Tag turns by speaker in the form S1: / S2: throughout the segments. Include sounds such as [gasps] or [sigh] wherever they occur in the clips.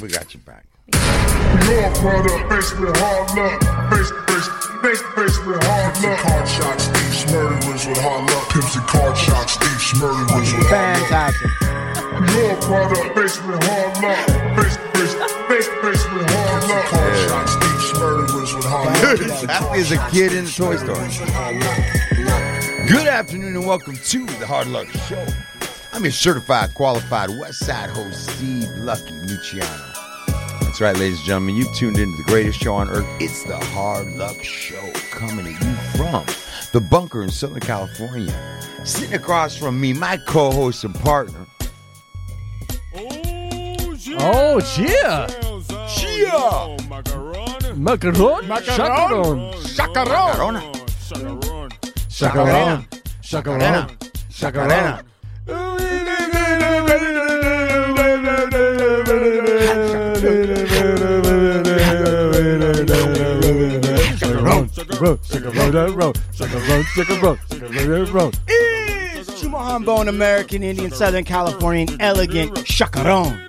S1: We got you back.
S2: Your product faced with hard luck. Face, face, face, face with hard luck. Card shots, thieves, murderers with hard luck. Pimps and card shots, thieves, murderers with hard luck.
S3: Fantastic.
S2: Your product faced with hard luck. Face, face, face, face with hard luck. Card shots, thieves, murderers with hard luck. Pimps and
S1: [laughs] Happy as a kid in the toy store.
S2: card shots with hard luck.
S1: Good afternoon and welcome to the Hard Luck Show. I'm your certified, qualified West Side host, Steve Lucky Luciano. That's right, ladies and gentlemen. You've tuned into the greatest show on earth. It's the Hard Luck Show coming to you from the bunker in Southern California. Sitting across from me, my co host and partner,
S3: Oh, yeah.
S1: Chia
S3: Macaron. Macaron.
S1: Chacarona.
S3: Chacaron. Chacaron. Chacaron. Chacaron. Chacaron. Chacaron. Chacaron.
S4: is Chumahambone American Indian Southern Californian elegant chacaron.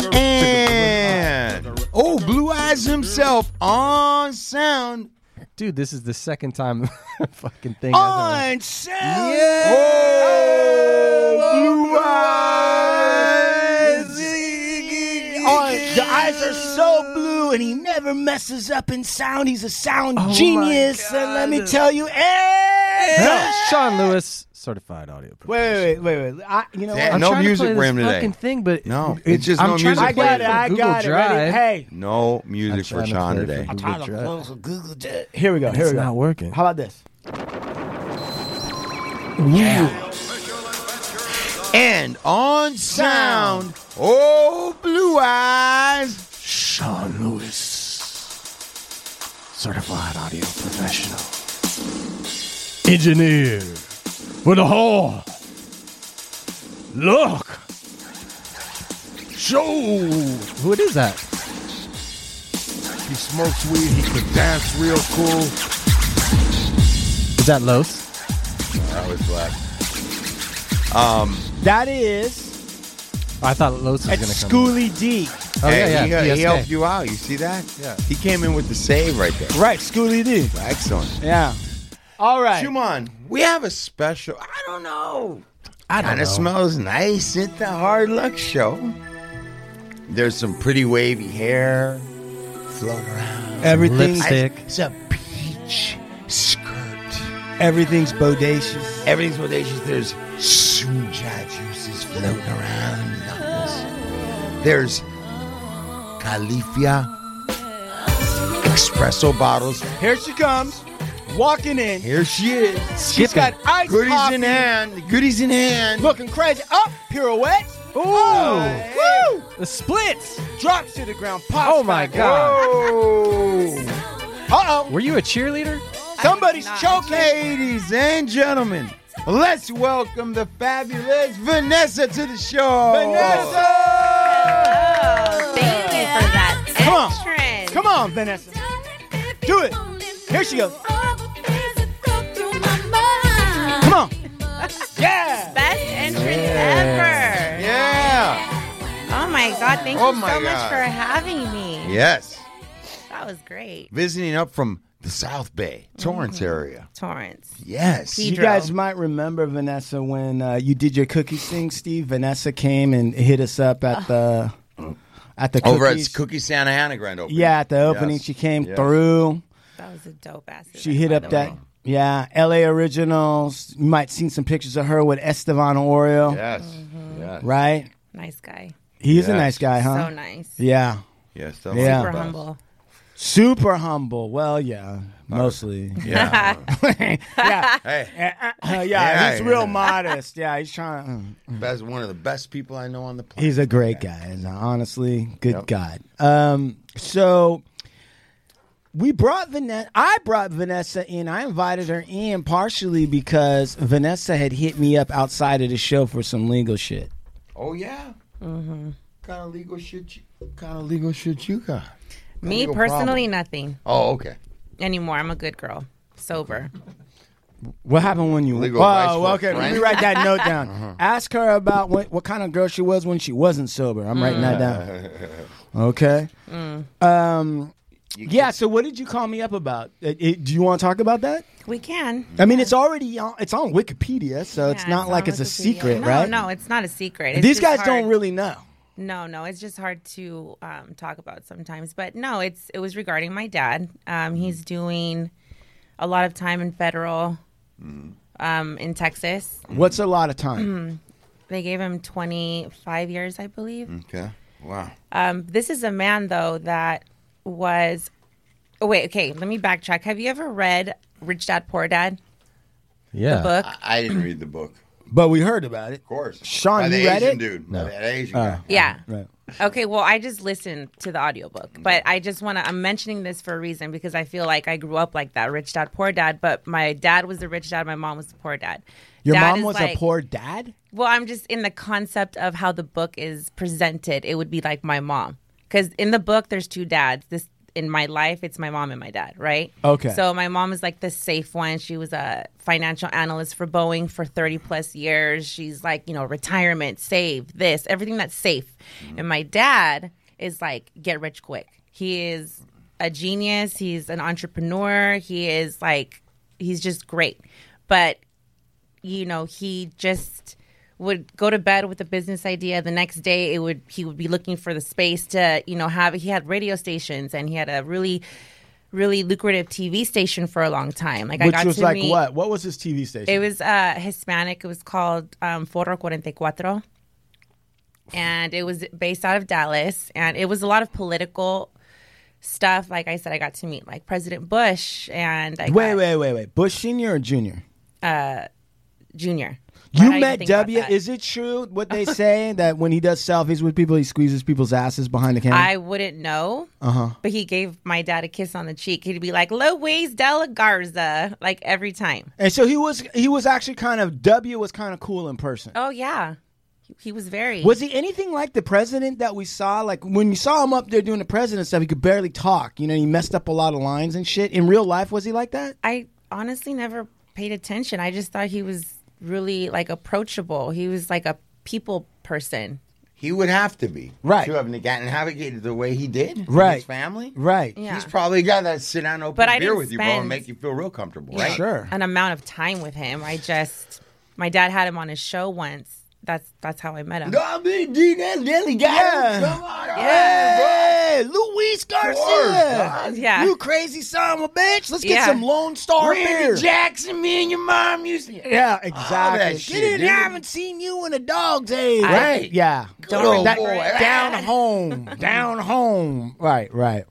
S5: oh,
S1: And oh, Blue Eyes himself on sound.
S3: Dude, this is the second time fucking thing. I've
S4: On sale.
S1: Oh, Blue
S4: Oh, the eyes are so blue, and he never messes up in sound. He's a sound
S2: Oh
S3: my
S4: genius, and let me tell you, eh,
S2: Eh.
S3: done.
S4: hey!
S3: No, Sean Lewis, certified audio.
S4: Wait, wait, wait, wait, wait. I, you know
S1: Damn.
S4: what?
S1: No
S3: trying to
S1: music
S3: play
S1: for
S3: this
S1: him today.
S3: Fucking thing, but
S1: No, it's just
S3: I'm
S1: no
S3: trying to
S1: music
S4: I
S3: play
S4: got it.
S3: from
S4: I
S3: Google
S4: got it. Ready?
S3: Drive.
S4: Hey,
S1: No
S3: I'm
S1: music
S3: trying
S1: for
S3: to
S1: Sean
S3: play
S1: today.
S3: from Google
S4: Tyler,
S3: Drive.
S4: close the Google Drive. here we go. Here
S3: It's
S4: we go.
S3: not working.
S4: How about this?
S1: And on sound, oh, Blue Eyes.
S4: Sean Lewis, certified audio professional.
S3: Engineer with a horn. Look. Show. Who it is that?
S2: He smokes weed, he could dance real cool.
S3: Is that Los?
S1: That was black.
S4: That is
S3: I thought Los was
S4: at
S3: gonna come.
S4: Schooly D.
S3: in. Oh yeah,
S1: he,
S3: yeah.
S1: he
S3: PSK.
S1: helped you out. You see that?
S3: Yeah.
S1: He came in with the save right there.
S4: Right, Schooly D.
S1: Excellent.
S4: Yeah. All right.
S1: Shuman, we have a special. I don't know.
S3: I don't
S1: Kind
S3: know.
S1: of smells nice at the Hard Luck Show. There's some pretty wavy hair floating around.
S4: Everything's
S3: Lipstick.
S1: It's a peach skirt.
S4: everything's bodacious.
S1: Everything's bodacious. There's suja juices floating around. in the office. There's califia espresso bottles.
S4: Here she comes, walking in.
S1: Here she is.
S4: She's got ice
S1: Goodies
S4: coffee,
S1: in hand. Goodies in hand.
S4: looking crazy. Up, pirouette. Ooh, woo!
S3: The splits.
S4: Drops to the ground. Pops
S3: Oh my
S4: back
S3: god.
S4: up. Uh-oh.
S3: Were you a cheerleader?
S4: Somebody's choking.
S1: Ladies and gentlemen, let's welcome the fabulous Vanessa to the show.
S6: Thank you for that
S4: Come on.
S6: entrance.
S4: Come on, Vanessa. Do it. Here she goes. Come on. Yeah.
S6: Best entrance ever.
S1: Yeah.
S6: Oh my God. Thank
S1: Oh
S6: you so
S1: my God.
S6: much for having me.
S1: Yes.
S6: That was great.
S1: Visiting up from the South Bay, Torrance area.
S6: Torrance.
S1: Yes.
S6: He-
S4: Mm-hmm. You
S6: Pedro.
S4: guys might remember Vanessa when uh, you did your cookies thing, Steve. Vanessa came and hit us up at the at the
S1: Over
S4: cookies.
S1: at Cookie Santa Ana Grand opening.
S4: yeah, at the opening,
S1: Yes.
S4: she came
S1: Yes.
S4: through.
S6: That was a dope ass.
S4: She
S6: event,
S4: hit
S6: by
S4: up
S6: the
S4: that
S6: way.
S4: yeah, L.A. Originals. You might seen some pictures of her with Estevan Oreo,
S1: Yes. Yes.
S4: Mm-hmm. right?
S6: Nice guy.
S4: He is a
S1: Yes.
S4: nice guy, huh?
S6: So nice.
S4: Yeah,
S1: Yes. that was
S4: Yeah.
S1: the
S6: Super
S1: best.
S6: humble.
S4: super humble. Well, yeah, mostly.
S1: Yeah.
S4: [laughs]
S1: [laughs]
S4: yeah, uh,
S1: hey,
S4: yeah,
S1: Yeah,
S4: he's
S1: yeah.
S4: real modest. Yeah, he's trying. uh,
S1: that's one of the best people I know on the planet.
S4: He's a great guy. and Honestly, good
S1: Yep.
S4: God. Um, so we brought Vanessa. I brought Vanessa in. I invited her in partially because Vanessa had hit me up outside of the show for some legal shit.
S1: Oh yeah.
S4: Mm-hmm.
S1: Kind of legal shit. You, kind of legal shit you got.
S6: Me
S1: legal
S6: personally, nothing
S1: Oh okay.
S6: anymore. I'm a good girl. Sober.
S4: What happened when you?
S1: Legal advice for
S4: oh,
S1: a
S4: okay. Let me
S1: friend? Uh-huh.
S4: write that note
S1: [laughs]
S4: down. Ask her about what, what kind of girl she was when she wasn't sober. I'm writing that
S1: [laughs]
S4: down. Okay. Um. Yeah. So, what did you call me up about? Uh, it- do you want to talk about that?
S6: We can.
S4: I mean, it's already on, it's on Wikipedia, so it's
S6: Yeah,
S4: not
S6: on
S4: like it's a
S6: Wikipedia.
S4: secret,
S6: no,
S4: right?
S6: No, it's not a secret. It's
S4: These
S6: just
S4: guys don't
S6: hard-
S4: really know.
S6: No, no, it's just hard to um, talk about sometimes. But no, it's it was regarding my dad. Um, he's doing a lot of time in federal um, in Texas.
S4: What's a lot of
S6: Mm-hmm.
S4: time?
S6: They gave him 25 years, I believe.
S1: Okay. Wow.
S6: Um, this is a man though that was. Oh, wait, okay. Let me backtrack. Have you ever read Rich Dad Poor Dad
S3: Yeah.
S6: book?
S1: I, I didn't read the book. Of
S4: But we heard about it.
S1: course.
S4: Sean,
S1: By the
S4: you read
S1: Asian
S4: it? Uh.
S1: dude. By that Asian guy.
S6: yeah.
S4: Right.
S6: Okay, well, I just listened to the audiobook, but I just want to. I'm mentioning this for a reason because I feel like I grew up like that rich dad, poor dad, but my dad was the rich dad, my mom was the poor dad.
S4: Your
S6: Dad
S4: mom
S6: is
S4: was
S6: like-
S4: a poor dad.
S6: Well, I'm just in the concept of how the book is presented. It would be like my mom. Because in the book, there's two dads. This in my life, it's my mom and my dad, right?
S4: Okay.
S6: So my mom is like the safe one. She was a financial analyst for Boeing for 30 plus years. She's like, you know, retirement, save this, everything that's safe. And my dad is like, get rich quick. He is a genius. He's an entrepreneur. He is like, he's just great. But you know he just would go to bed with a business idea the next day it would he would be looking for the space to you know have he had radio stations and he had a really really lucrative tv station for a long time like i
S4: Which
S6: got
S4: was
S6: to
S4: like
S6: meet-
S4: what? What was his TV station?
S6: it was uh hispanic it was called um foro 44 and it was based out of dallas and it was a lot of political stuff like i said i got to meet like president bush and I
S4: wait,
S6: got
S4: wait, wait, wait. Bush Senior or Junior?
S6: junior
S4: You
S6: Why did I even
S4: met
S6: think about
S4: W.
S6: that?
S4: Is it true what they say [laughs] that when he does selfies with people, he squeezes people's asses behind the camera?
S6: I wouldn't know. But he gave my dad a kiss on the cheek. He'd be like, Luis de la Garza, like every time.
S4: and so he was. He was actually kind of W was kind of cool in person.
S6: Oh, yeah. He- He was very.
S4: Was he anything like the president that we saw? Like when you saw him up there doing the president stuff, he could barely talk. You know, he messed up a lot of lines and shit. In real life, was he like that?
S6: I honestly never paid attention. I just thought he was really like approachable. He was like a people person.
S1: He would have to be
S4: Right.
S1: to have gotten navigated the way he did. with
S4: Right.
S1: His family.
S4: Right.
S6: Yeah.
S1: He's probably a guy that sit down, and open
S6: But
S1: a
S6: I
S1: beer
S6: didn't
S1: with you, bro, and
S6: spend-
S1: make you feel real comfortable,
S6: Yeah.
S1: right?
S4: Sure.
S6: An amount of time with him. I just, my dad had him on his show once. That's that's how I met him.
S1: I mean, D, that Nelly guy.
S4: Yeah.
S1: Come on,
S4: Hey, Luis Garcia.
S6: Yeah.
S4: You crazy son of a bitch. Let's get
S6: Yeah.
S4: some Lone Star beer.
S1: Jackson, me and your mom used to.
S4: yeah,
S1: Oh, that
S4: exactly.
S1: shit,
S4: get in
S1: dude.
S4: here. I haven't seen you in a dog's age.
S1: Right.
S4: Yeah.
S1: Good old
S4: That-
S1: boy. [laughs]
S4: Down home. down home. Right, right.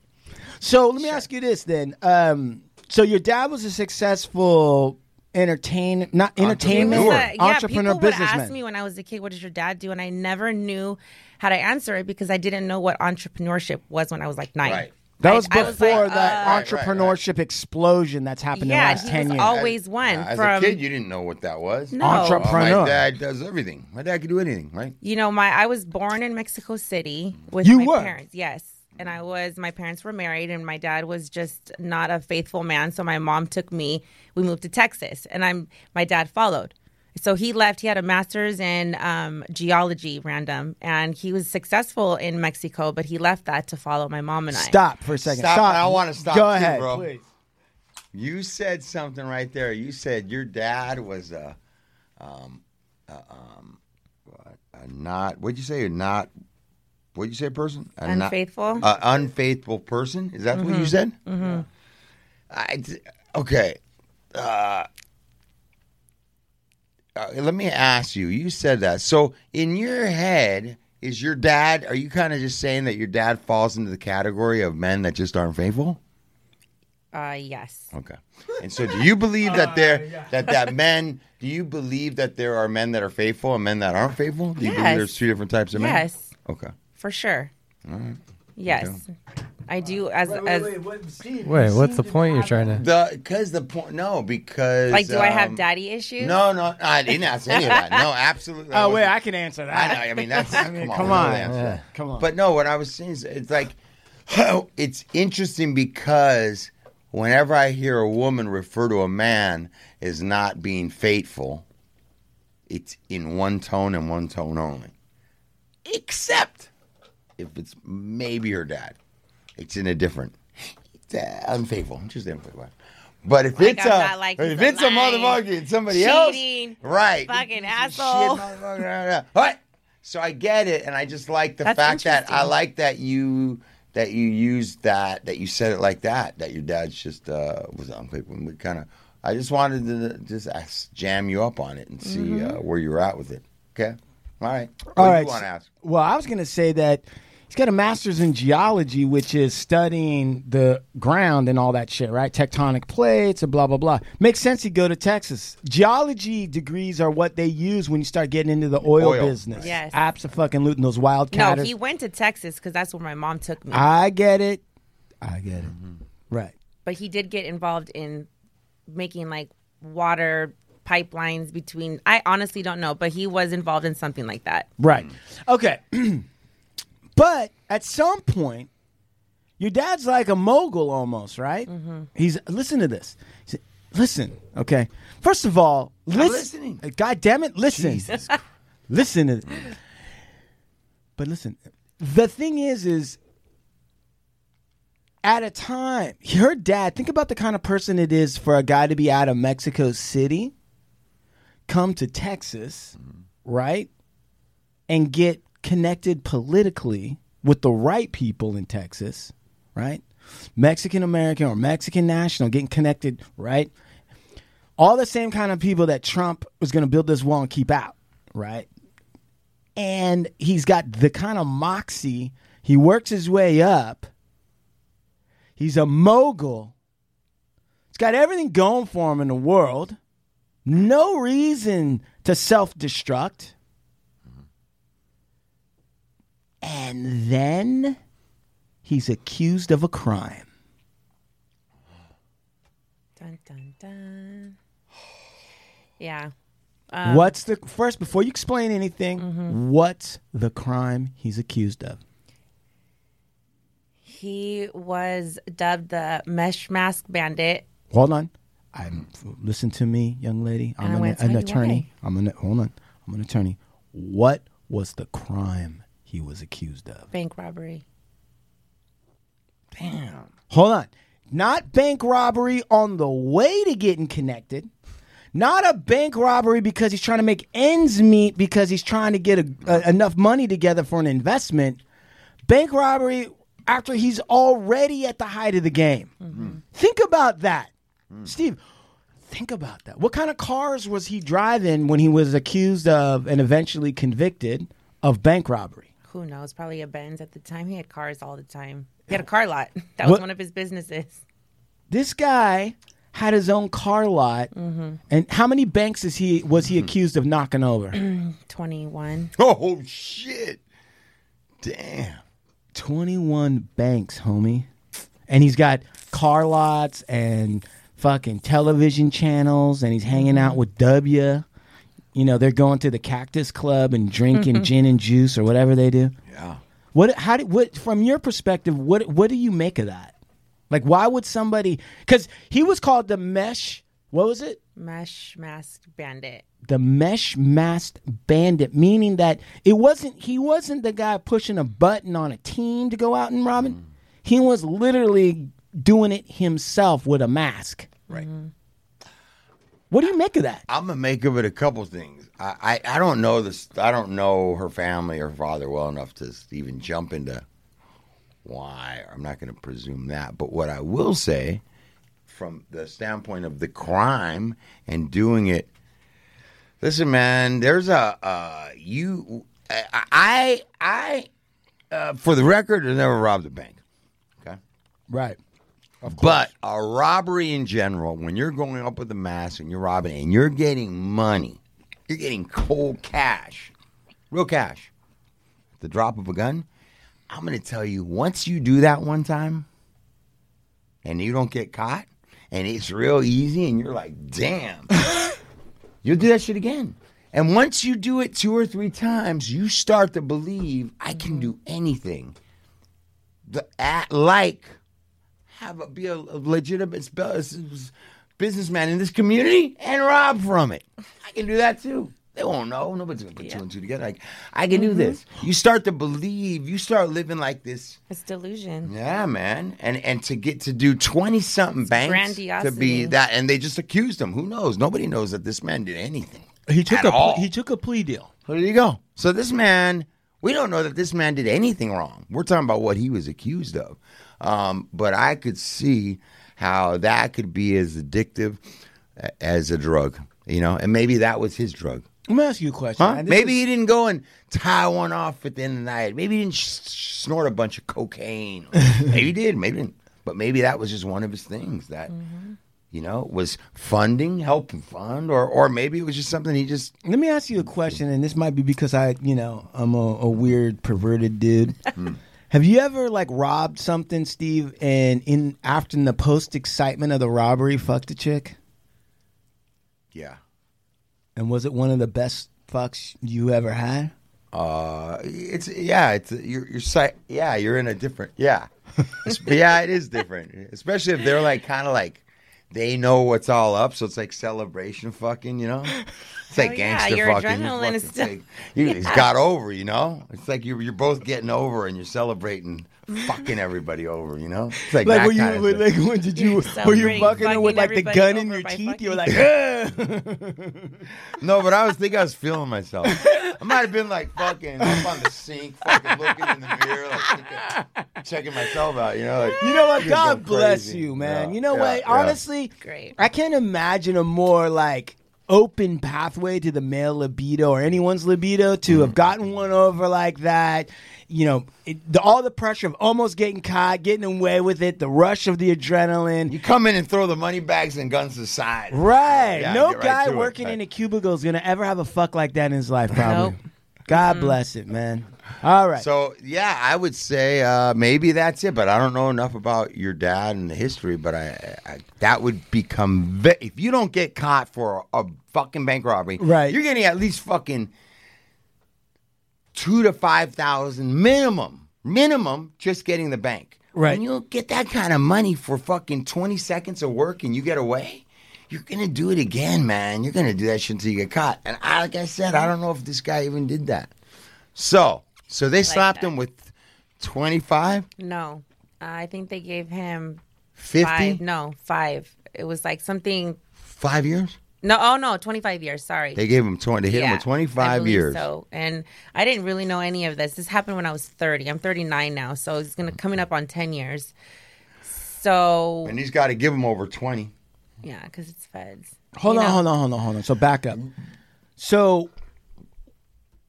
S4: So let me ask you this then. Um, so your dad was a successful entertain not
S6: He was
S4: entertainment
S1: Entrepreneur.
S6: a- yeah,
S4: entrepreneur
S6: people would ask
S4: businessman.
S6: me when I was a kid, "What does your dad do?" And I never knew how to answer it because I didn't know what entrepreneurship was when I was like nine.
S1: Right.
S4: that was
S6: I- I
S4: before
S6: was
S4: the
S6: like, uh,
S1: right, right, right.
S4: entrepreneurship explosion that's happened
S6: Yeah,
S4: in the last
S6: he
S4: ten
S6: was
S4: years.
S6: [laughs] always one
S1: As
S6: from
S1: a kid, you didn't know what that was.
S6: No.
S1: Oh,
S4: Entrepreneur.
S1: my dad does everything. My dad could do anything, right?
S6: you know my I was born in Mexico City with
S4: You
S6: my
S4: were?
S6: parents. Yes. And I was, my parents were married, and my dad was just not a faithful man. So my mom took me. We moved to Texas, and I'm my dad followed. So he left. He had a master's in um, geology, random, and he was successful in Mexico, but he left that to follow my mom and I.
S4: Stop for a second.
S1: Stop.
S4: Stop.
S1: I want to stop.
S4: Go
S1: too,
S4: ahead.
S1: bro. You said something right there. You said your dad was a, um, a, um, a not. What'd you say? A not. What'd you say? Person? A not-
S6: Unfaithful?
S1: a unfaithful person. Is that what you said? Mm-hmm. I d- okay. Uh, uh, let me ask you. You said that. So in your head, is your dad? Are you kind of just saying that your dad falls into the category of men that just aren't faithful?
S6: Uh, yes.
S1: Okay. And so, do you believe
S6: [laughs] Uh,
S1: that there that that men? Do you believe that there are men that are faithful and men that aren't faithful? Do you believe
S6: Yes.
S1: there's two different types of men?
S6: Yes,
S1: Okay.
S6: for sure. Yes, I do. As as
S3: Wait, what's the point you're trying to?
S1: The because the point no because
S6: like, do I have
S1: um,
S6: daddy issues?
S1: No, no, I didn't ask any of that.
S6: [laughs]
S1: No, absolutely.
S4: Oh wait,
S1: wasn't-
S4: I can answer
S1: I,
S4: that.
S1: know, I mean,
S4: [laughs]
S1: that's come on.
S4: come
S1: we know
S4: on.
S1: the answer.
S4: Yeah, come
S1: [clears throat]
S4: on.
S1: But no, what I was saying is, it's like, it's interesting because whenever I hear a woman refer to a man as not being faithful, it's in one tone and one tone only. Except if it's maybe her dad. It's in a different it's, uh, unfaithful. Just unfaithful. But if it's
S6: I'm
S1: a
S6: not like
S1: if
S6: he's
S1: it's a
S6: lying,
S1: motherfucker, it's somebody
S6: cheating,
S1: else, right?
S6: fucking
S1: Shit,
S6: asshole.
S1: motherfucker, [laughs] blah, blah, blah. Alright. So I get it, and I just like the
S6: That's
S1: fact that I
S6: interesting.
S1: like that you that you used that that you said it like that that your dad's just uh, was on paper. And we kind of I just wanted to just ask, jam you up on it and see uh,
S6: Mm-hmm.
S1: where you're at with it. Okay, all right. What
S4: All
S1: do
S4: right.
S1: you want to ask? [laughs]
S4: Well, I was going to say that he's got a master's in geology, which is studying the ground and all that shit, right? Tectonic plates and blah, blah, blah. Makes sense he'd go to Texas. Geology degrees are what they use when you start getting into the oil,
S1: Oil.
S4: business.
S6: Yes.
S4: Apps are fucking looting those
S6: No,
S4: wildcatters.
S6: he went to Texas because that's where my mom took
S1: Ah.
S6: me.
S4: I get it. I get it.
S1: Mm-hmm.
S4: Right.
S6: but he did get involved in making like water pipelines between. I honestly don't know, but he was involved in something like that.
S4: Right. Okay. [clears throat] but at some point, your dad's like a mogul almost, right? He's listen to this. He said, listen, okay. First of all, listen.
S1: listening.
S4: God damn it, listen. [laughs] listen to this. But listen, the thing is, is at a time, her dad, think about the kind of person it is for a guy to be out of Mexico City, come to Texas, right? And get connected politically with the right people in Texas, right? Mexican American or Mexican national getting connected, right? All the same kind of people that Trump was going to build this wall and keep out, right? and he's got the kind of moxie. He works his way up. He's a mogul. He's got everything going for him in the world. No reason to self destruct. And then he's accused of a crime.
S6: Dun dun dun. Yeah. Uh,
S4: what's the first, before you explain anything,
S6: Mm-hmm.
S4: what's the crime he's accused of?
S6: He was dubbed the Mesh Mask Bandit.
S4: Hold on. I'm listen to me, young lady. I'm
S6: I
S4: an,
S6: wanna tell
S4: an
S6: you
S4: attorney. I'm an hold on. I'm an attorney. What was the crime he was accused of?
S6: Bank robbery.
S4: Hold on. Not bank robbery on the way to getting connected. Not a bank robbery because he's trying to make ends meet because he's trying to get a, a, enough money together for an investment. Bank robbery after he's already at the height of the game. Think about that. Steve, think about that. What kind of cars was he driving when he was accused of and eventually convicted of bank robbery?
S6: Who knows? Probably a Benz at the time. He had cars all the time. He had a car lot. [laughs] That was
S4: What-
S6: one of his businesses.
S4: this guy had his own car lot and how many banks is he was he accused of knocking over
S6: 21.
S1: Oh shit! Damn.
S4: 21 banks homie and he's got car lots and fucking television channels and he's hanging out with w you know they're going to the cactus club and drinking gin and juice or whatever they do
S1: Yeah.
S4: What? How did? What? From your perspective, what? What do you make of that? Like, why would somebody? Because he was called the mesh. What was it?
S6: Mesh Mask Bandit.
S4: The mesh masked bandit, meaning that it wasn't. He wasn't the guy pushing a button on a team to go out and robbing. He was literally doing it himself with a mask.
S1: Right.
S4: What do you make of that?
S1: I'm gonna make of it a couple things. I, I I don't know this. I don't know her family or her father well enough to s- even jump into why. I'm not gonna presume that. But what I will say, from the standpoint of the crime and doing it, listen, man. There's a uh, you. I I, I uh, for the record, I never robbed a bank. Okay.
S4: Right.
S1: But a robbery in general, when you're going up with the mass and you're robbing and you're getting money, you're getting cold cash, real cash, at the drop of a gun. I'm going to tell you, once you do that one time and you don't get caught and it's real easy and you're like, damn, you'll do that shit again. And once you do it two or three times, you start to believe I can do anything. The, at, like have a, be a, a legitimate spe- uh, s- s- businessman in this community and rob from it. I can do that too. They won't know. Nobody's gonna put two and two together. Like I can do this. You start to believe. You start living like this.
S6: It's delusion.
S1: Yeah, man. And and to get to do twenty something banks to be
S6: grandiosity.
S1: that, and they just accused him. Who knows? Nobody knows that this man did anything.
S7: He took
S1: At
S7: a ple-
S1: all.
S7: he took a plea deal.
S1: So there you go. So this man, we don't know that this man did anything wrong. We're talking about what he was accused of. Um, but I could see how that could be as addictive a- as a drug, you know, and maybe that was his drug.
S7: Let me ask you a question.
S1: Huh?
S7: This
S1: Maybe
S7: is-
S1: he didn't go and tie one off at the end of the night. Maybe he didn't sh- sh- snort a bunch of cocaine.
S7: [laughs]
S1: maybe he did. Maybe he didn't. But maybe that was just one of his things that,
S7: Mm-hmm.
S1: you know, was funding, helping fund, or or maybe it was just something he just
S4: Let me ask you a question, and this might be because I, you know, I'm a, a weird perverted [laughs] dude. Have you ever like robbed something, Steve, and in after in the post excitement of the robbery, fucked a chick?
S1: yeah.
S4: And was it one of the best fucks you ever had?
S1: Uh, it's yeah, it's you're you're si- yeah, you're in a different yeah, It's- yeah, it is different, especially if they're like kind of like they know what's all up, so it's like celebration fucking, you know. It's like
S6: Hell Oh, yeah,
S1: gangster
S6: your
S1: fucking. You
S6: adrenaline
S1: fucking
S6: is
S1: it's
S6: still-
S1: like, you
S6: [laughs]
S1: it's got over, you know. It's like you're you're both getting over and you're celebrating, fucking everybody over, you know. It's like,
S4: Like
S1: that
S4: were
S1: kind
S4: you
S1: of
S4: were,
S1: thing.
S4: like when did you
S6: So
S4: were you
S6: great,
S4: fucking her
S6: fucking
S4: with like the
S6: everybody
S4: gun in
S6: over
S4: your
S6: by
S4: teeth? You were like,
S6: fucking-
S1: [laughs] No, but I was thinking I was feeling myself. I might have been like fucking up on the sink, fucking looking in the mirror, like thinking- checking myself out. You know, like
S4: You know what?
S1: You're
S4: God
S1: going
S4: bless
S1: crazy.
S4: you, man.
S1: Yeah,
S4: you know
S1: yeah,
S4: what?
S1: yeah.
S4: Honestly,
S6: Great.
S4: I can't imagine a more like open pathway to the male libido or anyone's libido to have gotten one over like that. You know, it, the, all the pressure of almost getting caught, getting away with it, the rush of the adrenaline.
S1: you come in and throw the money bags and guns aside.
S4: right.
S1: Yeah,
S4: no
S1: get right
S4: guy
S1: to it.
S4: working in
S1: Right.
S4: a cubicle is going to ever have a fuck like that in his life, probably.
S6: Nope.
S4: God bless it, man. All right.
S1: So yeah, I would say uh, maybe that's it, but I don't know enough about your dad and the history. But I, I that would become ve- if you don't get caught for a, fucking bank robbery,
S4: Right.
S1: You're getting at least fucking two to five thousand minimum, minimum, just getting the bank,
S4: Right.
S1: When you don't get that kind of money for fucking twenty seconds of work and you get away. You're gonna do it again, man. You're gonna do that shit until you get caught. And I, like I said, I don't know if this guy even did that. So, so they slapped him with 25,
S6: No, Uh, I think they gave him
S1: 50,
S6: five. No, five. It was like something.
S1: five years.
S6: No, oh no, twenty five years. Sorry.
S1: They gave him 20. They hit him
S6: Yeah,
S1: with
S6: I
S1: 25
S6: believe
S1: years.
S6: So, and I didn't really know any of this. This happened when I was thirty. I'm thirty nine now, so it's gonna coming up on ten years. So
S1: And he's got to give him over 20.
S6: yeah, because it's feds.
S4: Hold
S6: you
S4: on,
S6: know?
S4: hold on, hold on, hold on. So back up. So,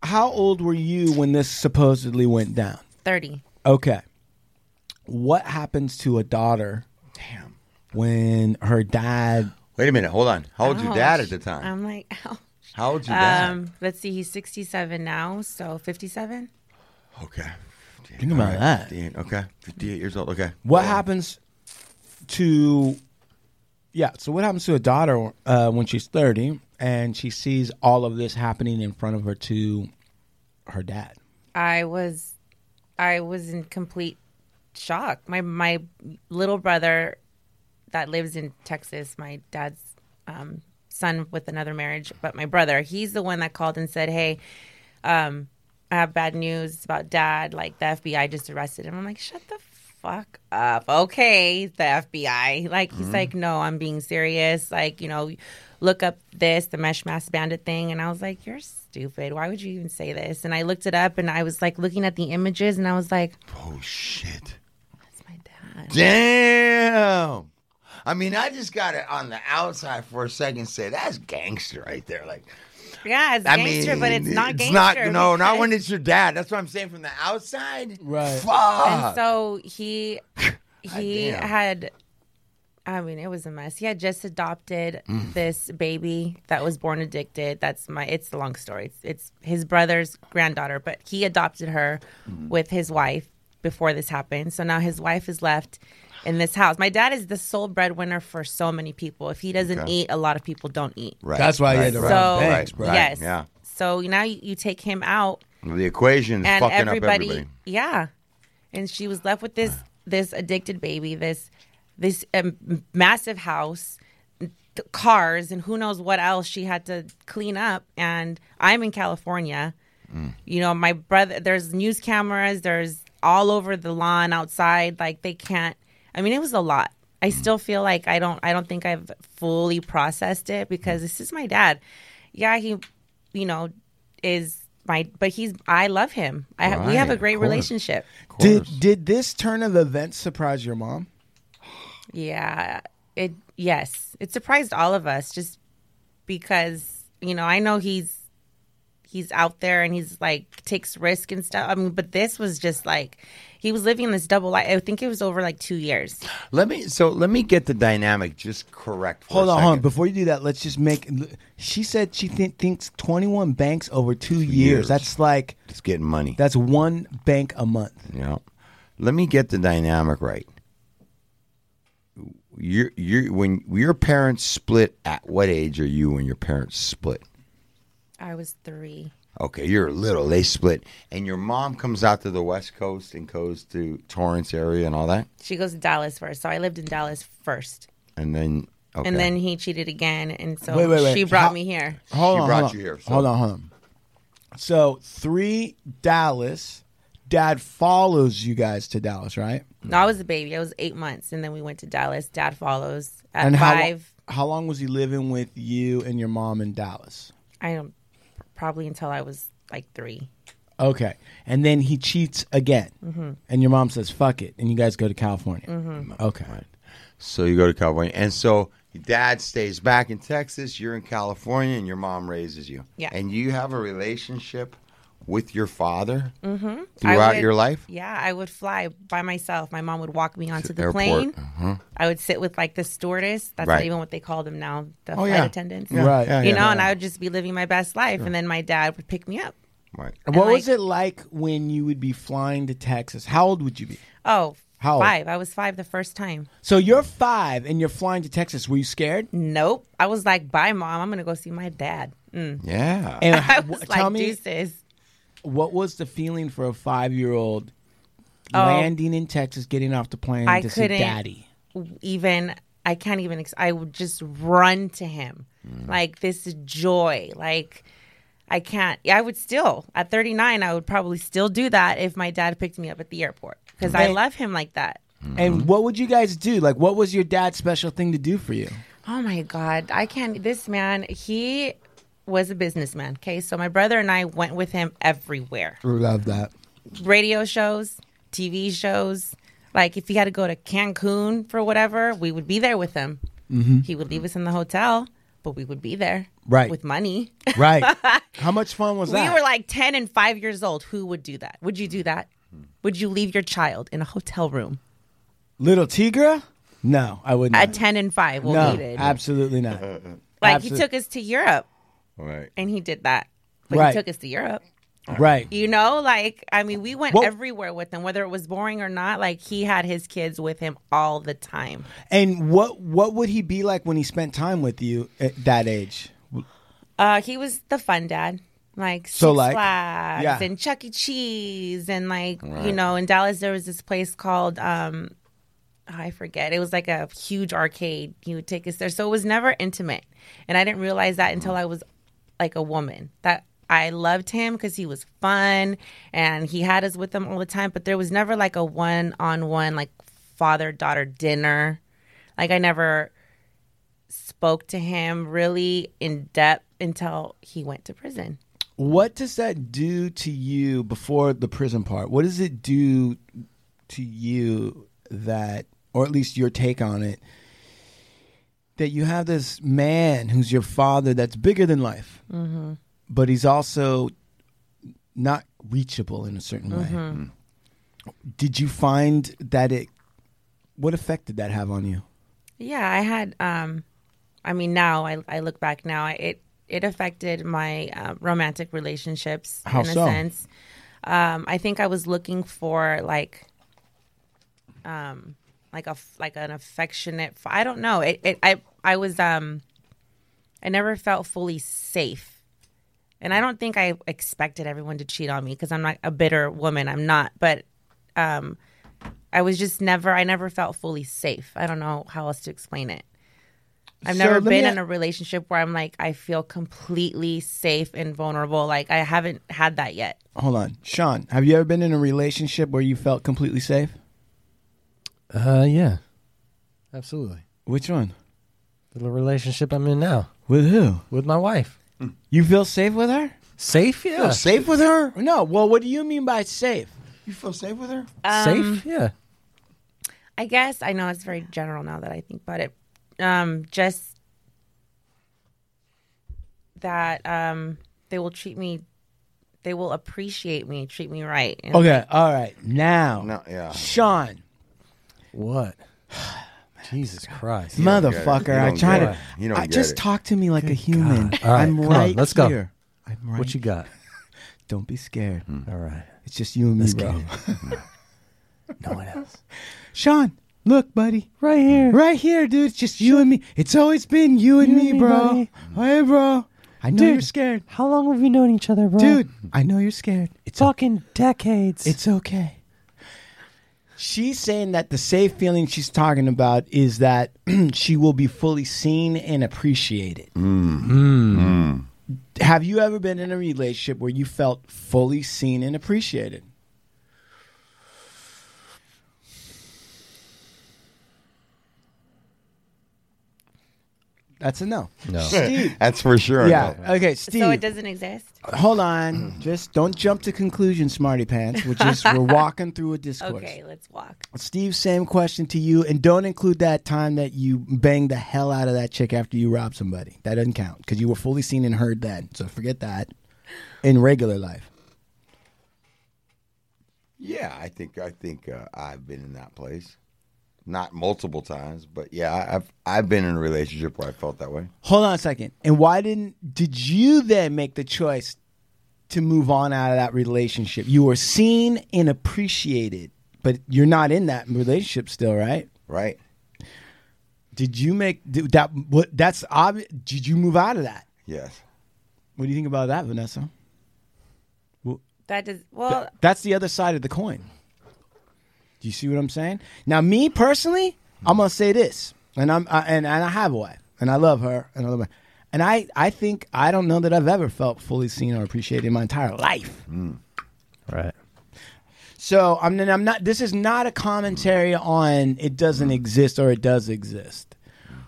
S4: how old were you when this supposedly went down?
S6: Thirty.
S4: Okay. What happens to a daughter
S1: Damn.
S4: when her dad?
S1: Wait a minute. Hold on. How old your dad
S6: Ouch.
S1: at the time?
S6: I'm like, [laughs] ouch.
S1: How old your dad?
S6: Um, let's see, he's 67 now, so 57.
S1: okay.
S4: Think about that.
S1: 58, okay. 58 years old. Okay.
S4: What happens to? Yeah. So what happens to a daughter uh, when she's thirty and she sees all of this happening in front of her to her dad?
S6: I was, I was in complete shock. My my little brother, that lives in Texas, my dad's um, son with another marriage, but my brother, he's the one that called and said, "Hey, um, I have bad news about dad. Like the FBI just arrested him. I'm like, shut the fuck up. Okay, the FBI. Like
S1: Mm-hmm.
S6: he's like, no, I'm being serious. Like you know, look up this the mesh mass bandit thing. And I was like, you're stupid. Why would you even say this? And I looked it up, and I was like looking at the images, and I was like,
S1: Oh, shit.
S6: that's my dad.
S1: Damn. I mean, I just got it on the outside for a second. Say that's gangster right there. Like,
S6: Yeah, it's
S1: I
S6: gangster,
S1: mean,
S6: but it's not
S1: it's
S6: gangster.
S1: not- no, not
S6: because-
S1: when it's your dad. That's what I'm saying. From the outside,
S4: Right.
S1: Fuck.
S6: and so
S1: [laughs]
S6: he he
S1: damn.
S6: had i mean it was a mess he had just adopted
S1: Mm.
S6: this baby that was born addicted that's my it's a long story it's, it's his brother's granddaughter but he adopted her
S1: Mm.
S6: with his wife before this happened so now his wife is left in this house my dad is the sole breadwinner for so many people if he doesn't eat a lot of people don't eat
S1: Right.
S4: That's why you had to
S1: right,
S6: so
S4: rob
S1: right,
S4: banks, bro.
S1: right,
S6: yes
S1: Yeah.
S6: so now you, you take him out
S1: The equation's
S6: and
S1: fucking
S6: everybody,
S1: up everybody.
S6: yeah and she was left with this this addicted baby this this um, massive house, th- cars, and who knows what else she had to clean up. And I'm in California.
S1: Mm.
S6: You know, my brother, there's news cameras, there's all over the lawn outside. Like they can't, I mean, it was a lot.
S1: Mm.
S6: I still feel like I don't, I don't think I've fully processed it
S1: Mm.
S6: because this is my dad. Yeah, he, you know, is my, but he's, I love him. I, we
S1: Right,
S6: have a
S1: of
S6: great
S1: course.
S6: relationship.
S4: Did
S1: course.
S4: did this turn of events surprise your mom?
S6: Yeah. It yes. It surprised all of us just because, you know, I know he's he's out there and he's like takes risk and stuff. I mean, but this was just like he was living this double life. I think it was over like two years.
S1: Let me so let me get the dynamic just correct. For
S4: Hold
S1: a
S4: on, hold on.
S1: second.
S4: Before you do that, let's just make. She said she thi- thinks twenty one banks over two years.
S1: years.
S4: That's like
S1: It's getting money.
S4: that's one bank a month.
S1: Yeah. Let me get the dynamic right. Your your when your parents split at what age are you when your parents split?
S6: I was three.
S1: Okay, you're little. They split, and your mom comes out to the West Coast and goes to Torrance area and all that,
S6: She goes to Dallas first. So I lived in Dallas first.
S1: and then okay.
S6: And then he cheated again and so
S4: Wait, wait, wait.
S6: she brought
S4: How-
S6: me here.
S4: Hold
S1: She
S4: on,
S1: brought
S4: hold on.
S1: you here, so-
S4: Hold on, hold on. So three Dallas. Dad follows you guys to Dallas, right?
S6: No, I was a baby. I was eight months and then we went to Dallas. Dad follows at
S4: and how
S6: five.
S4: how long was he living with you and your mom in Dallas?
S6: I don't probably until I was like three.
S4: Okay, and then he cheats again,
S6: Mm-hmm.
S4: and your mom says "fuck it," and you guys go to California. Okay,
S1: so you go to California, and so your dad stays back in Texas. You're in California, and your mom raises you.
S6: Yeah.
S1: And you have a relationship with your father
S6: Mm-hmm. I
S1: throughout
S6: would-
S1: your life.
S6: Yeah, I would fly by myself. My mom would walk me onto the
S1: airport.
S6: plane. I would sit with like the stewardess. That's
S1: Right.
S6: not even what they call them now, the
S1: Oh,
S6: flight
S1: yeah.
S6: attendants.
S1: Yeah,
S4: Right.
S1: yeah,
S6: You
S1: yeah.
S6: know, and I would just be living my best life. And then my dad would pick me up.
S1: Right.
S4: what
S6: like-
S4: was it like when you would be flying to Texas? How old would you be?
S6: Oh,
S4: How old?
S6: five. I was five the first time.
S4: So you're five and you're flying to Texas. Were you scared?
S6: Nope. [laughs] I was like, bye, mom. I'm going to go see my dad. [laughs] Mm.
S1: Yeah.
S4: And
S6: I
S4: h-
S6: was
S4: wh-
S6: like,
S4: tell me,
S6: deuces.
S4: what was the feeling for a five year old landing in Texas, getting off the plane
S6: Oh. I
S4: to see
S6: couldn't-
S4: daddy?
S6: even I can't even ex- I would just run to him. Like this joy. Like I can't I would still at 39 I would probably still do that if my dad picked me up at the airport cuz I
S4: Right.
S6: love him like that.
S4: And what would you guys do? Like, what was your dad's special thing to do for you?
S6: Oh my God. I can't. This man, he was a businessman. Okay. So my brother and I went with him everywhere
S4: Love that.
S6: radio shows, TV shows. Like if he had to go to Cancun for whatever, we would be there with him. He would leave us in the hotel, but we would be there.
S4: Mm-hmm. Right. [laughs]
S6: With money. [laughs]
S4: Right. How much fun was
S6: we
S4: that?
S6: were like 10 and 5 years old. Who would do that? Would you do that? Would you leave your child in a hotel room
S4: Little Tigra? No, I wouldn't.
S6: at 10 and 5? Well,
S4: no,
S6: he did.
S4: absolutely not.
S6: like
S4: absolute-
S6: he took us to Europe
S1: right.
S6: and he did that. But
S4: Right.
S6: he took us to Europe.
S4: right.
S6: You know, like I mean, we went
S4: Well-
S6: everywhere with him, whether it was boring or not. Like he had his kids with him all the time.
S4: And what what would he be like when he spent time with you at that age?
S6: Uh, he was the fun dad, like Six
S4: So, like-
S6: Flags
S4: yeah.
S6: and Chuck E. Cheese, and like you know, in Dallas there was this place called um, I forget. It was like a huge arcade. He would take us there, so it was never intimate, and I didn't realize that until I was like a woman that. I loved him because he was fun and he had us with him all the time, but there was never like a one on one, like father daughter dinner. Like, I never spoke to him really in depth until he went to prison.
S4: What does that do to you before the prison part? What does it do to you that, or at least your take on it, that you have this man who's your father that's bigger than life, but he's also not reachable in a certain way? Did you find that it, what effect did that have on you?
S6: Yeah, I had. Um, I mean, now I, I look back now, it it affected my uh, romantic relationships
S4: How
S6: in a
S4: so?
S6: sense. Um, I think I was looking for like, um, like a f- like an affectionate. f- I don't know. It, it I I was um, I never felt fully safe. And I don't think I expected everyone to cheat on me because I'm not a bitter woman. I'm not, but um, I was just never, I never felt fully safe. I don't know how else to explain it. I've
S4: So
S6: never
S4: let me
S6: been
S4: a-
S6: in a relationship where I'm like, I feel completely safe and vulnerable. Like, I haven't had that yet.
S4: Hold on, Sean. Have you ever been in a relationship where you felt completely safe?
S3: Uh, yeah, absolutely.
S4: Which one?
S3: The relationship I'm in now
S4: With who?
S3: with my wife.
S4: You feel safe with her?
S3: Safe, yeah.
S1: Safe with her?
S4: No. Well, what do you mean by safe?
S1: You feel safe with her?
S3: Safe, yeah.
S6: I guess I know it's very general now that I think about it. Um, just that um, they will treat me, they will appreciate me, treat me right. And
S4: Okay. All right. Now,
S1: No, yeah.
S4: Sean,
S7: [sighs]
S3: What? Jesus Christ!
S1: don't get it. You
S4: motherfucker. I
S1: don't
S4: try
S1: get
S4: to.
S1: it. You don't
S4: I
S1: get
S4: just
S1: it.
S4: talk to me like a human.
S3: God. All right,
S4: I'm
S3: come on,
S4: right.
S3: let's go.
S4: here. I'm right.
S3: What you got?
S4: Don't be scared.
S1: Hmm.
S3: All right.
S4: It's just you and me, bro.
S3: No one else.
S4: Sean, look, buddy.
S3: [laughs] Right here.
S4: Right here, dude. It's just you and me. It's always been you and
S3: You
S4: me,
S3: and me,
S4: bro.
S3: buddy.
S4: Hey, bro. I know
S3: Dude.
S4: you're scared.
S3: How long have we known each other, bro?
S4: Dude, I know you're scared. It's okay.
S3: fucking decades.
S4: It's okay. She's saying that the safe feeling she's talking about is that [clears throat] she will be fully seen and appreciated. Hmm. Have you ever been in a relationship where you felt fully seen and appreciated? That's a no.
S3: No.
S4: Steve.
S1: That's for sure.
S4: Yeah.
S1: no.
S4: Okay, Steve
S6: So it doesn't exist?
S4: hold on. Just don't jump to conclusions, smarty pants. We're just we're walking through a discourse.
S6: Okay, let's walk.
S4: Steve, same question to you, and don't include that time that you banged the hell out of that chick after you robbed somebody. That doesn't count because you were fully seen and heard then. So forget that. In regular life,
S1: Yeah, I think I think uh, I've been in that place, not multiple times, but yeah, I- I've I've been in a relationship where I felt that way.
S4: hold on a second. And why didn't did you then make the choice to move on out of that relationship? You were seen and appreciated, but you're not in that relationship still, right?
S1: Right?
S4: Did you make did that? What that's obvious. Did you move out of that?
S1: Yes.
S4: What do you think about that, Vanessa?
S6: That does, well,
S4: That's the other side of the coin. Do you see what I'm saying? Now, me personally, I'm gonna say this, and I'm I, and and I have a wife, and I love her, and I love her, and I I think I don't know that I've ever felt fully seen or appreciated in my entire life.
S3: right.
S4: So I'm not- I'm not. This is not a commentary on it doesn't exist or it does exist,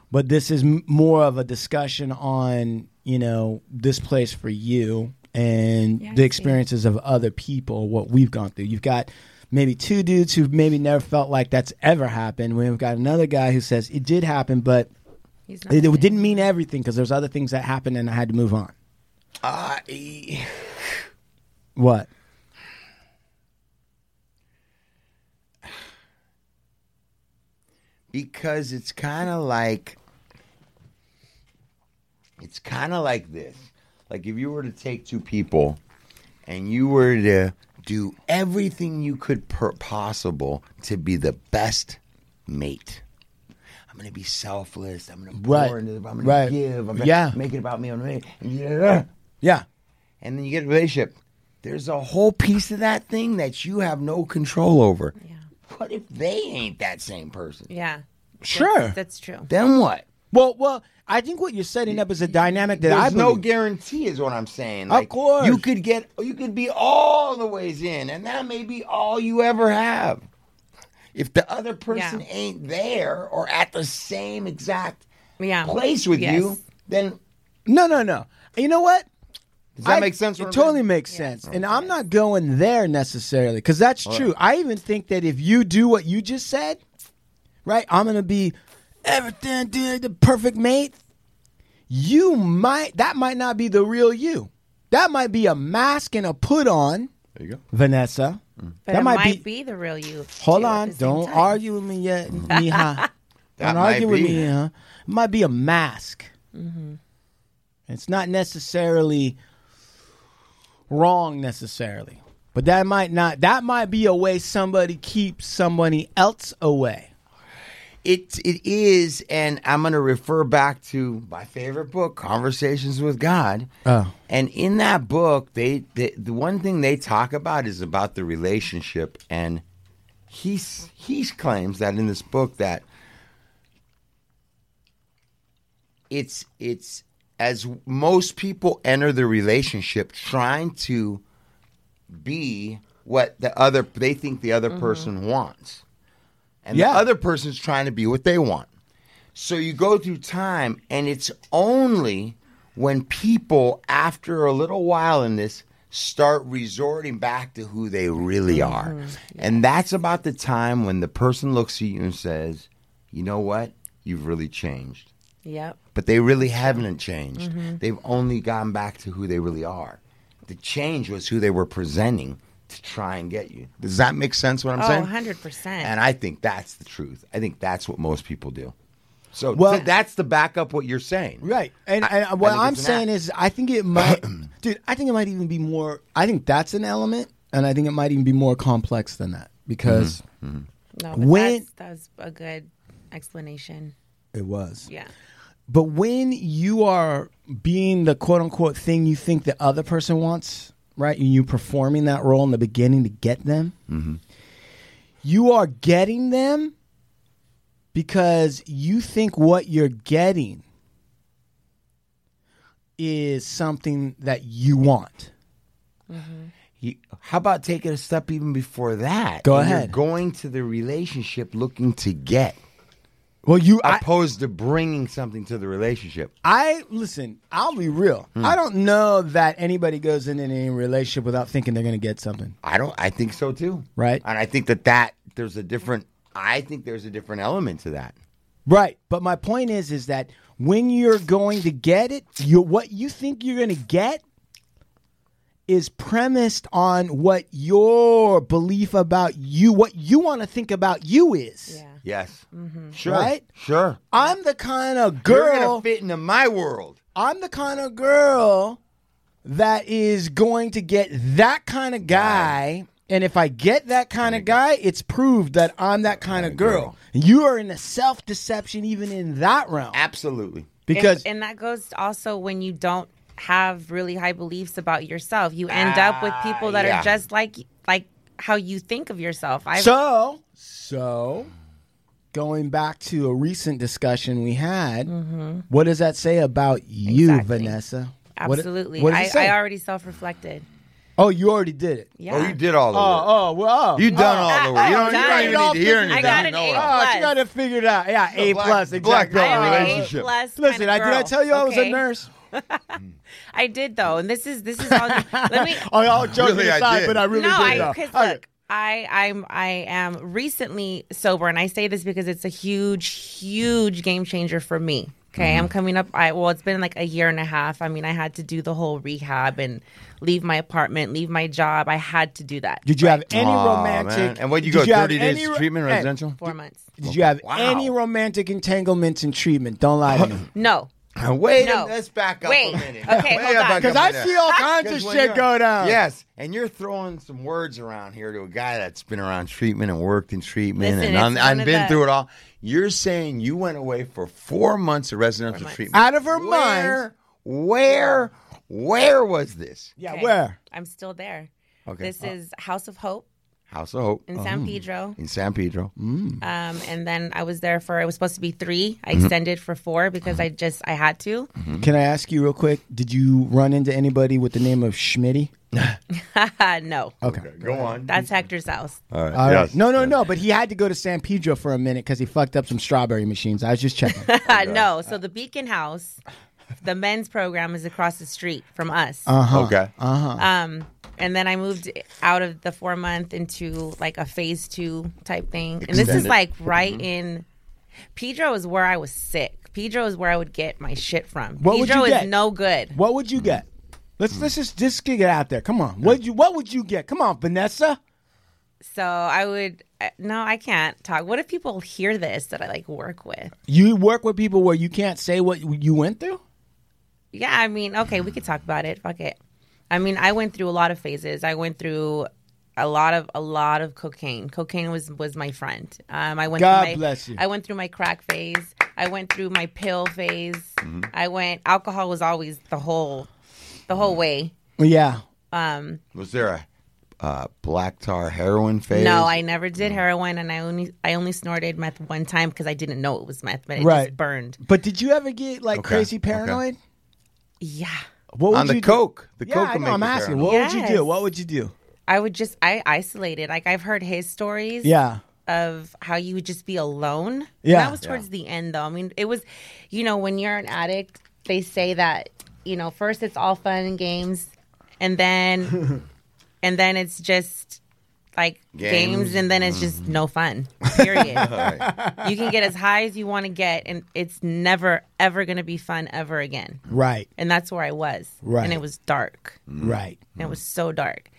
S4: but this is m- more of a discussion on you know this place for you and
S6: Yeah, I
S4: the
S6: see.
S4: experiences of other people, what we've gone through. You've got maybe two dudes who've maybe never felt like that's ever happened. We've got another guy who says it did happen, but
S6: he's not
S4: it,
S6: in
S4: it didn't mean everything because there's other things that happened and I had to move on.
S1: I
S4: What?
S1: because it's kind of like it's kind of like this. Like if you were to take two people and you were to do everything you could per- possible to be the best mate. I'm gonna be selfless. I'm gonna pour
S4: Right.
S1: into the. I'm gonna
S4: Right.
S1: give. I'm gonna
S4: Yeah.
S1: make it about me. I'm gonna make, yeah
S4: Yeah.
S1: and then you get a relationship. There's a whole piece of that thing that you have no control over.
S6: Yeah.
S1: What if they ain't that same person?
S6: Yeah. That's-
S4: Sure.
S6: That's, true.
S1: Then what?
S4: Well, well, I think what you're setting up is a dynamic that I
S1: There's no
S4: believe-
S1: guarantee, is what I'm saying.
S4: Of course.
S1: you could get, you could be all the ways in, and that may be all you ever have. If the other person
S6: Yeah.
S1: ain't there or at the same exact
S6: Yeah.
S1: place with
S6: Yes.
S1: you, then
S4: No, no, no. You know what?
S1: does that
S4: I-
S1: make sense? Oh, what
S4: It
S1: I'm
S4: totally
S1: saying?
S4: makes sense. And I'm not going there necessarily because that's true. I even think that if you do what you just said, right, I'm going to be everything, dude, the perfect mate. You might, that might not be the real you. That might be a mask and a put on,
S1: There you go.
S4: Vanessa.
S6: But
S1: Mm.
S4: that
S6: it
S4: might
S6: might,
S4: be-
S6: be, the real you.
S4: Hold
S6: too, at
S4: on.
S6: the same
S4: Don't
S6: time.
S4: argue with me
S1: [laughs]
S4: yet, Miha.
S1: That
S4: Don't
S1: might
S4: argue with
S1: be.
S4: me, huh? It might be a mask. It's not necessarily wrong necessarily, but that might not. That might be a way somebody keeps somebody else away.
S1: It it is, and I'm going to refer back to my favorite book, Conversations with God.
S4: Oh.
S1: and in that book, they, they the one thing they talk about is about the relationship and he s- he claims that in this book that it's it's as most people enter the relationship trying to be what the other they think the other person wants and
S4: Yeah.
S1: the other person's trying to be what they want so you go through time and it's only when people after a little while in this start resorting back to who they really are and that's about the time when the person looks at you and says you know what you've really changed
S6: Yep.
S1: but they really haven't changed. They've only gone back to who they really are. The change was who they were presenting to try and get you. Does that make sense what I'm
S6: Oh,
S1: saying?
S6: 100%.
S1: And I think that's the truth. I think that's what most people do. So
S4: Well-
S1: th- that's the back up what you're saying.
S4: Right. And,
S1: I- I
S4: and what
S1: think
S4: I'm
S1: it's an
S4: saying
S1: act.
S4: is, I think
S1: [clears throat]
S4: it might, dude, I think it might even be more, I think that's an element. And I think it might even be more complex than that because
S1: Mm-hmm.
S6: No,
S4: When-
S6: when, that's, that's a good explanation.
S4: it was.
S6: Yeah.
S4: But when you are being the quote unquote thing you think the other person wants, right? And you performing that role in the beginning to get them, you are getting them because you think what you're getting is something that you want.
S1: You- how about taking a step even before that?
S4: Go
S1: And
S4: ahead.
S1: You're going to the relationship looking to get,
S4: Well, you, I,
S1: opposed to bringing something to the relationship.
S4: I listen. I'll be real. I don't know that anybody goes into any relationship without thinking they're going to get something.
S1: I don't. I think so too.
S4: Right.
S1: And I think that that there's a different. I think there's a different element to that.
S4: Right. But my point is is that when you're going to get it, you what you think you're going to get is premised on what your belief about you, what you want to think about you is.
S6: Yeah.
S1: Yes. Sure.
S4: Right?
S1: Sure.
S4: I'm the kind of
S1: You're gonna
S4: girl
S1: fit into my world.
S4: I'm the kind of girl that is going to get that kind of guy. And if I get that kind of guy, it's proved that I'm that kind of girl. You are in a self deception even in that realm.
S1: Absolutely.
S4: Because
S6: and, and that goes also when you don't have really high beliefs about yourself. You end up
S4: Ah,
S6: with people that
S1: yeah.
S6: are just like like how you think of yourself. I
S4: So, so going back to a recent discussion we had, what does that say about you,
S6: Mm-hmm. Exactly.
S4: Vanessa? What-
S6: absolutely.
S4: What, does it say?
S6: I, I already self reflected.
S4: oh, you already did it.
S6: Yeah.
S1: Oh, you did all the
S4: Oh,
S1: work.
S4: oh, well, oh.
S1: You done all the work. You
S6: I-
S1: don't, you don't
S6: I got
S1: even
S6: it
S1: need
S6: all
S1: to hear
S6: figured- I
S1: anything.
S6: got
S1: You
S6: an
S1: know
S6: A
S1: it all.
S4: Oh, she
S6: Plus.
S4: got it figured out. Yeah, A
S1: black-
S4: plus,
S1: black
S4: exactly.
S1: belt
S6: I'm an A
S1: relationship.
S6: plus kind
S4: Listen,
S6: of
S4: I did I
S6: girl,
S4: tell you I was a
S6: okay?
S4: nurse?
S6: I did though, and this is this
S4: [laughs]
S6: is all. let me.
S4: Oh, y'all joking
S1: [laughs] Really, I
S4: aside,
S1: did.
S4: but I really
S6: no,
S4: did.
S6: I
S4: though.
S6: because
S4: Okay.
S6: look, I I'm I am recently sober, and I say this because it's a huge, huge game changer for me. Okay,
S4: Mm-hmm.
S6: I'm coming up. I well, it's been like a year and a half. I mean, I had to do the whole rehab and leave my apartment, leave my job. I had to do that.
S4: Did you have any
S1: Aw,
S4: romantic?
S1: man. And what you
S4: did
S1: go?
S4: have
S1: Thirty days
S4: any ro-
S1: treatment
S4: Hey,
S1: residential. [laughs]
S6: Four months.
S4: Did you have
S1: Wow.
S4: any romantic entanglements in treatment? Don't lie
S1: [laughs]
S4: to me.
S6: No.
S1: Wait, a,
S6: No.
S1: let's back up
S6: Wait.
S1: a minute.
S6: Okay,
S1: Way
S6: hold
S1: up
S6: on.
S1: back up
S4: Because I
S1: a minute.
S4: see all kinds of
S1: 'Cause when
S4: shit
S1: you're-
S4: go down.
S1: Yes, and you're throwing some words around here to a guy that's been around treatment and worked in treatment
S6: Listen,
S1: and
S6: it's
S1: I'm,
S6: one
S1: I've
S6: of
S1: been
S6: the-
S1: through it all. You're saying you went away for four months of residential
S6: months.
S1: treatment.
S4: Out of her mind.
S1: where, Where, where was this?
S4: Yeah,
S6: Okay.
S4: where? uh,
S6: I'm still there.
S1: Okay.
S6: This is House of Hope
S1: House of Hope
S6: in
S4: oh.
S6: San Pedro.
S1: in San Pedro.
S4: Mm.
S6: Um, and then I was there for it was supposed to be three. I
S4: Mm-hmm.
S6: extended for four because I just I had to.
S1: Mm-hmm.
S4: Can I ask you real quick? Did you run into anybody with the name of Schmitty?
S6: [laughs] no,
S1: Okay, go on.
S6: that's Hector's house.
S1: all right.
S4: All right.
S1: yes.
S4: No, no, no. But he had to go to San Pedro for a minute because he fucked up some strawberry machines. I was just [laughs] checking.
S6: Uh, no, so the Beacon House, the men's program is across the street from us.
S4: Uh-huh.
S1: Okay.
S6: Um, and then I moved out of the four month into like a phase two type thing. And this is
S1: Extended.
S6: like right
S4: Mm-hmm.
S6: in Pedro is where I was sick. Pedro is where I would get my shit from.
S4: What would
S6: Pedro
S4: you
S6: is
S4: get?
S6: no good.
S4: what would you get? Let's let's just just get it out there. Come on. What you What would you get? Come on, Vanessa.
S6: So I would I- no, I can't talk. What if people hear this that I like work with?
S4: You work with people where you can't say what you went through.
S6: Yeah, I mean, okay, we could talk about it. Fuck it. I mean, I went through a lot of phases. I went through a lot of a lot of cocaine. Cocaine was was my friend. Um, I went.
S4: God
S6: through my,
S4: bless you.
S6: I went through my crack phase. I went through my pill phase.
S4: Mm-hmm.
S6: I went. Alcohol was always the whole, the whole way.
S4: Yeah.
S1: Was there a, uh, black tar heroin phase?
S6: No, I never did heroin, and I only I only snorted meth one time because I didn't know it was meth, but it
S4: Right.
S6: just burned.
S4: But did you ever get like
S1: Okay,
S4: crazy
S1: okay.
S4: paranoid?
S6: Yeah,
S4: What would
S1: on the
S4: you do?
S1: coke. The
S4: yeah,
S1: coke.
S4: I
S1: will
S4: know,
S1: make
S4: I'm
S1: you
S4: asking.
S1: paranoid.
S4: What would you do?
S6: Yes.
S4: What would you do?
S6: I would just I isolated. Like I've heard his stories.
S4: Yeah.
S6: Of how you would just be alone.
S4: Yeah.
S6: that was towards the end, though. I mean, it was, you know, when you're an addict, they say that you know first it's all fun and games,
S4: [laughs]
S6: and then, and then it's just like
S1: Games.
S6: games, and then it's just no fun. Period. you can get as high as you want to get and it's never ever going to be fun ever again
S4: Right.
S6: and that's where i was
S4: Right.
S6: and it was dark
S1: Mm.
S4: Right.
S6: and it was so dark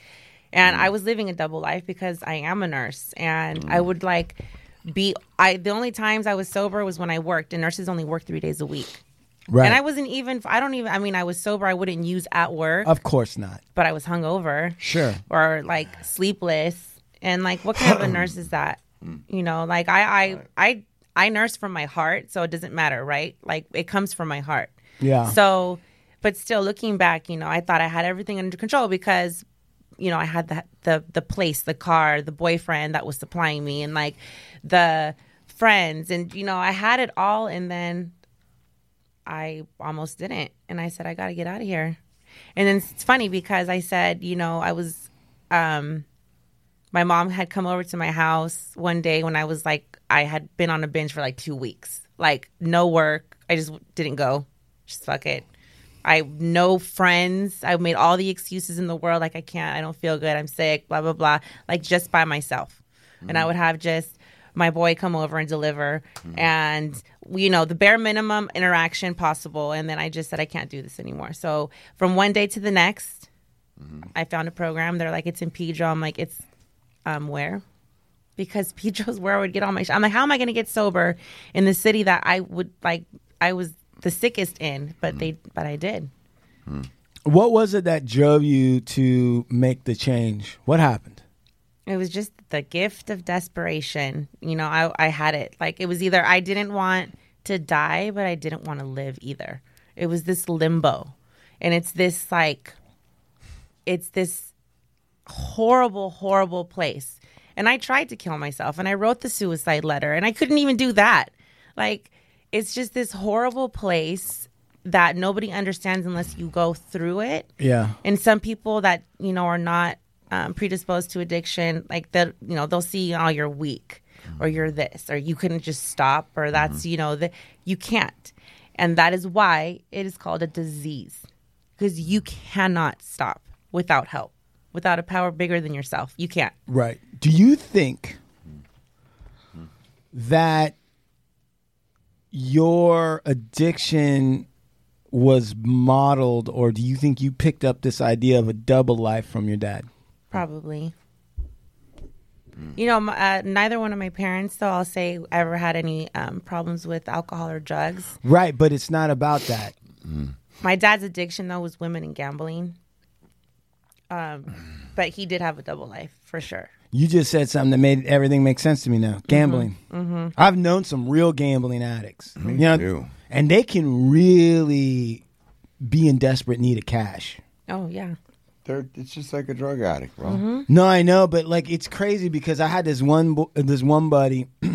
S6: and i was living a double life because i am a nurse and i would like be i the only times i was sober was when i worked and nurses only work three days a week
S4: Right.
S6: and i wasn't even i don't even i mean i was sober i wouldn't use at work
S4: of course not.
S6: but i was hungover
S4: Sure.
S6: or like sleepless and like what kind of a nurse is that you know like i i i i nurse from my heart so it doesn't matter right like it comes from my heart
S4: Yeah.
S6: so but still looking back you know i thought i had everything under control because you know i had the the, the place the car the boyfriend that was supplying me and like the friends and you know i had it all and then I almost didn't. And I said, I got to get out of here. And then it's funny because I said, you know, I was, um, my mom had come over to my house one day when I was like, I had been on a binge for like two weeks, like no work. I just didn't go. Just fuck it. I no friends. I made all the excuses in the world. Like I can't. I don't feel good. I'm sick. Blah blah blah. Like just by myself, and I would have just my boy come over and deliver, and you know the bare minimum interaction possible. And then I just said I can't do this anymore. So from one day to the next, I found a program. They're like it's in Pedro. I'm like it's um where. Because [laughs] Pedro's where I would get all my. Sh- I'm like, how am I going to get sober in the city that I would like? I was the sickest in, but they, but I did.
S4: What was it that drove you to make the change? What happened?
S6: It was just the gift of desperation. You know, I, I had it. Like, it was either I didn't want to die, but I didn't want to live either. It was this limbo. And it's this, like, it's this horrible, horrible place. And I tried to kill myself and I wrote the suicide letter and I couldn't even do that. Like, it's just this horrible place that nobody understands unless you go through it
S4: Yeah.
S6: and some people that you know are not um, predisposed to addiction like that you know they'll see oh you're weak or you're this or you couldn't just stop or that's you know that you can't and that is why it is called a disease because you cannot stop without help without a power bigger than yourself you can't
S4: Right. Do you think that your addiction was modeled, or do you think you picked up this idea of a double life from your dad?
S6: Probably. You know, my, uh, neither one of my parents, though I'll say, ever had any um, problems with alcohol or drugs.
S4: Right, but it's not about that.
S6: My dad's addiction, though, was women and gambling. Um, but he did have a double life for sure.
S4: You just said something that made everything make sense to me now. Gambling. I've known some real gambling addicts. you know,
S1: too.
S4: and they can really be in desperate need of cash.
S6: Oh yeah,
S1: They're, it's just like a drug addict, bro.
S4: No, I know, but like it's crazy because I had this one bo- this one buddy. [clears throat]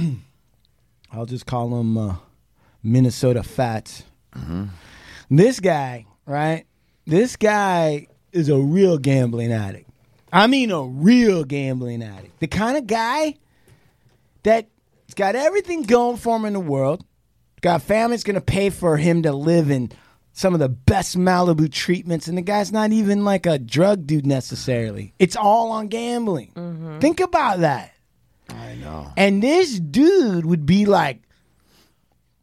S4: I'll just call him uh, Minnesota Fats. This guy, right? This guy is a real gambling addict. I mean, a real gambling addict. The kind of guy that's got everything going for him in the world. Got a family that's going to pay for him to live in some of the best Malibu treatments, and the guy's not even like a drug dude necessarily. It's all on gambling. Think about that.
S1: I know.
S4: And this dude would be like,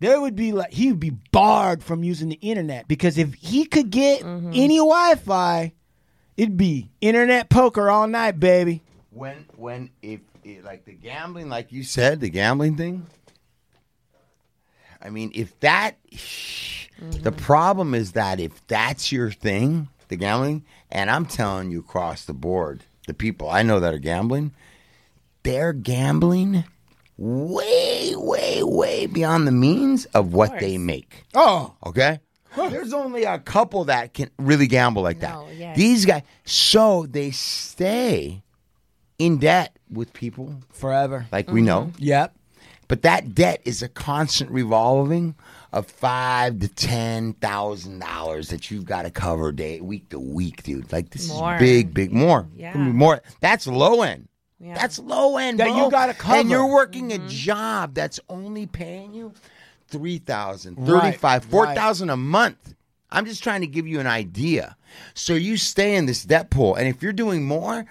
S4: there would be like, he would be barred from using the internet because if he could get any Wi Fi, it'd be internet poker all night, baby.
S1: When when if it, like the gambling, like you said, the gambling thing. I mean, if that, the problem is that if that's your thing, the gambling, and I'm telling you across the board, the people I know that are gambling, they're gambling way, way, way beyond the means of what they make.
S4: Oh,
S1: Okay? There's only a couple that can really gamble like that.
S6: No, yeah.
S1: These guys, so they stay in debt with people,
S4: forever. Mm-hmm.
S1: like we know.
S4: Yep.
S1: But that debt is a constant revolving of five to ten thousand dollars that you've got to cover day week to week, dude. Like this
S6: More.
S1: is big, big more.
S6: Yeah.
S1: I mean, More. That's low end.
S6: Yeah. Mm-hmm.
S1: That's low end.
S4: That
S1: bro.
S4: you gotta
S1: And you're
S4: cover.
S1: working a job that's only paying you three thousand,
S4: Right,
S1: thirty five, four
S4: right.
S1: thousand a month. I'm just trying to give you an idea. So you stay in this debt pool, and if you're doing more,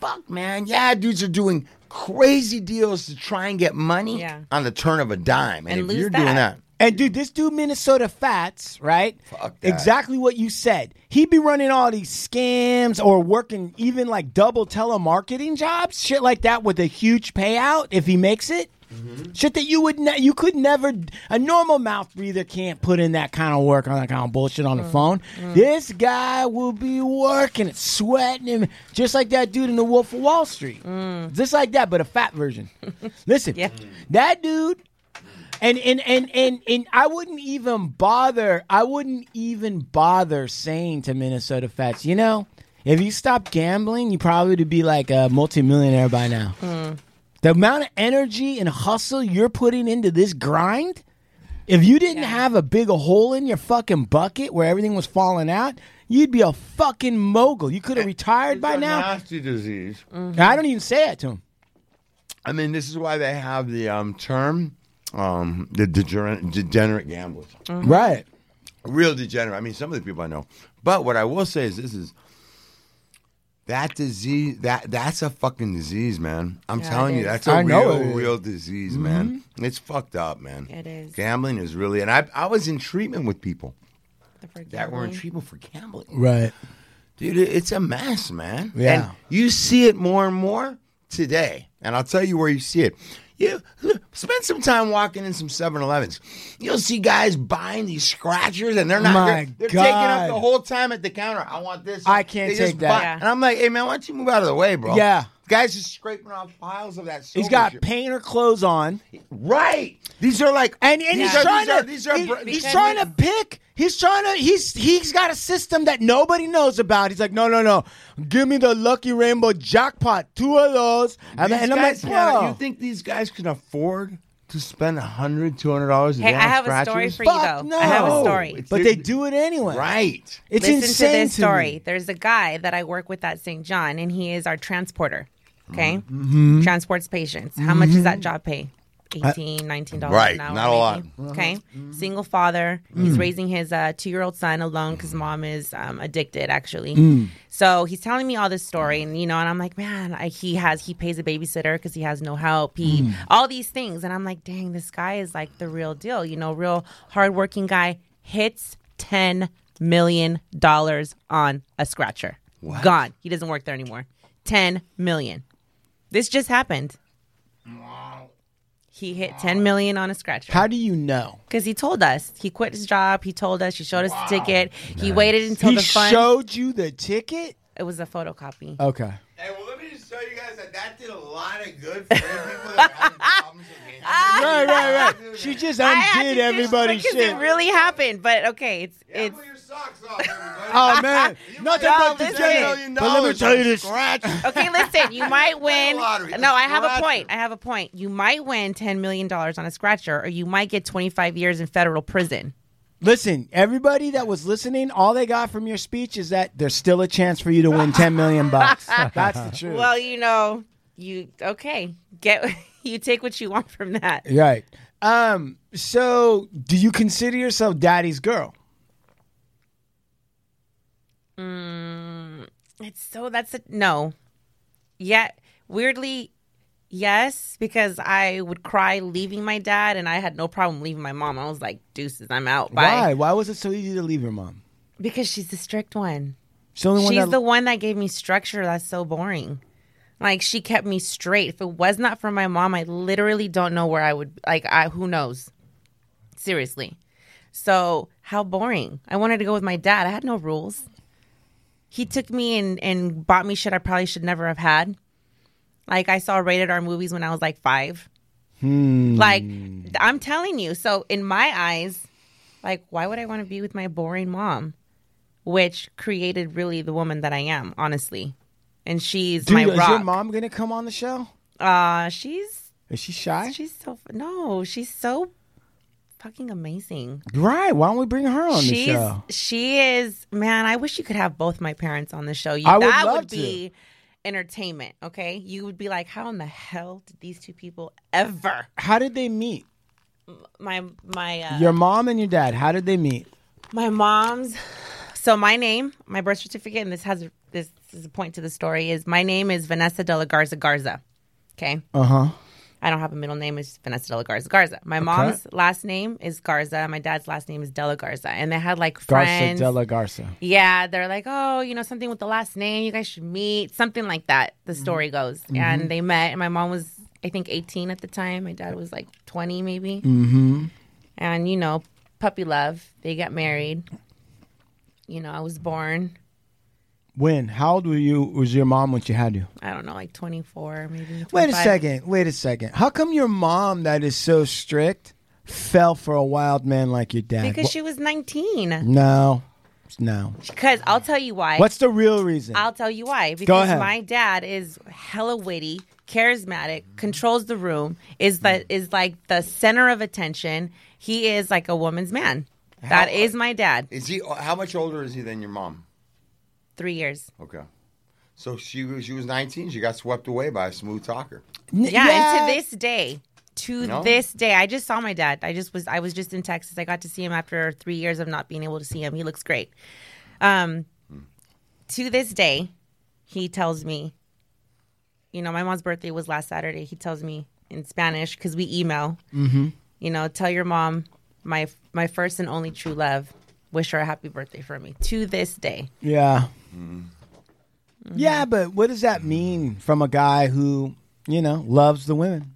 S1: fuck, man, yeah, dudes are doing crazy deals to try and get money
S6: Yeah.
S1: on the turn of a dime, and,
S6: And
S1: if
S6: lose
S1: you're doing that,
S6: that.
S4: And dude, this dude Minnesota Fats, right?
S1: Fuck that.
S4: Exactly what you said. He'd be running all these scams or working even like double telemarketing jobs, shit like that, with a huge payout if he makes it.
S1: Mm-hmm.
S4: Shit that you would ne- you could never a normal mouth breather can't put in that kind of work on that kind of bullshit on the phone. This guy will be working, it, sweating him just like that dude in the Wolf of Wall Street, just like that, but a fat version. Listen,
S6: Yeah.
S4: that dude and and and and and I wouldn't even bother. I wouldn't even bother saying to Minnesota Fats, you know, if you stopped gambling, you probably would be like a multimillionaire by now. The amount of energy and hustle you're putting into this grind, if you didn't have a big hole in your fucking bucket where everything was falling out, you'd be a fucking mogul. You could have retired by now.
S1: nasty disease.
S4: I don't even say that to him.
S1: I mean, this is why they have the um, term, um, the degenerate, degenerate gamblers.
S4: Right.
S1: real degenerate. I mean, some of the people I know. But what I will say is this is that disease that that's a fucking disease, man. I'm
S6: Yeah,
S1: telling you,
S6: it is. Mm-hmm.
S1: that's a
S4: I
S1: real
S4: know it is.
S1: real disease, man. It's fucked up, man.
S6: It is.
S1: Gambling is really and I I was in treatment with people
S6: The
S1: that were in
S6: forgiving.
S1: treatment for gambling.
S4: Right.
S1: Dude, it- it's a mess, man.
S4: Yeah.
S1: And you see it more and more today. And I'll tell you where you see it. You look, spend some time walking in some 7-Elevens. You'll see guys buying these scratchers and they're not
S4: My
S1: they're, they're taking up
S4: God.
S1: the whole time at the counter. I want this.
S4: I can't
S1: They just
S4: take that.
S1: buy-
S6: Yeah.
S1: And I'm like, hey man, why don't you move out of the way, bro?
S4: Yeah.
S1: Guys just scraping off piles of that.
S4: He's
S1: silver
S4: got
S1: shit.
S4: painter clothes on.
S1: right. These are like
S4: And, and
S1: these
S4: he's
S1: are,
S4: trying to
S1: these are,
S4: he-
S1: these are br-
S4: he's trying to pick. He's trying to he's he's got a system that nobody knows about. He's like, no, no, no, give me the lucky rainbow jackpot, two of those, and,
S1: These
S4: and I'm like,
S1: guys can-
S4: bro,
S1: you think these guys can afford to spend a hundred, two hundred dollars a
S6: Hey,
S1: day
S6: I
S1: on
S6: have a story
S1: scratchers?
S6: for you
S4: Fuck
S6: though. I have
S4: no.
S6: a story.
S1: It's-
S4: but they do it anyway.
S1: right.
S4: It's
S6: Listen
S4: insane.
S6: to this
S4: me.
S6: story. There's a guy that I work with at St. John, and he is our transporter. Okay,
S4: Mm-hmm.
S6: transports patients. How much does that job pay? 18 dollars
S1: Right,
S6: an hour.
S1: not a
S6: maybe. Okay, single father. He's raising his uh, two-year-old son alone because mom is um, addicted. Actually, so he's telling me all this story, and you know, and I'm like, man, I, he has he pays a babysitter because he has no help. He all these things, and I'm like, dang, this guy is like the real deal. You know, real hardworking guy hits ten million dollars on a scratcher. Gone. He doesn't work there anymore. Ten million. This just happened. He hit 10 million on a scratcher
S4: How do you know?
S6: because he told us he quit his job. He told us he showed us the ticket. He waited until
S4: He
S6: the fund.
S4: showed Uh, you the ticket.
S6: it was a photocopy.
S4: Okay.
S1: Hey, well, let me just tell you guys that that did a lot of good for people that are having problems with gambling.
S4: Right, right, right. She just
S6: I had to
S4: undid
S6: just-
S4: everybody's
S6: because
S4: shit.
S6: It really happened, but okay, it's it's
S1: your socks off, everybody.
S4: oh man, nothing
S6: might
S4: but
S6: have
S4: the
S6: ten
S4: ticket.
S1: million
S4: But let me
S1: dollars
S4: tell you
S1: on
S4: this.
S1: Scratch.
S6: okay. Listen, you might win.
S1: lottery, the
S6: No, I have a
S1: scratcher.
S6: point. I have a point. You might win ten million dollars on a scratcher, or you might get twenty five years in federal prison.
S4: Listen, everybody that was listening, all they got from your speech is that there's still a chance for you to win 10 million bucks. [laughs] That's the truth.
S6: Well, you know, you okay? Get [laughs] you take what you want from that.
S4: right. Um, so do you consider yourself daddy's girl?
S6: It's so that's a no. Yet weirdly, yes, because I would cry leaving my dad, and I had no problem leaving my mom. I was like, deuces, I'm out. Bye.
S4: Why? Why was it so easy to leave your mom?
S6: Because she's the strict one.
S4: She's the only one
S6: She's
S4: that-
S6: the one that gave me structure that's so boring. Like she kept me straight. If it was not for my mom, I literally don't know where I would like I who knows. Seriously. So, how boring. I wanted to go with my dad. I had no rules. He took me and and bought me shit I probably should never have had. Like I saw rated R movies when I was like 5.
S4: Hmm.
S6: Like I'm telling you. So, in my eyes, like why would I want to be with my boring mom? which created really the woman that I am, honestly. and she's
S4: Do
S6: my
S4: you- is your
S6: rock.
S4: mom gonna come on the show?
S6: uh, she's
S4: Is she shy?
S6: she's so no, she's so fucking amazing.
S4: right. Why don't we bring her on
S6: she's
S4: the show?
S6: she is man. I wish you could have both my parents on the show. You,
S4: I would
S6: that
S4: love
S6: would be entertainment. Okay, you would be like, how in the hell did these two people ever?
S4: How did they meet?
S6: My my uh,
S4: Your mom and your dad. How did they meet?
S6: My mom's. So my name, my birth certificate, and this has this is a point to the story is my name is Vanessa de la Garza Garza. Okay.
S4: Uh huh.
S6: I don't have a middle name. It's just Vanessa de la Garza Garza. My mom's last name is Garza. My dad's last name is de la Garza. And they had like
S4: Garza
S6: friends.
S4: Della Garza.
S6: yeah. They're like, oh, you know, something with the last name. You guys should meet. Something like that.
S4: Mm-hmm.
S6: The story goes. And they met. And my mom was, I think, 18 at the time. My dad was like 20 maybe. Mm-hmm. And, you know, puppy love. They got married. You know, I was born,
S4: When? How old were you? Was your mom when she had you?
S6: I don't know, like 24 maybe.
S4: Wait a
S6: 25.
S4: second. Wait a second. How come your mom, that is so strict, fell for a wild man like your dad?
S6: Because
S4: Wha-
S6: she was 19.
S4: no, no.
S6: Because I'll tell you why.
S4: What's the real reason?
S6: I'll tell you why. Because
S4: ahead.
S6: my dad is hella witty, charismatic, controls the room, is the is like the center of attention. He is like a woman's man. That is my dad.
S1: Is he? uh, How much older is he than your mom?
S6: Three years.
S1: Okay. So she was she was 19. She got swept away by a smooth talker.
S4: N-
S6: Yeah, and to this day. To
S1: No.
S6: this day, I just saw my dad. I just was I was just in Texas. I got to see him after three years of not being able to see him. He looks great. Um to this day, he tells me, you know, my mom's birthday was last Saturday. He tells me in Spanish because we email. Mm-hmm. You know, tell your mom my my first and only true love. Wish her a happy birthday for me. To this day,
S4: Yeah.
S6: Mm-hmm.
S4: Yeah, but what does that mean from a guy who, you know, loves the women?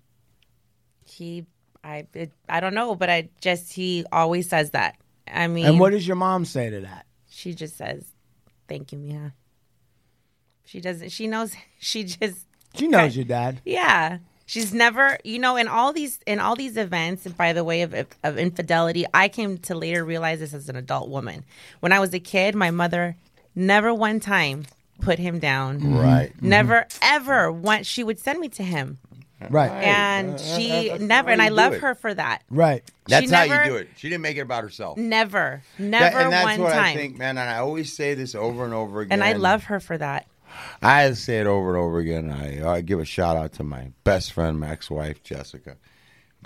S6: he I it, I don't know, but I just he always says that. I mean,
S4: And what does your mom say to that?
S6: she just says, "Thank you, Mia." She doesn't. She knows. [laughs] She just
S4: She knows
S6: Okay.
S4: your dad.
S6: yeah. She's never, you know, in all these in all these events, and by the way of of infidelity, I came to later realize this as an adult woman. When I was a kid, my mother never one time put him down.
S1: Right. Mm-hmm.
S6: Never ever once she would send me to him,
S4: Right.
S6: and she
S1: Uh, that's
S6: never.
S1: how
S6: And I
S1: you do
S6: love
S1: it.
S6: her for that.
S4: Right.
S1: That's
S6: she
S1: how
S6: never,
S1: you do it. She didn't make it about herself.
S6: Never,
S1: That-
S6: never
S1: and that's
S6: one
S1: what
S6: time.
S1: I think, man. And I always say this over and over again.
S6: and I love her for that.
S1: I say it over and over again. I, I give a shout out to my best friend, my ex-wife, Jessica.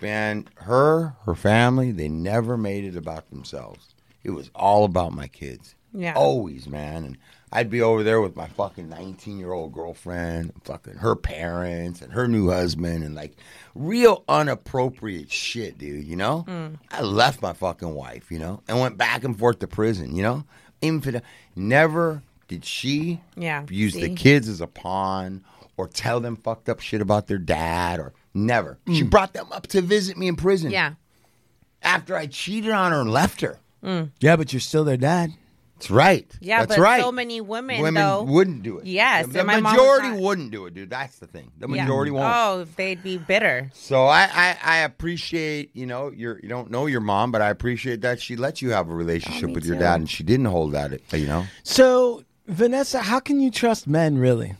S1: Man, her, her family, they never made it about themselves. It was all about my kids.
S6: Yeah.
S1: Always, man. And I'd be over there with my fucking 19-year-old girlfriend, fucking her parents and her new husband and like real unappropriate shit, dude, you know?
S6: Hmm.
S1: I left my fucking wife, you know, and went back and forth to prison, you know? Infidel. Never did she
S6: Yeah,
S1: use the
S6: see?
S1: kids as a pawn or tell them fucked up shit about their dad or never. She brought them up to visit me in prison.
S6: Mm. Yeah.
S1: After I cheated on her and left her.
S4: Yeah, but you're still their dad.
S1: That's right.
S6: Yeah,
S1: That's
S6: but
S1: right.
S6: so many women,
S1: Women
S6: though-
S1: wouldn't do it.
S6: Yes,
S1: The, the
S6: and my mom was
S1: majority
S6: not-
S1: wouldn't do it, dude. That's the thing. The
S6: Yeah.
S1: majority won't.
S6: Oh, they'd be bitter.
S1: So I, I, I appreciate, you know, your you don't know your mom, but I appreciate that she let you have a relationship with your
S6: Oh, too.
S1: dad and she didn't hold that you know.
S4: So, Vanessa, how can you trust men really?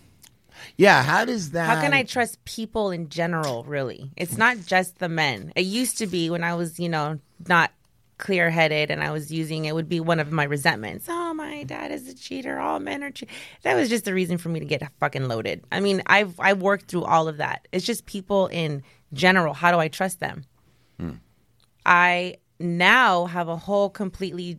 S1: Yeah, how does that
S6: How can I trust people in general, really? It's not just the men. It used to be when I was, you know, not clear headed and I was using it would be one of my resentments. Oh, my dad is a cheater. All men are cheaters. That was just a reason for me to get fucking loaded. I mean, I've I worked through all of that. It's just people in general. How do I trust them? I now have a whole completely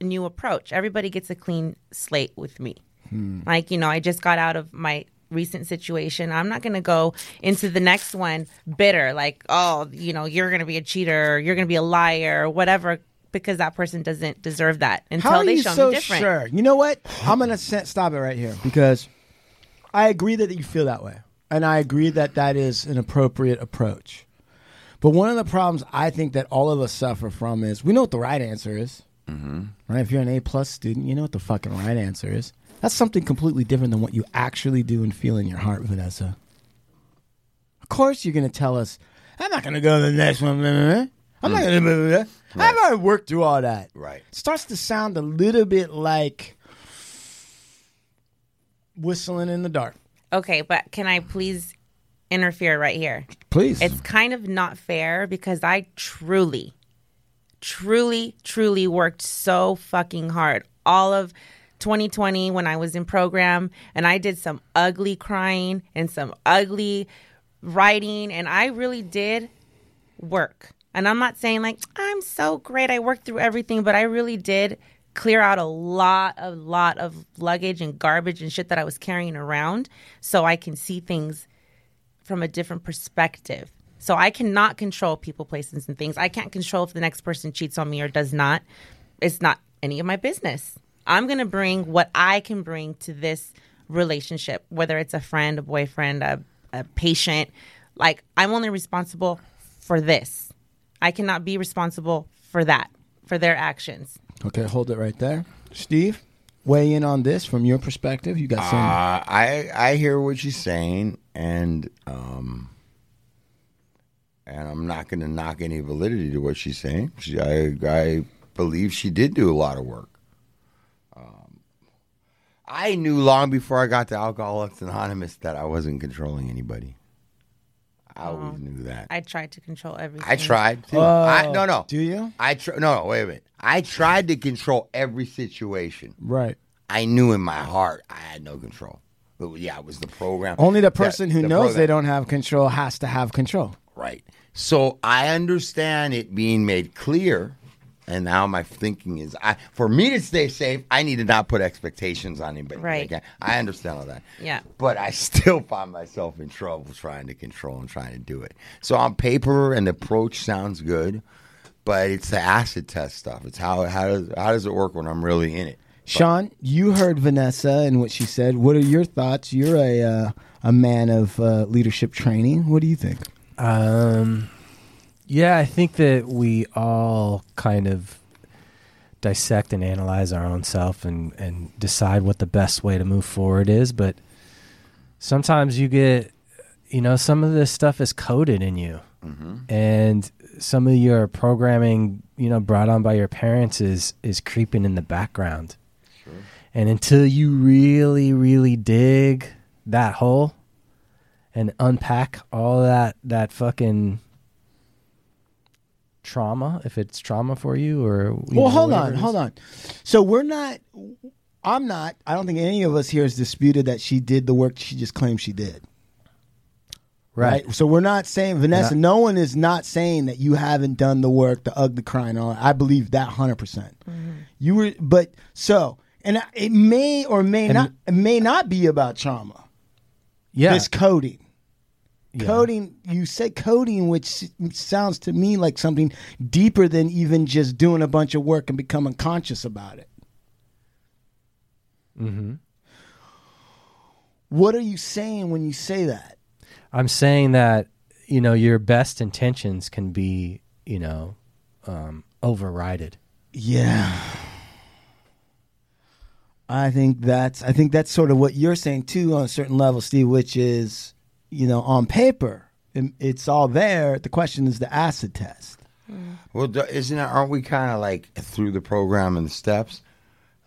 S6: new approach. Everybody gets a clean slate with me.
S4: Hmm.
S6: Like, you know, I just got out of my recent situation. I'm not going to go into the next one bitter, like, oh, you know, you're going to be a cheater, or you're going to be a liar, or whatever, because that person doesn't deserve that until
S4: How are
S6: they
S4: you
S6: show
S4: so
S6: me different.
S4: sure? You know what? I'm gonna se- stop it right here because I agree that you feel that way, and I agree that that is an appropriate approach. But one of the problems I think that all of us suffer from is we know what the right answer is, mm-hmm. right? If you're an A plus student, you know what the fucking right answer is. That's something completely different than what you actually do and feel in your heart, Vanessa. Of course, you're going to tell us, I'm not going to go to the next one. blah, blah, blah. I'm not going to. I've already worked through all that
S1: Right.
S4: starts to sound a little bit like whistling in the dark.
S6: Okay, but can I please interfere right here?
S4: Please.
S6: It's kind of not fair because I truly, truly, truly worked so fucking hard all of 2020 when I was in program and I did some ugly crying and some ugly writing and I really did work. And I'm not saying like I'm so great, I worked through everything, but I really did clear out a lot a lot of luggage and garbage and shit that I was carrying around so I can see things from a different perspective. So I cannot control people, places, and things. I can't control if the next person cheats on me or does not. It's not any of my business. I'm going to bring what I can bring to this relationship, whether it's a friend, a boyfriend, a, a patient. Like, I'm only responsible for this. I cannot be responsible for that, for their actions.
S4: Okay, hold it right there. Steve, weigh in on this from your perspective. You got some.
S1: Uh, I I hear what she's saying, and um, and I'm not going to knock any validity to what she's saying. She, I I believe she did do a lot of work. Um, I knew long before I got to Alcoholics Anonymous that I wasn't controlling anybody. I always knew that.
S6: I tried to control everything.
S1: I tried to. I, no, no.
S4: do you?
S1: I tr- no, no. Wait a minute. I tried to control every situation.
S4: right.
S1: I knew in my heart I had no control. But yeah, it was the program.
S4: Only the person who
S1: the
S4: knows they
S1: program.
S4: don't have control has to have control.
S1: Right. So I understand it being made clear, and now my thinking is: I for me to stay safe, I need to not put expectations on anybody.
S6: Right.
S1: Again, I understand all that.
S6: Yeah.
S1: But I still find myself in trouble trying to control and trying to do it. So on paper, an approach sounds good, but it's the acid test stuff. It's how how does how does it work when I'm really in it?
S4: Sean, you heard Vanessa and what she said. What are your thoughts? You're a uh, a man of uh, leadership training. What do you think?
S7: Um, yeah, I think that we all kind of dissect and analyze our own self and, and decide what the best way to move forward is. But sometimes you get, you know, some of this stuff is coded in you. And some of your programming, you know, brought on by your parents is, is creeping in the background. And until you really, really dig that hole and unpack all that that fucking trauma, if it's trauma for you or you know,
S4: Well, hold
S7: whatever
S4: on,
S7: it is.
S4: hold on. So we're not. I'm not. I don't think any of us here has disputed that she did the work she just claimed she did.
S7: Right.
S4: So we're not saying Vanessa.
S7: Yeah.
S4: No one is not saying that you haven't done the work, the ugly crying. All I believe that hundred percent. You were, but so and I- it may or may not. It may not be about trauma.
S7: Yeah.
S4: This coding.
S7: yeah.
S4: Coding, you said coding, which s- sounds to me like something deeper than even just doing a bunch of work and becoming conscious about it. Mm-hmm. What are you saying when you say that?
S7: I'm saying that, you know, your best intentions can be, you know, um, overrided.
S4: Yeah. I think that's I think that's sort of what you're saying too on a certain level, Steve, which is, you know, on paper, it- it's all there. The question is the acid test.
S1: Well, d- isn't it? Aren't we kind of like through the program and the steps?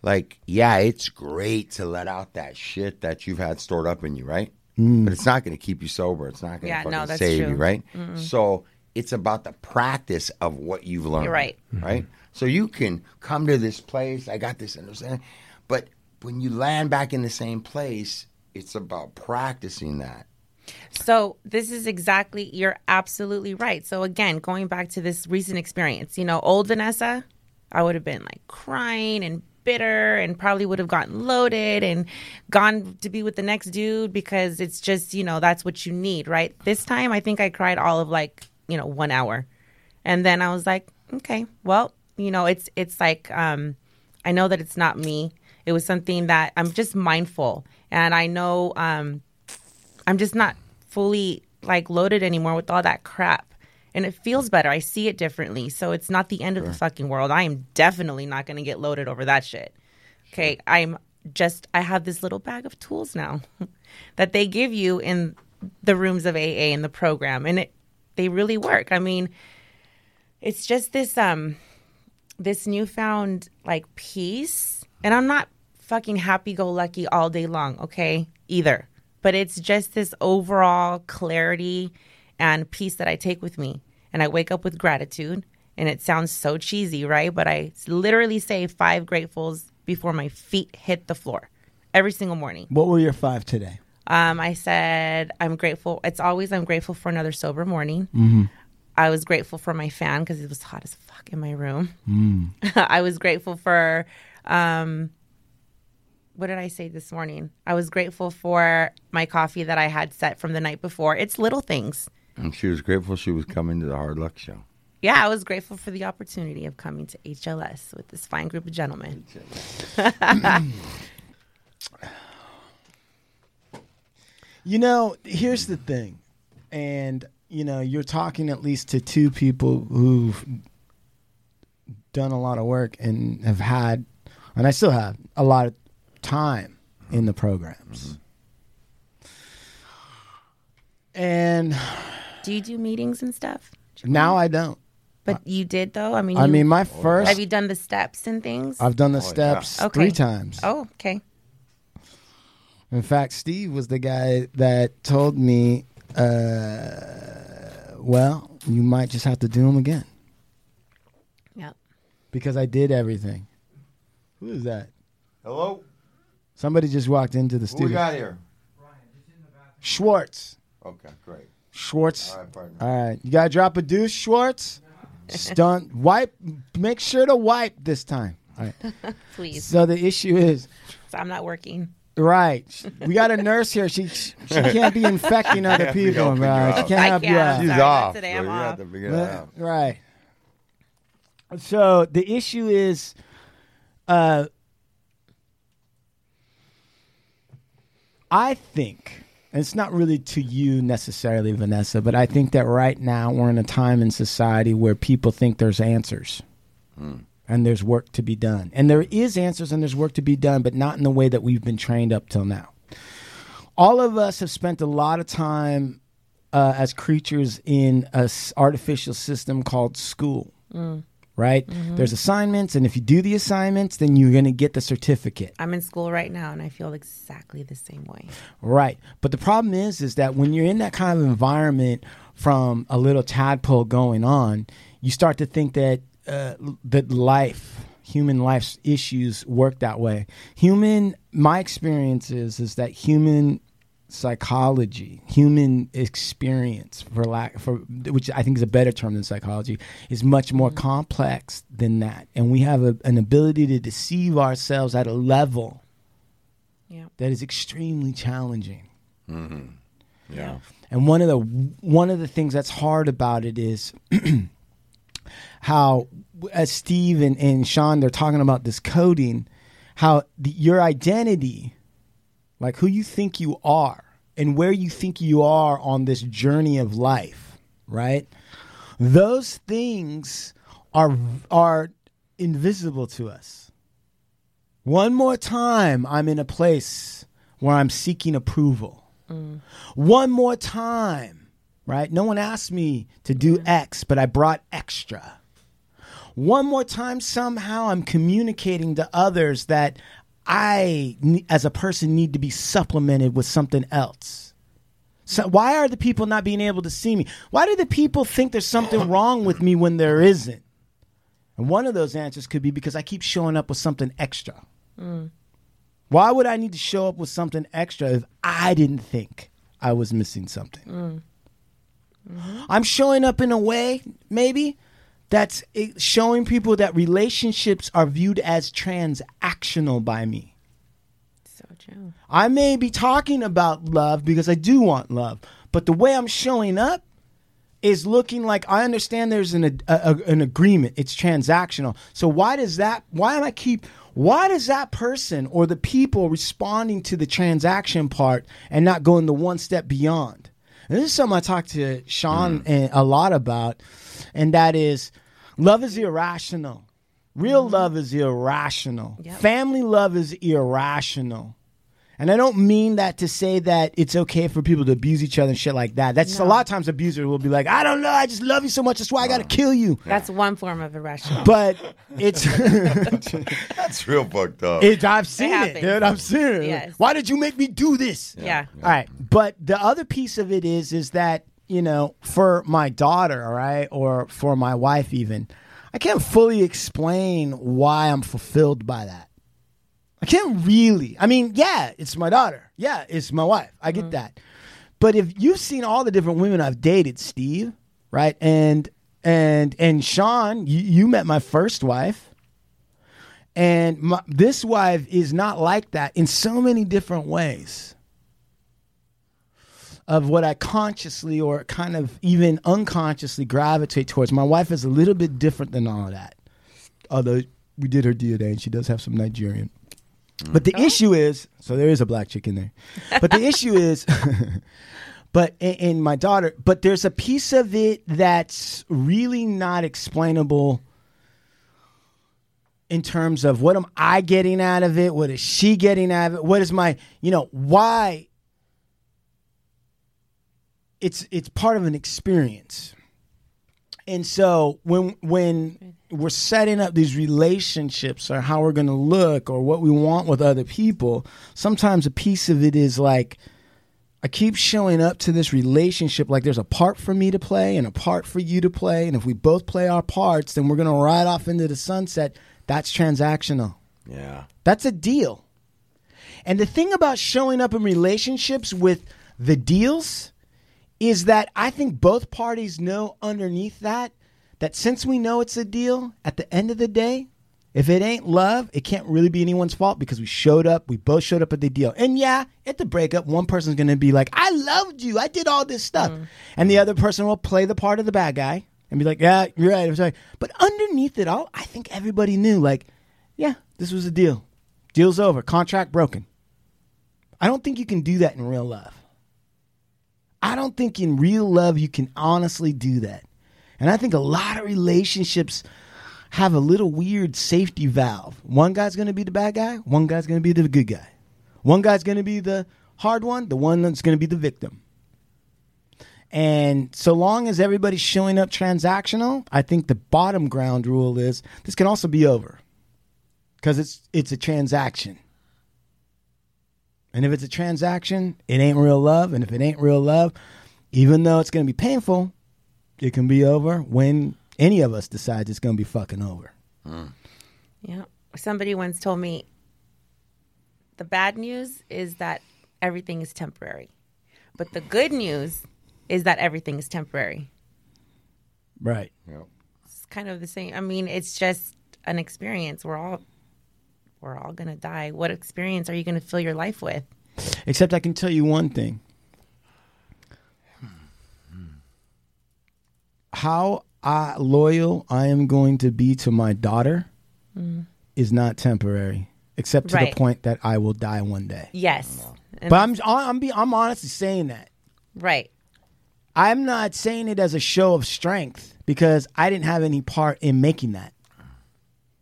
S1: Like, yeah, it's great to let out that shit that you've had stored up in you, right? But it's not going to keep you sober. It's not going to
S6: Yeah, no,
S1: fucking
S6: that's
S1: save
S6: true.
S1: you, right? So it's about the practice of what you've learned.
S6: You're right.
S1: Right. So you can come to this place. I got this understanding, but when you land back in the same place, it's about practicing that.
S6: So this is exactly you're absolutely right. So again, going back to this recent experience, you know, old Vanessa, I would have been like crying and bitter and probably would have gotten loaded and gone to be with the next dude because it's just, you know, that's what you need, right? This time I think I cried all of like, you know, 1 hour. And then I was like, okay, well, you know, it's it's like um I know that it's not me. It was something that I'm just mindful and I know um I'm just not fully like loaded anymore with all that crap. And it feels better. I see it differently. So it's not the end of the fucking world. I am definitely not going to get loaded over that shit. Okay. I'm just, I have this little bag of tools now [laughs] that they give you in the rooms of AA in the program. And it, they really work. I mean, it's just this, um, this newfound like peace. And I'm not fucking happy go lucky all day long, okay? Either. But it's just this overall clarity and peace that I take with me. And I wake up with gratitude. And it sounds so cheesy, right? But I s- literally say five gratefuls before my feet hit the floor every single morning.
S4: What were your five today?
S6: Um, I said, I'm grateful. It's always, I'm grateful for another sober morning.
S4: Mm-hmm.
S6: I was grateful for my fan because it was hot as fuck in my room.
S4: Mm.
S6: [laughs] I was grateful for, um, what did I say this morning? I was grateful for my coffee that I had set from the night before. It's little things.
S1: And she was grateful she was coming to the Hard Luck Show.
S6: Yeah, I was grateful for the opportunity of coming to HLS with this fine group of gentlemen.
S4: You know, here's the thing, and you know, you're talking at least to two people who've done a lot of work and have had, and I still have a lot of time in the programs. And
S6: Do you do meetings and stuff?
S4: now I don't.
S6: But you did though. I mean,
S4: I
S6: you-
S4: mean, my first,
S6: have you done the steps and things?
S4: I've done the
S1: yeah.
S4: steps
S6: Okay.
S4: three times.
S6: oh, okay.
S4: In fact, Steve was the guy that told me, uh, well, you might just have to do them again.
S6: Yep.
S4: because I did everything. Who is that?
S1: Hello?
S4: Somebody just walked into the studio.
S1: here?
S4: Schwartz.
S1: Okay, great.
S4: Schwartz.
S1: All right, partner.
S4: All right. You got to drop a deuce,
S6: [laughs]
S4: Schwartz. Stunt. Wipe. Make sure to wipe this time. All right.
S6: Please.
S4: So the issue is
S6: So I'm not working.
S4: right. We got a nurse here. She she can't
S1: [laughs]
S4: be infecting other people,
S1: helping you
S4: bro. She
S1: out.
S4: can't
S6: I
S4: help you
S1: She's
S4: out.
S6: can't. Sorry, but
S1: off.
S6: today
S1: so
S6: I'm
S1: you have
S6: off.
S1: to figure
S4: Well,
S1: that out.
S4: Right. So the issue is, uh, I think, and it's not really to you necessarily, Vanessa, but I think that right now we're in a time in society where people think there's answers.
S1: Hmm.
S4: And there's work to be done. And there is answers and there's work to be done, but not in the way that we've been trained up till now. All of us have spent a lot of time uh, as creatures in a s- artificial system called school. Right? There's assignments, and if you do the assignments, then you're going to get the certificate.
S6: I'm in school right now and I feel exactly the same way.
S4: Right. But the problem is, is that when you're in that kind of environment from a little tadpole going on, you start to think that uh, l- that life, human life's issues work that way. Human, my experience is, is that human psychology, human experience, for lack for which I think is a better term than psychology, is much more complex than that, and we have a, an ability to deceive ourselves at a level
S6: Yeah.
S4: that is extremely challenging.
S6: Yeah.
S4: And one of the one of the things that's hard about it is [clears throat] how, as Steve and, and Sean, they're talking about this coding, how the, your identity, like who you think you are and where you think you are on this journey of life, right? Those things are are invisible to us. One more time, I'm in a place where I'm seeking approval one more time, right? No one asked me to do X, but I brought extra. One more time, somehow I'm communicating to others that I, ne- as a person, need to be supplemented with something else. So why are the people not being able to see me? Why do the people think there's something wrong with me when there isn't? And one of those answers could be because I keep showing up with something extra. Why would I need to show up with something extra if I didn't think I was missing something? I'm showing up in a way, maybe, that's eh, showing people that relationships are viewed as transactional by me.
S6: So true.
S4: I may be talking about love because I do want love, but the way I'm showing up is looking like I understand there's an a, a, an agreement. It's transactional. So why does that? Why am I keep? Why does that person or the people responding to the transaction part and not going the one step beyond? And this is something I talked to Sean and a lot about, and that is love is irrational. Real love is irrational.
S6: Yep.
S4: Family love is irrational. And I don't mean that to say that it's okay for people to abuse each other and shit like that. That's a lot of times abusers will be like, I don't know, I just love you so much, that's why I gotta kill you.
S6: That's one form
S4: [laughs]
S6: of irrational.
S4: But it's
S1: That's real fucked up.
S4: [laughs] it I've seen it,
S6: happens.
S4: dude. I've seen it.
S6: Yes.
S4: Why did you make me do this?
S6: yeah.
S4: All right. But the other piece of it is is that, you know, for my daughter, all right, or for my wife even, I can't fully explain why I'm fulfilled by that. I can't really. I mean, yeah, it's my daughter. Yeah, it's my wife. I get that. But if you've seen all the different women I've dated, Steve, right? And and and Sean, you, you met my first wife. And my, this wife is not like that in so many different ways of what I consciously or kind of even unconsciously gravitate towards. My wife is a little bit different than all of that. Although we did her DNA and she does have some Nigerian. But the issue is, so there is a black chick in there. But the issue is, [laughs] but in, in my daughter, but there's a piece of it that's really not explainable in terms of what am I getting out of it? What is she getting out of it? What is my, you know, why? It's it's part of an experience. And so when when we're setting up these relationships or how we're going to look or what we want with other people, sometimes a piece of it is like I keep showing up to this relationship like there's a part for me to play and a part for you to play. And if we both play our parts, then we're going to ride off into the sunset. That's transactional.
S1: yeah.
S4: That's a deal. And the thing about showing up in relationships with the deals is that I think both parties know underneath that that since we know it's a deal, at the end of the day, if it ain't love, it can't really be anyone's fault because we showed up, we both showed up at the deal. And yeah, at the breakup, one person's gonna be like, I loved you, I did all this stuff. And the other person will play the part of the bad guy and be like, Yeah, you're right, I'm sorry. But underneath it all, I think everybody knew, like, yeah, this was a deal. Deal's over, contract broken. I don't think you can do that in real love. I don't think in real love you can honestly do that. And I think a lot of relationships have a little weird safety valve. One guy's going to be the bad guy, one guy's going to be the good guy. One guy's going to be the hard one, the one that's going to be the victim. And so long as everybody's showing up transactional, I think the bottom ground rule is this can also be over because it's it's a transaction. And if it's a transaction, it ain't real love. And if it ain't real love, even though it's going to be painful, it can be over when any of us decides it's going to be fucking over.
S6: Yeah. Somebody once told me the bad news is that everything is temporary, but the good news is that everything is temporary.
S4: Right.
S6: It's kind of the same. I mean, it's just an experience. We're all we're all gonna die. What experience are you gonna fill your life with?
S4: Except I can tell you one thing. How I, loyal I am going to be to my daughter is not temporary, except to
S6: Right.
S4: the point that I will die one day.
S6: Yes. And-
S4: But I'm I'm be, I'm honestly saying that.
S6: right.
S4: I'm not saying it as a show of strength because I didn't have any part in making that.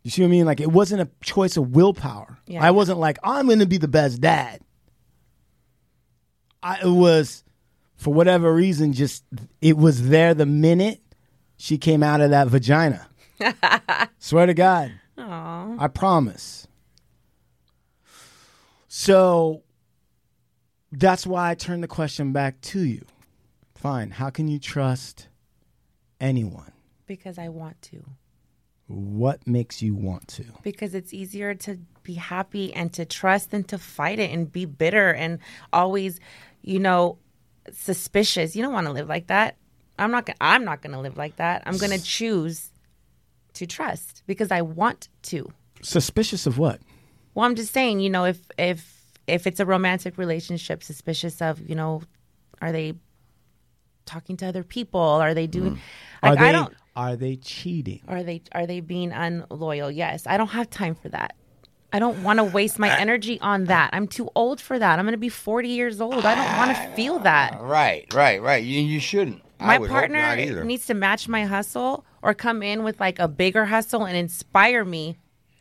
S4: You see what I mean? Like it wasn't a choice of willpower.
S6: Yeah.
S4: I wasn't like I'm going to be the best dad. I it was for whatever reason just it was there the minute she came out of that vagina. Swear to God. I promise. So that's why I turn the question back to you. Fine. How can you trust anyone?
S6: Because I want to.
S4: What makes you want to?
S6: Because it's easier to be happy and to trust than to fight it and be bitter and always, you know, suspicious. You don't want to live like that. I'm not. Gonna, I'm not going to live like that. I'm going to choose to trust because I want to.
S4: Suspicious of what?
S6: Well, I'm just saying, you know, if if if it's a romantic relationship, suspicious of, you know, are they talking to other people? Are they doing?
S4: Mm-hmm. Are
S6: Like,
S4: they
S6: I don't.
S4: are they cheating?
S6: Are they are they being unloyal? Yes, I don't have time for that. I don't want to waste my energy on that. I'm too old for that. I'm going to be 40 years old. I don't want to feel that.
S1: Right, right, right. You, you shouldn't. I
S6: My
S1: would hope
S6: partner
S1: not either.
S6: needs to match my hustle or come in with like a bigger hustle and inspire me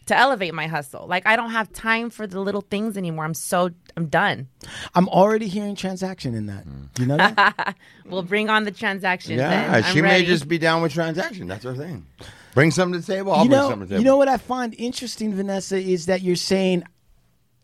S6: to elevate my hustle. Like I don't have time for the little things anymore. I'm so I'm done.
S4: I'm already hearing transaction in that. You
S1: [laughs]
S4: know that?
S6: We'll bring on the transactions. then.
S1: Yeah,
S6: I'm
S1: she may
S6: ready.
S1: just be down with transaction. That's her thing. Bring something to the table. I'll
S4: you
S1: bring
S4: know,
S1: something to the
S4: you
S1: table.
S4: know what I find interesting, Vanessa, is that you're saying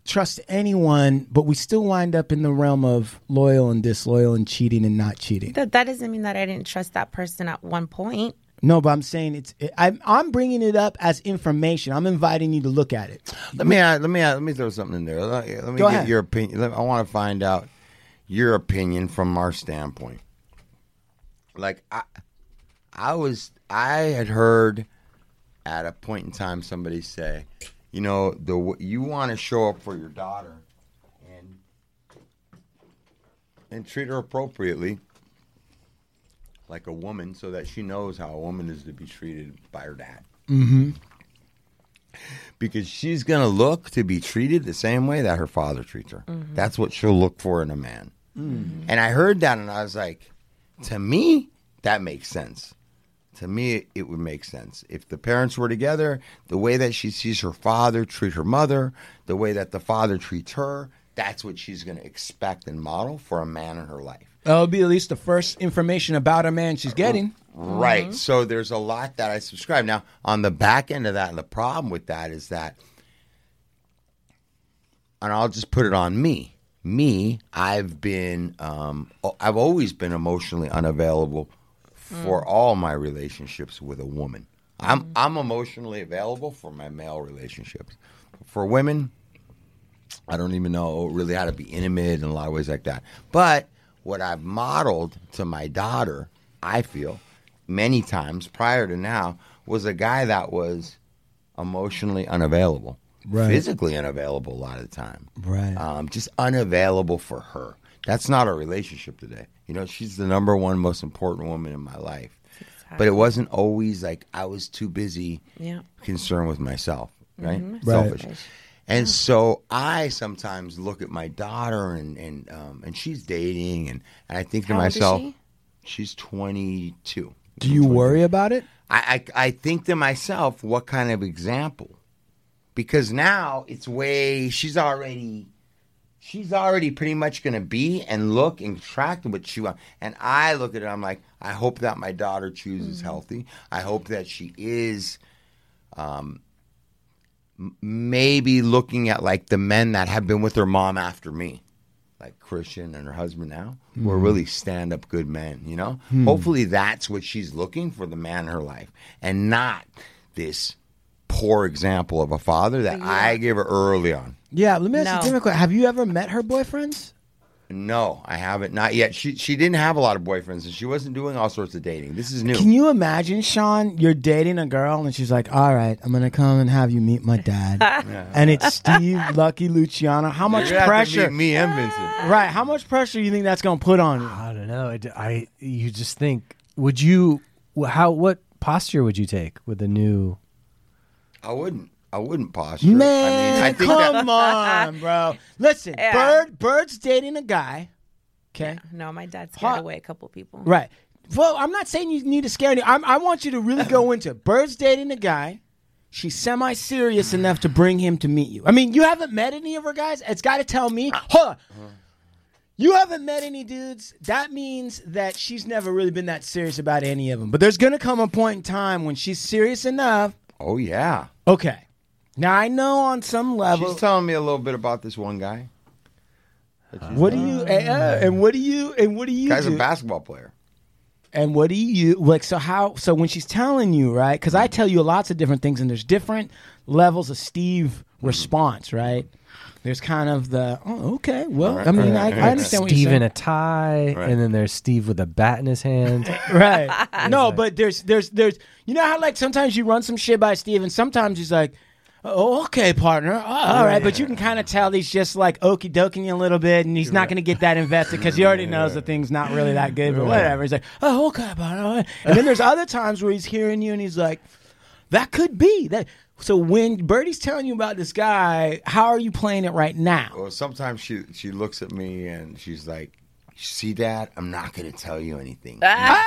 S4: trust anyone, but we still wind up in the realm of loyal and disloyal and cheating and not cheating.
S6: That, that doesn't mean that I didn't trust that person at one point.
S4: No, but I'm saying it's. I'm I'm bringing it up as information. I'm inviting you to look at it.
S1: Let me add, let me add, let me throw something in there. Let, let me
S4: Go
S1: get
S4: ahead.
S1: your opinion. Let- I want to find out your opinion from our standpoint. Like I, I was I had heard at a point in time somebody say, you know, the w- you want to show up for your daughter and and treat her appropriately like a woman so that she knows how a woman is to be treated by her dad because she's going to look to be treated the same way that her father treats her. That's what she'll look for in a man. And I heard that and I was like, to me, that makes sense. To me, it would make sense. If the parents were together, the way that she sees her father treat her mother, the way that the father treats her, that's what she's going to expect and model for a man in her life.
S4: That'll be at least the first information about a man she's getting.
S1: Right. So there's a lot that I subscribe. Now, on the back end of that, and the problem with that is that, and I'll just put it on me. Me, I've been, um, o- I've always been emotionally unavailable for all my relationships with a woman. I'm, I'm emotionally available for my male relationships. For women, I don't even know really how to be intimate in a lot of ways like that. But what I've modeled to my daughter, I feel, many times prior to now, was a guy that was emotionally unavailable,
S4: Right.
S1: physically unavailable a lot of the time,
S4: Right.
S1: Um, just unavailable for her. That's not a relationship today. You know, she's the number one most important woman in my life. But it wasn't always like I was too busy
S6: Yeah.
S1: concerned with myself, right?
S4: Mm-hmm. Right.
S1: Selfish. And so I sometimes look at my daughter and and um, and she's dating and, and I think to
S6: How old is
S1: myself,
S6: she?
S1: she's twenty two.
S4: Do you worry about it?
S1: I, I I think to myself, what kind of example? Because now it's way she's already she's already pretty much going to be and look and track what she wants. And I look at it, I'm like, I hope that my daughter chooses healthy. I hope that she is um, m- maybe looking at like the men that have been with her mom after me, like Christian and her husband now, who
S4: Hmm.
S1: are really stand up good men, you know? Hopefully that's what she's looking for the man in her life and not this poor example of a father that I gave her early on.
S4: Yeah. Let me ask you a
S6: No.
S4: different question. Have you ever met her boyfriends?
S1: No, I haven't. Not yet. She she didn't have a lot of boyfriends, and she wasn't doing all sorts of dating. This is new.
S4: Can you imagine, Sean? You're dating a girl, and she's like, "All right, I'm gonna come and have you meet my
S6: [laughs]
S4: dad." And it's Steve, Lucky, Luciano. How much
S1: You're gonna have to
S4: pressure? Ah.
S1: meet me and Vincent.
S4: Right? How much pressure you think that's gonna put on you?
S7: I don't know. I, I- you just think. Would you? wh- How? What posture would you take with a new?
S1: I wouldn't. I wouldn't posture.
S4: Man,
S1: I mean, I think
S4: come
S1: that,
S4: on, bro. Listen,
S6: Yeah.
S4: Bird, Bird's dating a guy. Okay.
S6: No, my dad scared
S4: Hot.
S6: away a couple people.
S4: Right. Well, I'm not saying you need to scare any. I'm, I want you to really go into it. Bird's dating a guy. She's semi serious enough to bring him to meet you. I mean, you haven't met any of her guys. It's got to tell me. Hold on. You haven't met any dudes. That means that she's never really been that serious about any of them. But there's going to come a point in time when she's serious enough.
S1: oh yeah.
S4: Okay. Now, I know on some level.
S1: She's telling me a little bit about this one guy.
S4: What do you eh, eh, and what do you and what do you
S1: Guy's a
S4: do?
S1: basketball player.
S4: and what do you like? So how? So when she's telling you, right? Because I tell you lots of different things, and there's different levels of Steve response, right? There's kind of the oh, okay, well, I mean, I, I understand what
S7: Steve
S4: you're
S7: in a
S4: saying,
S7: tie, and then there's Steve with a bat in his hand.
S4: right? No, but there's there's there's you know how like sometimes you run some shit by Steve, and sometimes he's like. Oh, okay, partner. Oh, all right, but you can kind of tell he's just like okey doking you a little bit, and he's not going to get that invested because he already knows the thing's not really that good. But whatever, he's like, oh, okay, partner. And then there's other times where he's hearing you, and he's like, that could be that. So when Birdie's telling you about this guy, how are you playing it right now?
S1: Well, sometimes she she looks at me and she's like, you see that? I'm not gonna tell you anything. And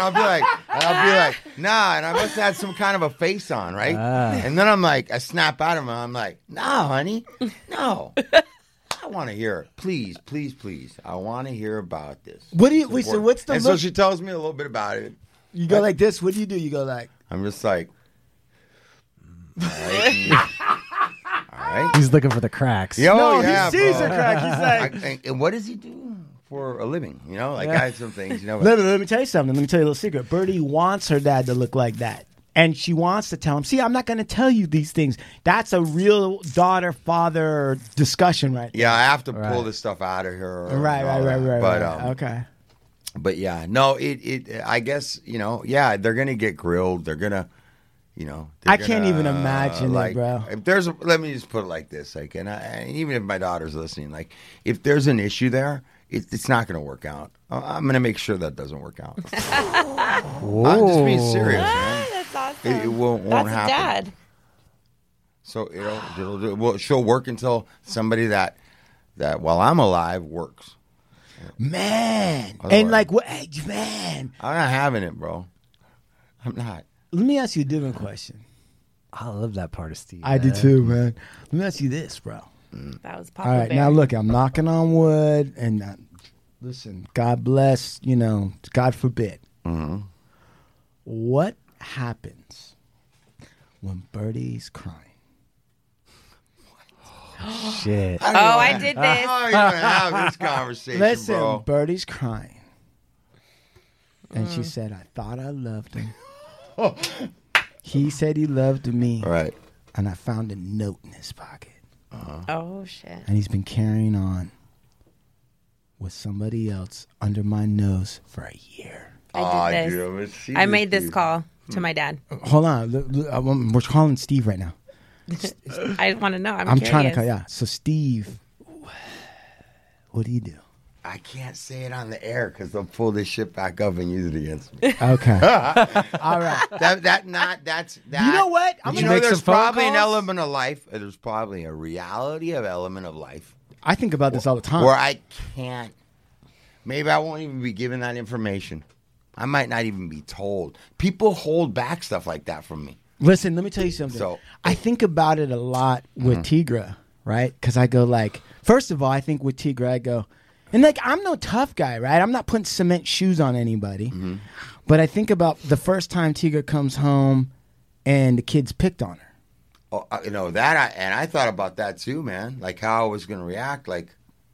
S1: I'll be like, and I'll be like, nah. And I must have had some kind of a face on, right?
S4: Ah.
S1: And then I'm like, I snap out of him. I'm like, nah, honey, no. I want to hear it. Please, please, please. I want to hear about this.
S4: What do you- wait, so
S1: Support.
S4: what's the
S1: And so
S4: look-
S1: she tells me a little bit about it.
S4: You go like this. What do you do? You go like.
S1: I'm just
S4: [laughs]
S1: like, all right. mm. all right.
S7: He's looking for the cracks.
S1: Yo,
S4: No,
S1: yeah,
S4: he sees
S1: bro.
S4: her crack.
S1: [laughs]
S4: He's
S1: I,
S4: like.
S1: and, and what does he do for a living? You know, like I have some things.
S4: [laughs]
S1: You know,
S4: Let me, let me tell you something. Let me tell you a little secret. Birdie wants her dad to look like that. And she wants to tell him, see, I'm not going to tell you these things. That's a real daughter father discussion, right?
S1: yeah, I have to pull
S7: Right.
S1: this stuff out of her. and
S4: Right, right,
S1: all
S4: right,
S1: that.
S4: right.
S1: But
S4: right.
S1: um,
S4: okay.
S1: but yeah, no, it it. I guess you know, yeah, they're gonna get grilled. They're gonna, you know, they're
S4: I can't
S1: gonna,
S4: even imagine it,
S1: like,
S4: bro.
S1: If there's, a, let me just put it like this, like, and, I, and even if my daughter's listening, like, if there's an issue there, it, it's not gonna work out. I- I'm gonna make sure that doesn't work out. [laughs] I'm just being serious. Man.
S6: That's awesome.
S1: It, it won't, won't
S6: That's
S1: happen.
S6: dad.
S1: So it'll, it'll do, well, she'll work until somebody that that while I'm alive works.
S4: Man.
S1: Otherwise-
S4: And like, what? hey, Man.
S1: I'm not having it, bro. I'm not.
S4: Let me ask you a different question.
S7: I love that part of Steve.
S4: I do
S7: man.
S4: too, man. Let me ask you this, bro.
S6: That was Papa
S4: All right,
S6: Bear.
S4: now look, I'm knocking on wood, and uh, listen, God bless, you know, God forbid.
S1: Mm-hmm.
S4: What happens when Birdie's crying? [gasps]
S7: Shit.
S6: Oh, I did
S4: Ah.
S6: this.
S1: How are you gonna have this conversation,
S4: Listen,
S1: bro?
S4: Birdie's crying. And she said, I thought I
S1: [laughs]
S4: loved him. he said he loved me,
S1: All right.
S4: and I found a note in his pocket.
S6: Oh shit.
S4: and he's been carrying on with somebody else under my nose for a year.
S6: I
S1: Aw,
S6: did
S1: dude,
S6: this.
S1: I'm gonna see
S6: I made
S1: dude.
S6: this call to my dad.
S4: Hold on, l- l- I'm- we're calling Steve right now.
S6: I want to know. I'm,
S4: I'm, trying to
S6: curious.
S4: call. Yeah, so Steve, what do you do?
S1: I can't say it on the air because they'll pull this shit back up and use it against me. [laughs]
S4: Okay, all right.
S1: that that not that's that.
S4: You know what? I'm
S1: you
S4: gonna-
S1: know,
S7: make
S1: there's
S7: some phone
S1: probably an
S7: calls?
S1: element of life. There's probably a reality of element of life
S4: I think about this all the time.
S1: where I can't. Maybe I won't even be given that information. I might not even be told. People hold back stuff like that from me.
S4: Listen, let me tell you something.
S1: So-
S4: I think about it a lot with Tigra, right? Because I go like, first of all, I think with Tigra, I go, and like I'm no tough guy, right? I'm not putting cement shoes on anybody, but I think about the first time Tigra comes home and the kids picked on her.
S1: Oh, I- you know that, I, and I thought about that too, man. Like how I was gonna react. Like,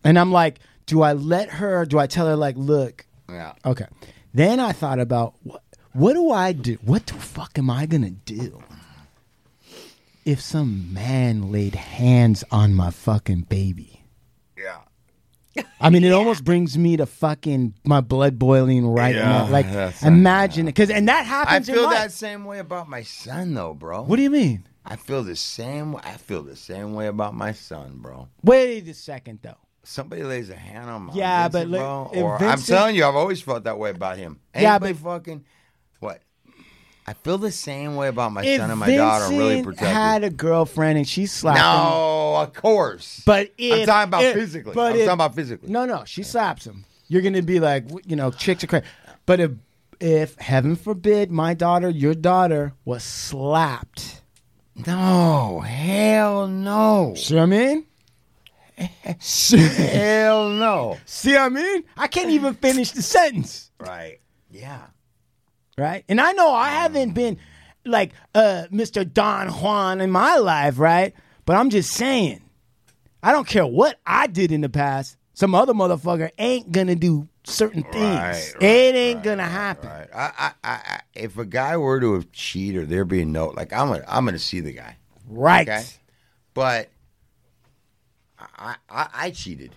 S4: And I'm like, do I let her? Do I tell her like, look,
S1: yeah,
S4: okay? Then I thought about what, what do I do? What the fuck am I gonna do if some man laid hands on my fucking baby?
S1: yeah.
S4: I mean, it almost brings me to fucking my blood boiling right
S1: Yeah,
S4: now. Like,
S1: that's-
S4: imagine because and that
S1: I
S4: happens. in
S1: feel
S4: life.
S1: that same way about my son, though, bro.
S4: What do you mean?
S1: I feel the same. I feel the same way about my son, bro.
S4: Wait a second, though.
S1: Somebody lays a hand on my
S4: Yeah,
S1: Vincent,
S4: but
S1: bro,
S4: look, if
S1: or I'm
S4: Vincent-
S1: telling you, I've always felt that way about him.
S4: Yeah,
S1: Anybody fucking what? I feel the same way about my
S4: If
S1: son and my
S4: Vincent
S1: daughter. I'm really protective.
S4: had a girlfriend and she slapped him,
S1: no, of course.
S4: but if,
S1: I'm talking about
S4: if-
S1: physically.
S4: but
S1: I'm
S4: if-
S1: talking about physically.
S4: No, no, she slaps him. You're gonna be like, w- you know, chicks are crazy. But if, if heaven forbid, my daughter, your daughter, was slapped.
S1: no, hell no,
S4: See what I mean? [laughs] See
S1: hell no.
S4: what I mean? I can't even finish the sentence.
S1: Right? Yeah.
S4: right? And I know I haven't been like uh, Mr. Don Juan in my life, right? But I'm just saying, I don't care what I did in the past. Some other motherfucker ain't gonna do certain things.
S1: Right, right,
S4: it ain't gonna happen.
S1: Right. I, I, I, I, if a guy were to have cheated, there'd be a note. Like I'm gonna, I'm gonna see the guy.
S4: Right.
S1: Okay. But I, I, I cheated.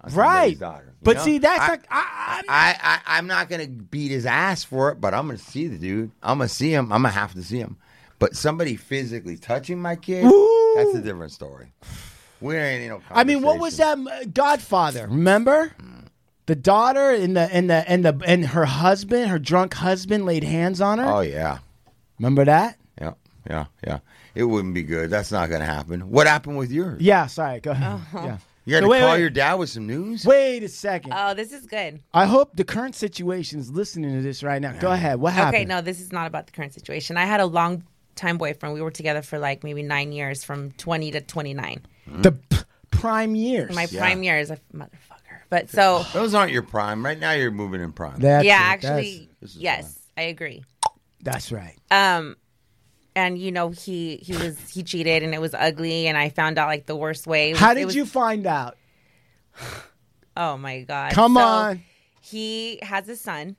S1: on somebody's
S4: Right.
S1: daughter, you
S4: but
S1: know?
S4: see, that's
S1: I,
S4: like I, I,
S1: I, I, I'm not gonna beat his ass for it, but I'm gonna see the dude. I'm gonna see him. I'm gonna have to see him. But somebody physically touching my kid,
S4: Woo!
S1: that's a different story. We ain't no.
S4: I mean, what was
S1: conversation.
S4: that uh, Godfather? Remember? The daughter and the and the and the and her husband, her drunk husband, laid hands on her.
S1: Oh yeah,
S4: Remember that?
S1: yeah, yeah, yeah. It wouldn't be good. That's not gonna happen. What happened with yours?
S4: Yeah. Sorry. Go ahead. Yeah.
S1: You got to
S4: So wait,
S1: call
S4: wait.
S1: your dad with some news?
S4: Wait a second.
S6: Oh, this is good.
S4: I hope the current situation is listening to this right now. Go ahead. What happened?
S6: Okay, no, this is not about the current situation. I had a long time boyfriend. We were together for like maybe nine years, from 20 to 29.
S4: The p- prime years.
S6: My prime years, I, motherfucker. But so,
S1: Those aren't your prime. Right now, you're moving in prime.
S4: That's
S6: yeah,
S4: it.
S6: actually,
S1: This is
S6: yes, I agree.
S4: That's, that's right.
S6: Um, and you know he he was he cheated and it was ugly and I found out like the worst way. It was-
S4: How
S6: uh, it
S4: did
S6: was-
S4: you find out?
S6: Oh my god!
S4: Come
S6: So,
S4: on.
S6: He has a son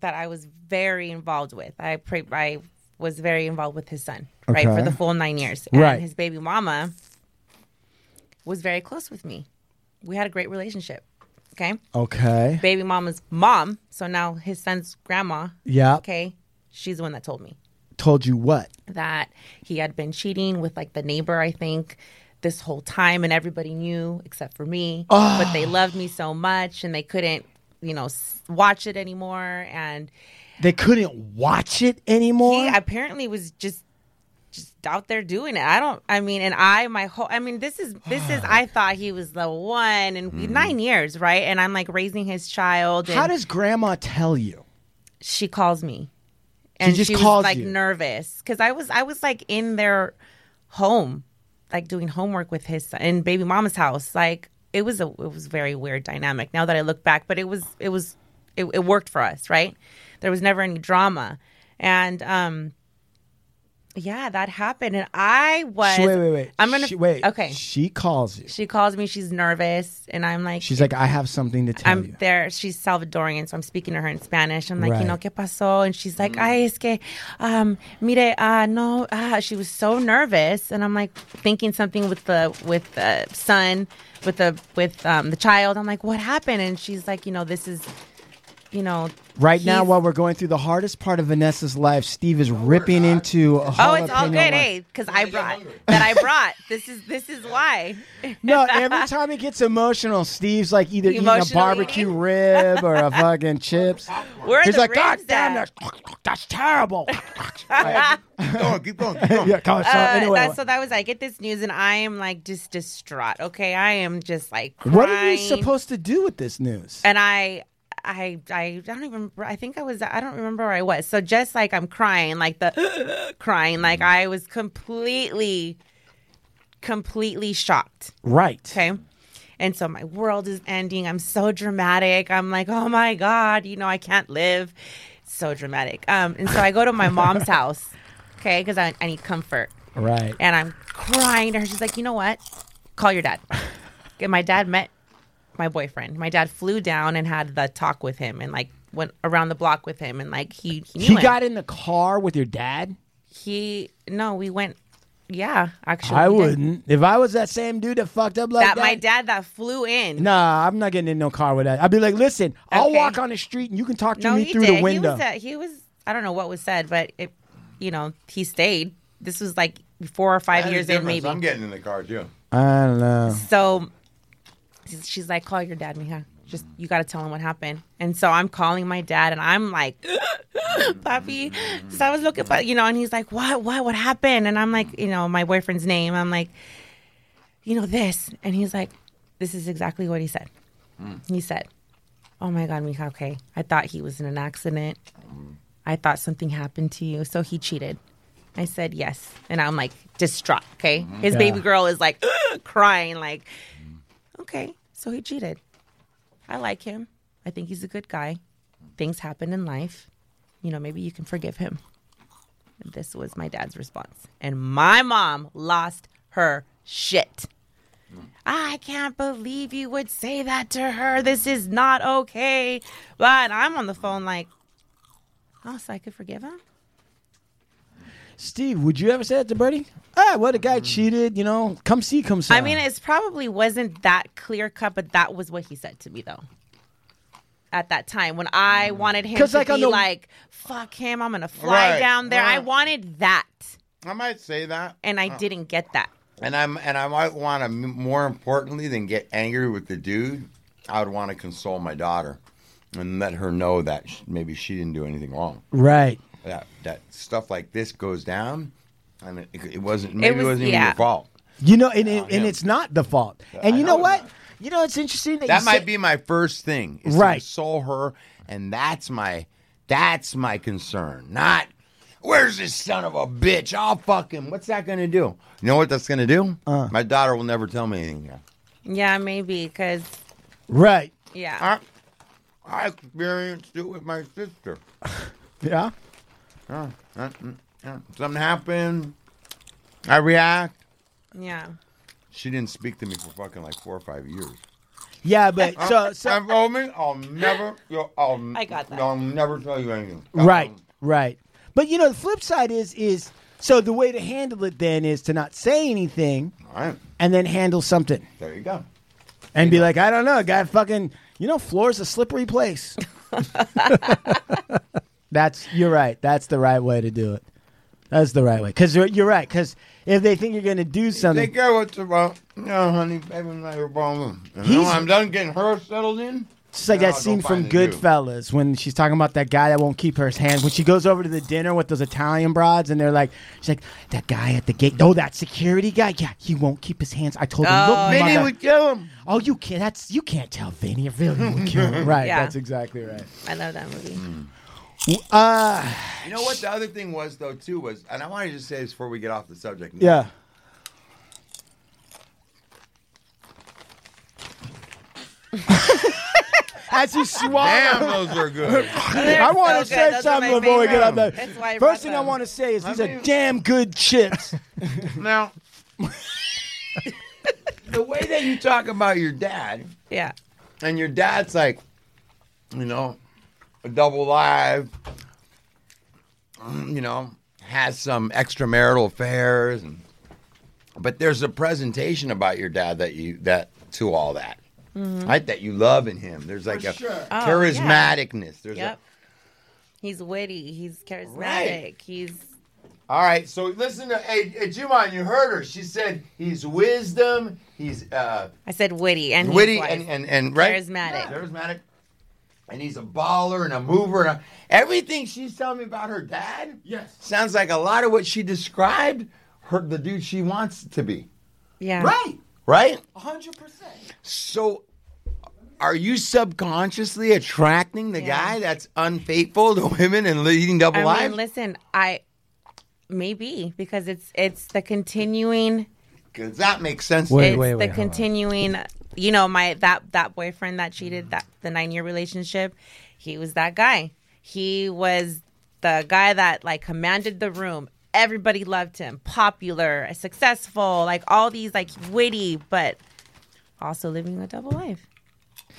S6: that I was very involved with. I pray I was very involved with his son, right,
S4: Okay.
S6: for the full nine years. And
S4: Right.
S6: his baby mama was very close with me. We had a great relationship. Okay.
S4: Okay.
S6: Baby mama's mom, so now his son's grandma,
S4: Yeah.
S6: okay, she's the one that told me
S4: Told you what?
S6: that he had been cheating with like the neighbor, I think, this whole time, and everybody knew except for me. But they loved me so much, and they couldn't, you know, s- watch it anymore. And
S4: They couldn't watch it anymore.
S6: he apparently was just just out there doing it. I don't. I mean, and I, my whole. I mean, this is this is. I thought he was the one, and we- nine years, right? And I'm like raising his child. And
S4: How does grandma tell you?
S6: she calls me and she,
S4: just calls
S6: was like
S4: you.
S6: nervous because i was i was like in their home like doing homework with his son in baby mama's house like it was a it was very weird dynamic now that i look back but it was it was it, it worked for us right there was never any drama and um yeah that happened and i was
S4: She- wait, wait, wait.
S6: i'm gonna
S4: She- wait.
S6: okay
S4: She calls you.
S6: she calls me she's nervous and i'm like
S4: She's like, I have something to tell
S6: I'm
S4: you.
S6: there. She's Salvadorian, so I'm speaking to her in Spanish. I'm like,
S4: Right. Mm.
S6: you know, ¿qué pasó? And she's like, ay, es que, um, mire, uh, no. Uh, she was so nervous, and I'm like thinking something with the with the son, with the with um the child. I'm like, what happened? And she's like, you know, this is, you know,
S4: Right now,
S6: he's-
S4: while we're going through the hardest part of Vanessa's life, Steve is ripping into. A
S6: Oh, it's all
S4: jalapeno
S6: good,
S4: lime.
S6: eh? Because I brought that.
S4: [laughs]
S6: I brought this is this is why.
S4: No,
S6: [laughs]
S4: every time he gets emotional, Steve's like either eating a
S6: Emotional
S4: barbecue
S6: eating?
S4: rib or a fucking chips.
S6: Where are
S4: He's
S6: the
S4: like, God
S6: ribs
S4: damn,
S6: at?"
S4: that's, that's terrible. Like,
S1: Keep going, keep going,
S4: [laughs]
S1: keep going.
S4: yeah, come on, so
S6: Uh,
S4: anyway,
S6: that- so that was I get this news and I am like just distraught. Okay, I am just like crying.
S4: what are you supposed to do with this news?
S6: and I, I, I don't even. I think I was. I don't remember where I was. So just like I'm crying, like the [gasps] crying, like I was completely, completely shocked.
S4: Right.
S6: Okay. And so my world is ending. I'm so dramatic. I'm like, oh my God, you know, I can't live. So dramatic. Um, and so I go to my mom's house, okay, because I, I need comfort.
S4: Right.
S6: And I'm crying to her. She's like, you know what? Call
S4: [laughs]
S6: your dad. And my dad met my boyfriend. My dad flew down and had the talk with him and like went around the block with him and like he he, knew
S4: He
S6: him.
S4: got in the car with your dad?
S6: He no, we went. Yeah, actually,
S4: I
S6: we did.
S4: wouldn't. If I was that same dude that fucked up like
S6: That
S4: that.
S6: my dad that flew in.
S4: Nah, I'm not getting in no car with that. I'd be like, listen, I'll
S6: Okay.
S4: walk on the street and you can talk to
S6: no,
S4: me
S6: he
S4: through
S6: did.
S4: the window.
S6: He was. At, he was. I don't know what was said, but it, you know, he stayed. This was like four or five
S1: That's
S6: years
S1: the
S6: in,
S1: difference.
S6: maybe.
S1: I'm getting in the car too.
S4: I don't know.
S6: So she's- she's like, call your dad, Mija. Just you got to tell him what happened. And so I'm calling my dad, and I'm like, [laughs] Papi, so I was looking, but you know, and he's like, what, what, what happened? And I'm like, you know, my boyfriend's name. I'm like, you know this, and he's like, this is exactly what he said. He said, oh my god, Mija, okay, I thought he was in an accident. I thought something happened to you, so he cheated. I said yes, and I'm like distraught. Okay, his baby girl is like crying, like, okay, so he cheated. I like him. I think he's a good guy. Things happen in life. You know, maybe you can forgive him. This was my dad's response, and my mom lost her shit. I can't believe you would say that to her. This is not okay. But I'm on the phone like, oh, so I could forgive him.
S4: Steve, would you ever say that to Birdie? Ah, well, the guy cheated, you know. Come see, come see.
S6: I mean, it's probably wasn't that clear cut, but that was what he said to me though. At that time, when I wanted him
S4: Mm. 'Cause,
S6: to
S4: like,
S6: be
S4: on the-
S6: like, "Fuck him, I'm gonna fly
S1: Right,
S6: down there," I
S1: right.
S6: wanted that,
S1: I might say that,
S6: and
S4: Uh.
S6: I didn't get that.
S1: and I'm and I might want to more importantly than get angry with the dude. I would want to console my daughter and let her know that sh- maybe she didn't do anything wrong.
S4: right.
S1: That that stuff like this goes down, and it, it wasn't maybe it,
S6: was-
S1: was, not even
S6: yeah.
S1: your fault.
S4: You know,
S1: Oh,
S4: and, it, and it's not the fault. And you know, what? You know, it's interesting that,
S1: That
S4: you
S1: might
S4: said-
S1: be my first thing. Is To
S4: Right.
S1: console her, and that's my that's my concern. Not where's this son of a bitch? I'll fuck him. What's that gonna do? You know what that's gonna do? My daughter will never tell me anything. now.
S6: Yeah, maybe because
S4: right.
S6: yeah.
S1: I, I experienced it with my sister. [laughs]
S4: Yeah.
S1: Uh, uh, mm, uh, Something happened. I react.
S6: Yeah.
S1: She didn't speak to me for fucking like four or five years. [laughs]
S4: Yeah, but so so
S1: I've me, I'll
S6: [laughs]
S1: never. You'll, I'll,
S6: I got that.
S1: I'll never tell you anything.
S4: right, right. But you know, the flip side is is so the way to handle it then is to not say anything
S1: All right.
S4: and then handle something
S1: There you go.
S4: and be like, I don't know, guy, fucking, you know, floor's a slippery
S1: [laughs]
S4: place. That's you're right. That's the right way to do it. That's the right way because you're, you're right. Because if they think you're going to do
S1: Take
S4: something,
S1: care what's about. No, honey, baby, not your problem. And
S4: He's-
S1: when I'm done getting her settled in.
S4: It's like
S1: No,
S4: that
S1: go
S4: scene from
S1: find the dude.
S4: Goodfellas when she's talking about that guy that won't keep her hands. When she goes over to the dinner with those Italian broads, and they're like, she's like, that guy at the gate. Oh, that security guy. Yeah, he won't keep his hands. I told him,
S6: Oh,
S4: look,
S1: Vinny
S4: mother-
S1: would kill him.
S4: oh, you can't. That's you can't tell Vinny. Really, would kill [laughs] him. right?
S6: Yeah.
S4: That's exactly right.
S6: I love that movie.
S4: Mm.
S6: [laughs]
S4: Uh,
S1: You know what? The other thing was, though, too, was, and I want to just say this before we get off the subject.
S4: yeah. As he swallowed.
S1: Damn, those were good. [laughs]
S4: I want to
S6: so
S4: say
S6: good. Those are
S4: something
S6: my
S4: before we get
S6: favorite.
S4: on that.
S6: That's why I brought
S4: First thing I
S6: them.
S4: want to say is these
S1: mean-
S4: are damn good chips. [laughs]
S1: now, [laughs] the way that you talk about your dad,
S6: Yeah.
S1: and your dad's like, you know, a double life, mm, you know, has some extramarital affairs, and, but there's a presentation about your dad that you that to all that, right? That you love in him. There's like a charismaticness. There's
S6: Yep.
S1: a
S6: He's witty. He's charismatic.
S1: Right.
S6: He's
S1: all right. So listen to hey, hey Juman, you heard her. She said he's wisdom. He's uh,
S6: I said witty and he's
S1: witty
S6: wise.
S1: and, and, and right?
S6: Charismatic.
S1: Yeah, charismatic. And he's a baller and a mover. And a, everything she's telling me about her dad
S8: Yes.
S1: sounds like a lot of what she described her the dude she wants to be.
S6: yeah.
S8: Right.
S1: Right?
S8: 100%.
S1: So are you subconsciously attracting the
S6: Yeah.
S1: guy that's unfaithful to women and leading double
S6: I
S1: lives?
S6: mean, listen, I maybe because it's it's the continuing
S1: Because that makes sense. to
S7: Wait,
S6: it's
S7: wait,
S6: the
S7: wait, hold on.
S6: continuing you know my that that boyfriend that cheated that the nine year relationship he was that guy he was the guy that like commanded the room everybody loved him popular successful like all these like witty but also living a double life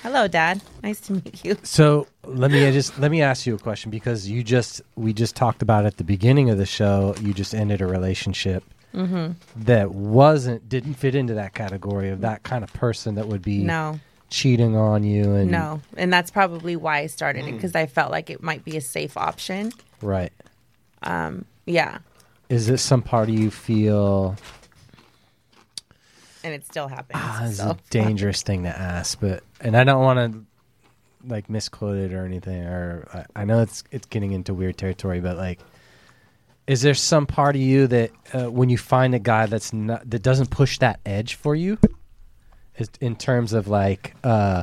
S6: hello dad nice to
S7: [laughs]
S6: meet you
S7: So let me I just let me ask you a question because you just we just talked about at the beginning of the show. You just ended a relationship
S6: Mm-hmm.
S7: that wasn't didn't fit into that category of that kind of person that would be
S6: No.
S7: cheating on you and
S6: no and that's probably why i started it because i felt like it might be a safe option
S7: right.
S6: yeah
S7: Is this some part of you feel
S6: and it still happens
S7: ah, this is
S6: so.
S7: a dangerous thing to ask, but and I don't want to like misquote it or anything. Or I, I know it's it's getting into weird territory, but like, is there some part of you that uh, when you find a guy that's not that doesn't push that edge for you, is, in terms of like uh,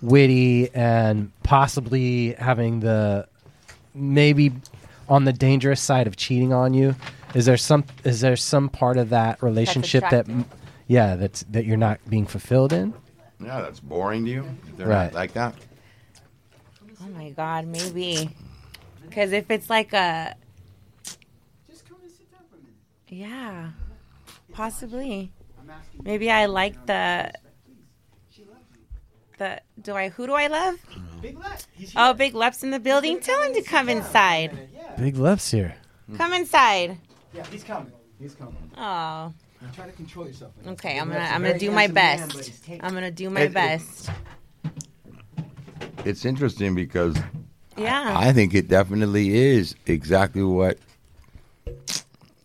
S7: witty and possibly having the maybe on the dangerous side of cheating on you is there some is there some part of that relationship that
S6: attractive.
S7: yeah that's that you're not being fulfilled in
S1: you. Yeah, that's boring to you. If They're
S7: Right.
S1: not like that.
S6: Oh my god, maybe. Because if it's like a
S8: Just come and sit down for a minute.
S6: yeah, possibly.
S8: I'm asking you.
S6: Maybe I like the
S8: She loves you.
S6: the. Do I who do I love?
S8: Big Lex. He's
S6: Oh,
S8: here.
S6: Big Lep's in the building. Tell him to come inside.
S8: Yeah.
S7: big love's here
S6: Come inside.
S8: Yeah, he's coming. He's coming.
S6: Oh,
S8: Try to control yourself.
S6: okay. I'm
S8: Big
S6: gonna
S8: Lex is
S6: I'm
S8: a
S6: gonna
S8: very
S6: do my
S8: handsome man, but
S6: best.
S8: he's taken.
S6: I'm gonna do my
S1: It- it-
S6: best.
S1: It's interesting because
S6: Yeah.
S1: I think it definitely is exactly what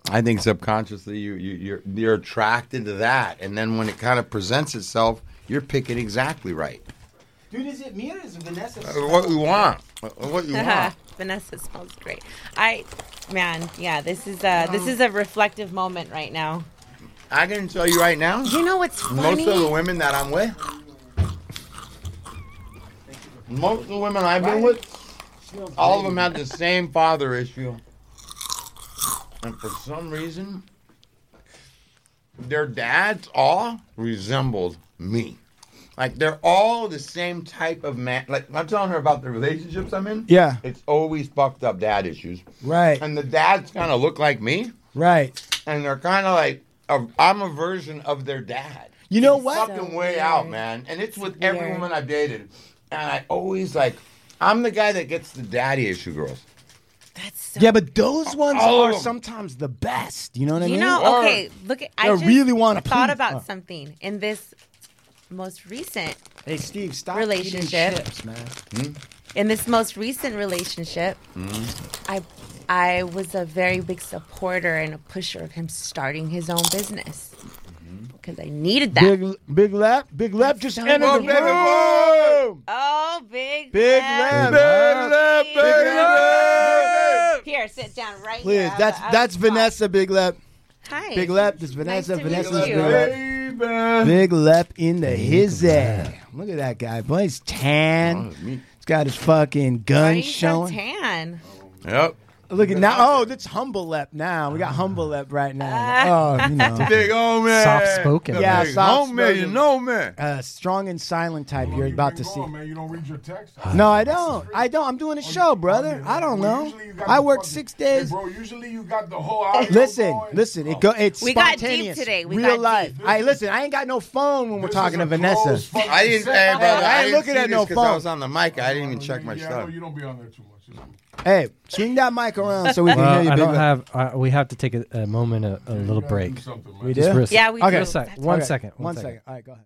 S1: I think subconsciously you, you you're you're attracted to that, and then when it kind of presents itself, you're picking exactly right.
S8: Dude, is it me or is it Vanessa?
S1: Uh, What you want? Uh, What you
S8: [laughs]
S1: want?
S6: [laughs] Vanessa smells great. I man, yeah. This is a this is a reflective moment right now.
S1: I can tell you right now,
S6: You know what's funny?
S1: most of the women that I'm with, most of the women I've been with, all of them had the same father issue. And for some reason, their dads all resembled me. Like they're all the same type of man. Like I'm telling her about the relationships I'm in.
S4: Yeah.
S1: It's always fucked up dad issues.
S4: Right.
S1: And the dads kind of look like me
S4: Right.
S1: and they're kind of like a, I'm a version of their dad.
S4: You know
S1: It's
S4: what?
S1: Fucking
S6: So
S1: way
S6: weird.
S1: out, man. And it's with every
S6: weird.
S1: woman I've dated, and I always like I'm the guy that gets the daddy issue, girls.
S6: That's so
S4: Yeah, but those ones
S1: All of
S4: are
S1: them.
S4: sometimes the best. You know what I
S6: You
S4: mean?
S1: Or-
S6: know, okay, look at I
S4: They
S6: just
S4: really wanna
S6: thought
S4: please-
S6: about
S4: oh.
S6: something in this most recent
S4: hey, Steve, stop
S6: eating Relationship.
S4: chips, man.
S6: in this most recent relationship,
S1: Mm-hmm.
S6: I I was a very big supporter and a pusher of him starting his own business
S1: Mm-hmm.
S6: because I needed that.
S4: Big, big lap, big lap, just
S6: Don't
S4: entered the
S6: be rude.
S4: room.
S6: oh, big
S4: Big
S6: left.
S4: left.
S7: Big
S6: left, big
S4: left.
S6: Here, sit down right
S4: Please,
S6: here.
S4: that's
S6: I'll- I'll
S4: that's
S6: talk.
S4: Vanessa, big lap,
S6: Hi.
S4: big lap. This
S6: Nice
S4: Vanessa,
S6: to meet
S4: Vanessa's
S6: you.
S4: big lap. Big lep in the his ass. Look at that guy, boy. He's tan. He's got his fucking
S6: Why are
S4: gun
S6: you so
S4: showing.
S6: tan?
S1: Yep.
S4: Look at now. Oh, that's humble lep now. We got humble lep right
S6: [laughs]
S4: now. Oh, you [laughs] know.
S1: Big old man.
S7: Soft-spoken.
S1: The
S4: Yeah,
S1: big
S4: soft-spoken.
S1: homie, you know man.
S4: Uh, strong and silent type you're about to see.
S2: Man, you don't read your text.
S4: No, I don't. I don't. I'm doing a show, brother. I don't know. I work six days.
S2: bro, usually you got the whole audio
S4: Listen,
S2: going.
S4: listen. It go. It's
S6: We got deep
S4: spontaneous,
S6: today. We
S4: real
S6: got
S4: life.
S6: deep.
S4: Hey, listen. I ain't got no phone when we're
S2: This
S4: talking
S2: is
S4: to
S2: a
S4: Vanessa.
S2: closed fucking
S1: I didn't. [laughs] Hey,
S2: session.
S1: brother,
S4: I
S1: I,
S4: ain't
S1: didn't
S4: looking
S1: see
S4: at no
S1: this 'cause I
S4: phone.
S1: was on the mic. I didn't even check my
S2: yeah, I
S1: stuff.
S2: know you don't be on there too much. It's cool.
S4: Hey, swing that mic around so we can hear
S7: Well,
S4: you.
S7: I
S4: big
S7: don't
S4: lip.
S7: have. Uh, we have to take a, a moment, a, a little
S2: gotta
S7: break.
S2: do something, man.
S7: We just
S4: do?
S7: risk it.
S6: Yeah, we
S7: okay.
S6: do.
S7: One sec.
S6: That's
S7: One
S4: Okay,
S7: second. One second.
S4: All right, go ahead.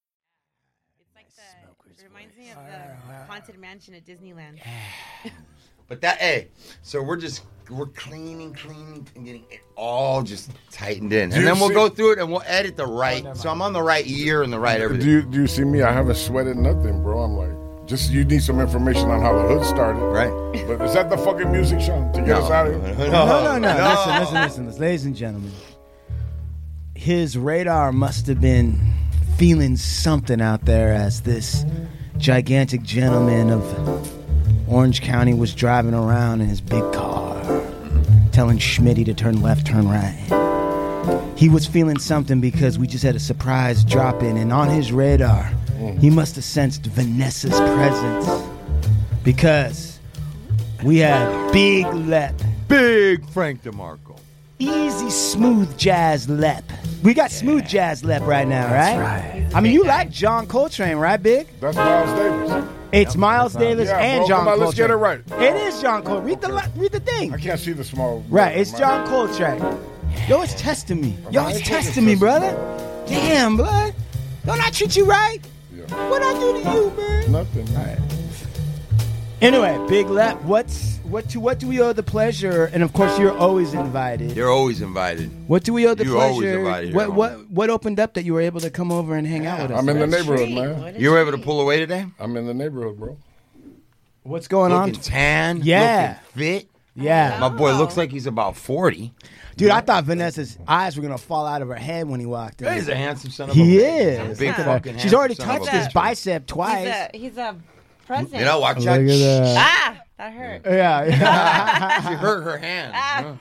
S6: It reminds me of the haunted mansion at Disneyland.
S1: But that, hey, so we're just we're cleaning, cleaning, and getting it all just tightened in, and then we'll go through it and we'll edit the
S6: Oh,
S1: right. So I'm on the right year and the right everything.
S2: Do you, do you see me? I haven't sweated nothing, bro. I'm like, just you need some information on how the hood started.
S1: Right.
S2: But is that the fucking music, Sean, to get us out of here?
S4: No, no, no. Listen, listen, listen, listen. Ladies and gentlemen, his radar must have been feeling something out there as this gigantic gentleman of Orange County was driving around in his big car, telling Schmitty to turn left, turn right. He was feeling something because we just had a surprise drop in, and on his radar, he must have sensed Vanessa's presence because we had Big Lep
S1: Big Frank DeMarco.
S4: easy, smooth jazz lep. We got smooth jazz lep right now, right? That's right. I mean, you like John Coltrane, right, Big?
S2: That's Miles Davis.
S4: It's Miles Davis
S2: Yeah,
S4: and
S2: bro, come
S4: John
S2: on,
S4: Coltrane.
S2: let's get it right.
S4: It is John Coltrane. Read the li- read the thing.
S2: I can't see the small.
S4: Right, it's
S2: My-
S4: John Coltrane. Yo, it's testing me. Yo, it's testing me, brother. Damn, blood. Don't I treat you right?
S2: Yeah.
S4: What I do to you, man?
S2: Nothing.
S4: Anyway, Big Lep, what's what to what do we owe the pleasure? And of course, you're always invited.
S1: You're always invited.
S4: What do we owe the
S1: You always
S4: pleasure?
S1: invited here,
S4: What
S1: homie.
S4: what what opened up that you were able to come over and hang out with us?
S2: I'm in the
S4: man?
S2: neighborhood,
S6: Treat,
S2: man.
S6: what a
S1: You were able to
S6: treat.
S1: pull away today?
S2: I'm in the neighborhood, bro.
S4: What's going on?
S1: Looking tan.
S4: Yeah.
S1: Looking fit.
S4: Yeah,
S1: My boy looks like he's about 40.
S4: dude, I thought Vanessa's eyes were gonna fall out of her head when he walked in.
S1: He's a handsome son of a
S4: He
S1: bitch.
S4: is.
S1: Big
S6: Look at that.
S1: fucking
S4: She's already
S1: handsome son of
S4: touched
S1: a
S4: his
S1: bitch.
S4: bicep
S6: He's
S4: twice.
S6: a, he's a present.
S1: You know, watch out.
S4: Look at that.
S6: ah, that hurt.
S4: Yeah, [laughs]
S1: [laughs]
S4: yeah.
S1: She hurt her hand.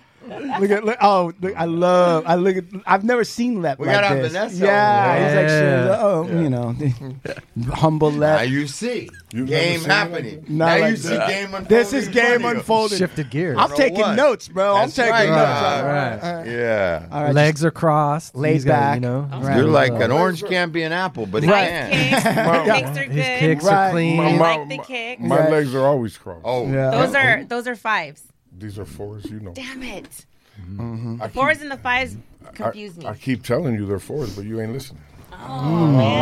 S4: look at look, oh look, I love I look at I've never seen Lep
S1: We
S4: like
S1: got our
S4: this.
S1: Vanessa
S4: yeah,
S1: over
S4: he's
S1: there.
S4: like shit, oh you know [laughs] humble
S1: Now
S4: Lep.
S1: you see
S2: You never
S1: game
S2: seen
S1: happening.
S4: Not
S1: now
S4: like
S1: you see
S4: that.
S1: game unfolding. [laughs]
S4: This is
S1: in front
S4: game
S1: of you.
S4: unfolded.
S7: Shifted gears.
S4: I'm
S1: Bro,
S4: taking
S1: what?
S4: notes, bro.
S1: That's
S4: I'm taking
S1: right.
S4: notes.
S1: All
S7: right.
S1: Yeah.
S4: All right,
S7: Legs are crossed.
S4: Laid
S7: He's got,
S4: back.
S7: You know,
S4: Right.
S1: You're like
S7: Uh,
S1: an orange can't be an apple, but it
S6: Nice
S1: can.
S6: kicks. Kicks are
S7: His
S6: good.
S7: kicks
S4: Right.
S7: are clean.
S6: I
S2: My-
S6: like the
S2: my-
S6: kicks.
S2: My
S4: Right.
S2: legs are always crossed.
S1: Oh,
S4: Yeah.
S6: Those are those are fives.
S2: These are fours, you know.
S6: Damn it.
S2: I
S6: The fours and the fives confuse me.
S2: I keep telling you they're fours, but you ain't listening.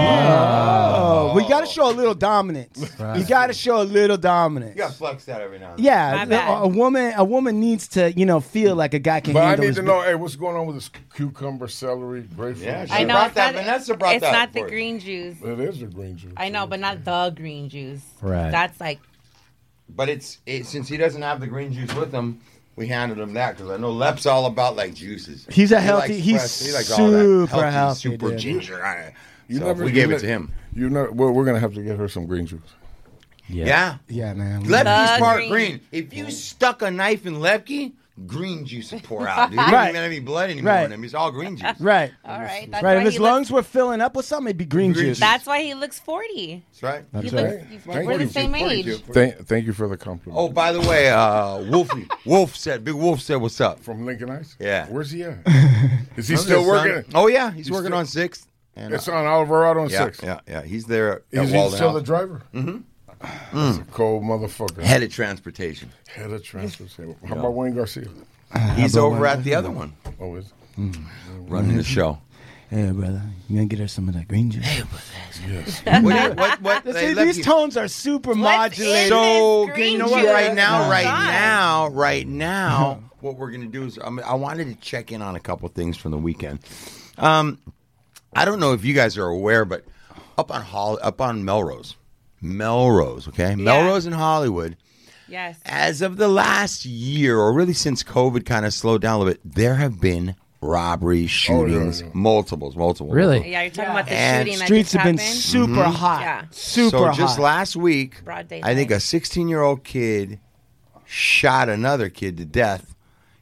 S4: Oh, we got to show a little dominance. You got to show a little dominance.
S1: you got flex that every now and then.
S4: Yeah,
S6: My
S4: the-
S6: bad.
S4: a woman a woman needs to you know feel like a guy can
S2: But I
S4: handle
S2: need
S4: his
S2: to
S4: bu-
S2: know, hey, what's going on with this cucumber, celery, grapefruit?
S1: Yeah,
S2: shit?
S1: she
S6: I know
S1: brought
S6: it's
S1: that.
S6: not,
S1: Vanessa brought
S6: it's
S1: that
S6: not the
S1: for us.
S6: green juice.
S2: It is a green juice.
S6: I know, but not the green juice.
S7: Right.
S6: That's like
S1: But it's it, since he doesn't have the green juice with him, we handed him that because I know Lep's all about like juices.
S4: He's a
S1: He
S4: healthy-
S1: likes
S4: he's
S1: fresh, he likes all that
S4: super healthy,
S1: super
S4: dude.
S1: ginger. I-
S2: You
S1: so
S2: never-
S1: we
S2: you
S1: gave
S2: ne-
S1: it to him.
S2: You know, well, we're gonna have to get her some green juice.
S1: Yeah,
S4: Yeah, man.
S1: Lepke's
S6: The
S1: part green.
S6: green.
S1: If you stuck a knife in Lepke, green juice would pour out.
S4: [laughs]
S1: Dude. You
S4: Right.
S1: don't even have any blood anymore
S4: Right.
S1: in him. It's all green
S4: [laughs]
S1: juice.
S4: Right.
S6: all right. That's
S4: Right.
S6: why
S4: If his
S6: he looks-
S4: lungs were filling up with something, it'd be green,
S1: Green
S4: juice.
S1: juice.
S6: That's why he looks forty.
S1: That's right.
S6: He
S2: That's
S6: looks,
S2: right.
S6: he's-
S2: Thank
S6: We're the
S2: you.
S6: same
S1: 42.
S6: age.
S2: Thank, thank you for the compliment.
S1: Oh, by the way, uh, Wolfie, Wolf said, Big Wolf said, "What's up?"
S2: from Lincoln Heights.
S1: Yeah.
S2: where's he
S1: [laughs]
S2: at? Is he still
S1: Remember that
S2: working?
S1: son? Oh yeah, he's,
S2: He's
S1: working
S2: still-
S1: on sixth. And,
S2: It's
S1: uh,
S2: on Alvarado and
S1: yeah,
S2: Six.
S1: yeah, yeah. He's there at
S2: Is he
S1: Walden
S2: still the
S1: House. Mm.
S2: driver? Mm-hmm. That's a cold motherfucker.
S1: Head of transportation.
S2: Head of transfers. How about Wayne Garcia?
S1: He's over at the other one,
S2: Oh, is
S1: [laughs] running the show.
S4: Hey, brother, you gonna get her some of that green juice?
S2: yes.
S1: [laughs] what, what, what,
S4: See,
S1: they left
S4: these
S1: you-
S4: tones are super modulated.
S1: So
S6: Goodness
S1: okay, you know
S6: gracious.
S1: what? Right now,
S6: Yeah.
S1: right
S6: God.
S1: now, right now, what we're gonna do is I, mean, I wanted to check in on a couple things from the weekend. Um, I don't know if you guys are aware, but up on Hol- up on Melrose, Melrose, okay, Melrose in Hollywood.
S6: Yes.
S1: As of the last year, or really since COVID kind of slowed down a little bit, there have been robberies, shootings,
S2: yeah.
S1: multiples, multiple.
S7: Really?
S6: Yeah, you're talking about the
S1: And
S6: shooting
S4: Streets
S6: that
S4: have
S6: just
S4: been
S6: happened.
S4: super hot.
S6: Yeah.
S4: Super
S1: so just
S4: hot.
S1: last week,
S6: Broad
S1: I think
S6: daylight.
S1: a 16 year old kid shot another kid to death.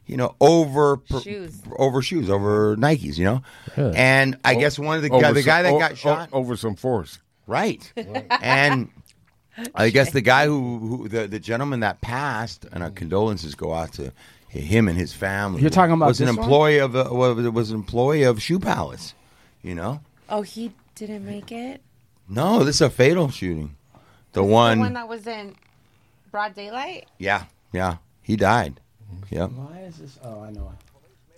S1: You know, over per-
S6: Shoes.
S1: over shoes, over Nikes. You know, and
S4: Oh,
S1: I guess one of the guy, the guy that got shot,
S2: over some force.
S4: [laughs]
S1: right? and I guess the guy who, who the, the gentleman that passed, and
S6: Mm.
S1: our condolences go out to him and his family.
S4: You're talking about
S1: was an
S4: this one?
S1: employee of a, was was an employee of Shoe Palace. You know,
S6: Oh, he didn't make it.
S1: no, this is a fatal shooting. The
S6: The one that was in broad daylight.
S1: Yeah, yeah. He died. Yeah.
S4: Why is this? Oh, I know.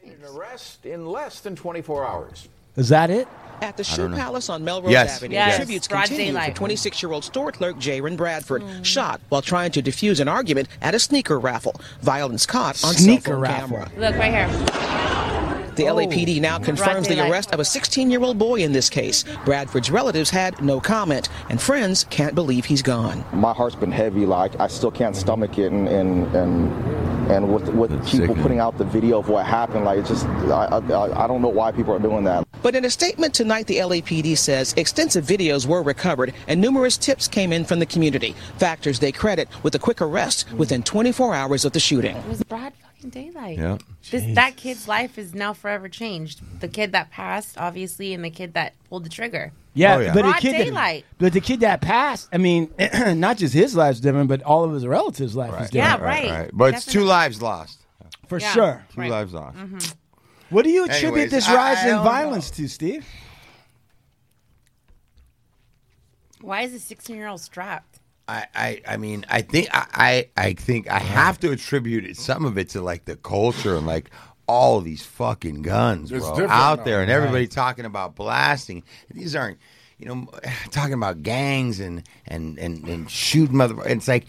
S9: An arrest in less than 24 hours.
S4: Is that it?
S10: At the Shoe Palace on Melrose
S1: Yes,
S10: Avenue,
S1: yes.
S10: tributes
S6: Broad
S10: continue for
S6: daylight.
S10: 26-year-old store clerk Jaron Bradford, shot while trying to defuse an argument at a sneaker raffle. Violence caught on
S4: Sneaker
S10: cell phone
S4: raffle.
S10: camera.
S6: Look right here.
S10: The LAPD now confirms the
S6: daylight.
S10: arrest of a 16-year-old boy in this case. Bradford's relatives had no comment, and friends can't believe he's gone.
S9: My heart's been heavy. Like I still can't stomach it, and and and, and with with
S1: That's
S9: people
S1: sickening.
S9: putting out the video of what happened, like it's just I, I I- I don't know why people are doing that.
S10: But in a statement tonight, the LAPD says extensive videos were recovered and numerous tips came in from the community, factors they credit with a quick arrest within 24 hours of the shooting.
S6: It was broad fucking daylight.
S1: Yeah.
S6: This, that kid's life is now forever changed. The kid that passed, obviously, and the kid that pulled the trigger.
S4: Yeah,
S1: Oh, yeah.
S4: but the
S6: Broad
S4: kid, that,
S6: daylight.
S4: but the kid that passed. I mean, [clears throat] not just his life's different, but all of his relatives' life is
S6: Yeah,
S4: different
S6: right.
S1: But it's two
S6: Definitely.
S1: lives lost.
S4: for
S6: Yeah.
S4: sure.
S1: Two
S6: Right. Mm-hmm.
S1: lives lost.
S4: What do you attribute
S1: Anyways,
S4: this
S1: I-
S4: rise
S1: I
S4: in
S1: don't
S4: violence to, Steve?
S6: Why is a 16 year old strapped?
S1: I, I, I mean, I think I, I, I think
S2: Uh-huh.
S1: I have to attribute it, some of it to like the culture and like all these fucking guns,
S2: It's
S1: bro,
S2: different
S1: out
S2: now,
S1: there, and everybody talking about blasting. These aren't, you know, [sighs] talking about gangs and and and and shoot mother. It's like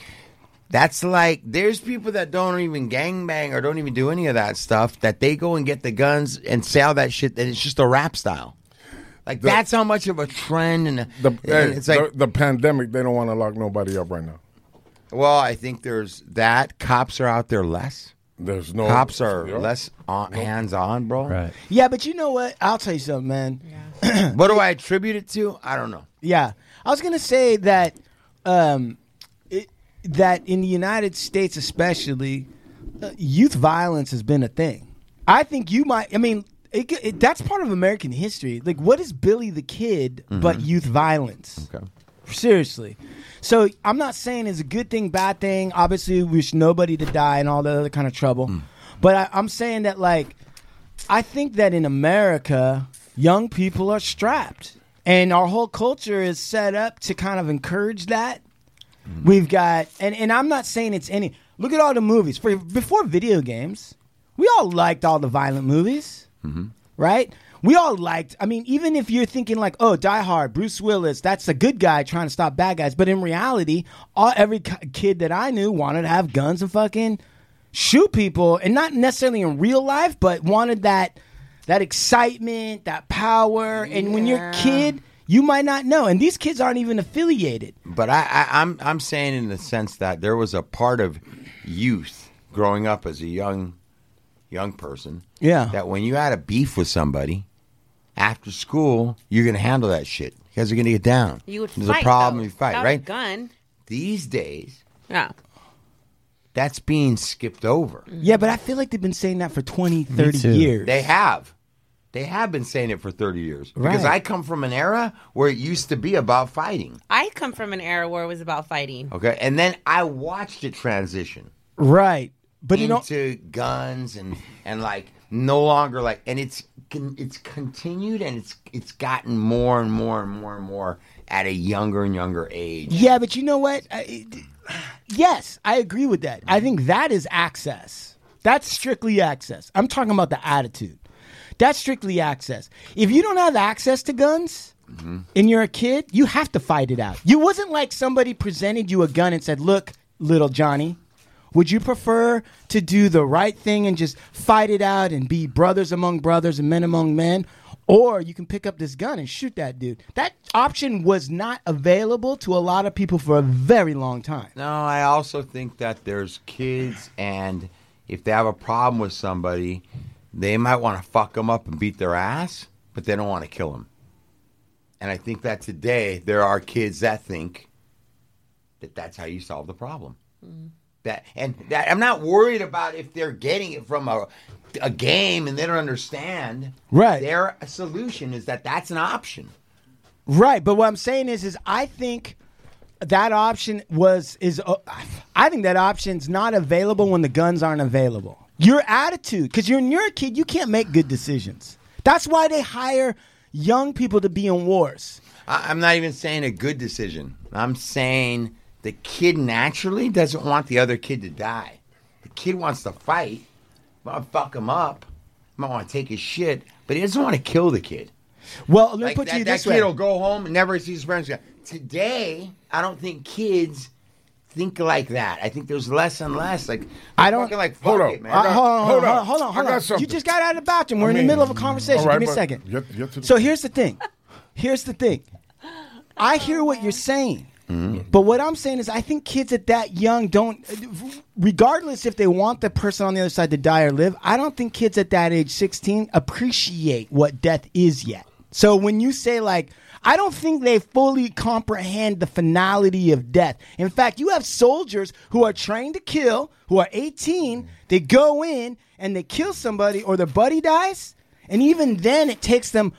S1: that's like there's people that don't even gang bang or don't even do any of that stuff that they go and get the guns and sell that shit, and it's just a rap style. Like that's how much of a trend and, a-
S2: The,
S1: and
S2: hey,
S1: it's like
S2: the, the pandemic, they don't want to lock nobody up right now.
S1: well, I think there's that. Cops are out there less.
S2: There's
S5: Oh,
S2: no
S1: Cops are
S2: Yeah.
S1: less on, hands on, bro.
S7: Right.
S4: Yeah, but you know what? I'll tell you something, man. Yeah.
S1: [laughs] What do I attribute it to? I don't know.
S4: I was gonna say that, um, it, that in the United States, especially, uh, youth violence has been a thing. I think you might. I mean, it, it, that's part of American history. Like, what is Billy the Kid but
S1: Mhm.
S4: youth violence?
S1: Okay.
S4: Seriously. So I'm not saying it's a good thing, bad thing. Obviously, we wish nobody to die and all that other kind of trouble. But I, I'm saying that, like, I think that in America, young people are strapped. And our whole culture is set up to kind of encourage that. We've got, and, and I'm not saying it's any. Look at all the movies. For, before video games, we all liked all the violent movies right? We all liked. I mean, even if you're thinking like, "Oh, Die Hard, Bruce Willis, that's a good guy trying to stop bad guys," but in reality, all every ki- kid that I knew wanted to have guns and fucking shoot people, and not necessarily in real life, but wanted that that excitement, that power. And when you're a kid, you might not know, and these kids aren't even affiliated.
S1: But I, I, I'm I'm saying in the sense that there was a part of youth growing up as a young young person.
S4: Yeah.
S1: That when you had a beef with somebody after school, you're gonna handle that shit. You guys are gonna get down.
S6: You would
S1: There's
S6: fight.
S1: a problem,
S6: though.
S1: you fight,
S6: Without a
S1: right?
S6: gun.
S1: These days,
S6: Yeah.
S1: that's being skipped over.
S4: Yeah, but I feel like they've been saying that for 20, 30 years.
S1: They have. They have been saying it for 30 years. Because
S4: Right.
S1: I come from an era where it used to be about fighting.
S6: I come from an era where it was about fighting.
S1: Okay. And then I watched it transition
S4: right, but you know,
S1: into guns and, and like no longer like, and it's, con- it's continued and it's, it's gotten more and more and more and more at a younger and younger age.
S4: Yeah, but you know what? I, it- yes, I agree with that. I think that is access. That's strictly access. I'm talking about the attitude. That's strictly access. If you don't have access to guns and you're a kid, you have to fight it out. You wasn't like somebody presented you a gun and said, "Look, little Johnny, would you prefer to do the right thing and just fight it out and be brothers among brothers and men among men? Or you can pick up this gun and shoot that dude. That option was not available to a lot of people for a very long time.
S1: No, I also think that there's kids, and if they have a problem with somebody, they might want to fuck them up and beat their ass, but they don't want to kill them. And I think that today there are kids that think that that's how you solve the problem. That and that I'm not worried about if they're getting it from a a game and they don't understand.
S4: Right.
S1: Their solution is that that's an option.
S4: Right, but what I'm saying is, is I think that option was is uh, I think that option's not available when the guns aren't available. Your attitude, because you're when you're a kid, you can't make good decisions. That's why they hire young people to be in wars.
S1: I, I'm not even saying a good decision. I'm saying the kid naturally doesn't want the other kid to die. The kid wants to fight. i fuck him up. I want to take his shit, but he doesn't want to kill the kid.
S4: Well, let me
S1: Like
S4: put
S1: that,
S4: you
S1: that
S4: this
S1: kid
S4: way.
S1: will go home and never see his friends again. Today, I don't think kids think like that. I think there's less and less. Like I don't like fuck
S5: Hold on.
S1: it, man.
S4: Uh, hold on, hold
S5: Hold
S4: on,
S5: on.
S4: hold on,
S5: I
S4: hold
S5: got
S4: on. You
S5: something.
S4: just got out of the bathroom. We're
S5: I
S4: in the
S5: mean,
S4: middle of a conversation.
S5: all right,
S4: Give me a
S5: but
S4: second.
S5: get- get to the
S4: so here's the thing. Here's the thing. I hear what you're saying, but what I'm saying is, I think kids at that young don't, regardless if they want the person on the other side to die or live, I don't think kids at that age, 16, appreciate what death is yet. So when you say like, I don't think they fully comprehend the finality of death. In fact, you have soldiers who are trained to kill, who are 18, they go in and they kill somebody or their buddy dies, and even then it takes them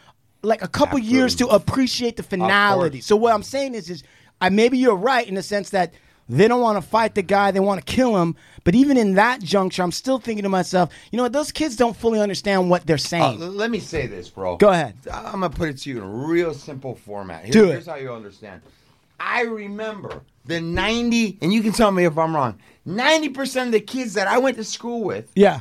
S4: like a couple years to appreciate the finality. So what I'm saying is, is I maybe you're right in the sense that they don't want to fight the guy, they want to kill him. But even in that juncture, I'm still thinking to myself, you know what? Those kids don't fully understand what they're saying.
S1: Uh, l- let me say this, bro.
S4: Go ahead.
S1: I- I'm gonna put it to you in a real simple format. Here-
S4: Do it.
S1: Here's how you understand. I remember the 90, and you can tell me if I'm wrong. 90% of the kids that I went to school with,
S4: yeah.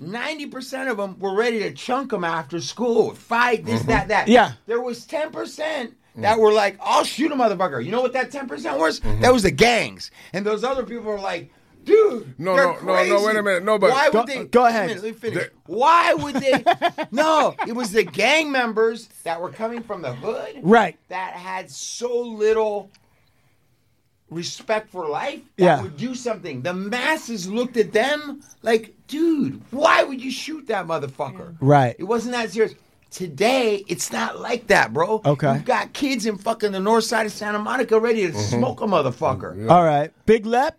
S1: 90% of them were ready to chunk them after school, fight
S5: Mm-hmm.
S1: this, that, that.
S4: Yeah.
S1: There was 10%
S5: Mm.
S1: that were like, I'll shoot a motherfucker. You know what that 10% was?
S5: Mm-hmm.
S1: That was the gangs. And those other people were like, dude,
S5: No,
S1: they're
S5: no, no, no,
S1: crazy.
S5: wait a minute, no, but-
S1: Why would
S5: Go-
S1: they?
S4: go
S1: wait a
S4: ahead.
S1: minute, let me finish. Why
S5: [laughs]
S1: would they? no, it was the gang members that were coming from the hood
S4: Right.
S1: that had so little respect for life that
S4: Yeah.
S1: would do something. The masses looked at them like, dude, why would you shoot that motherfucker?
S4: Right.
S1: It wasn't that serious. Today, it's not like that, bro.
S4: Okay.
S1: You've got Mm-hmm. kids in fucking the north side of Santa Monica ready to smoke a motherfucker.
S4: All right. Big Lep,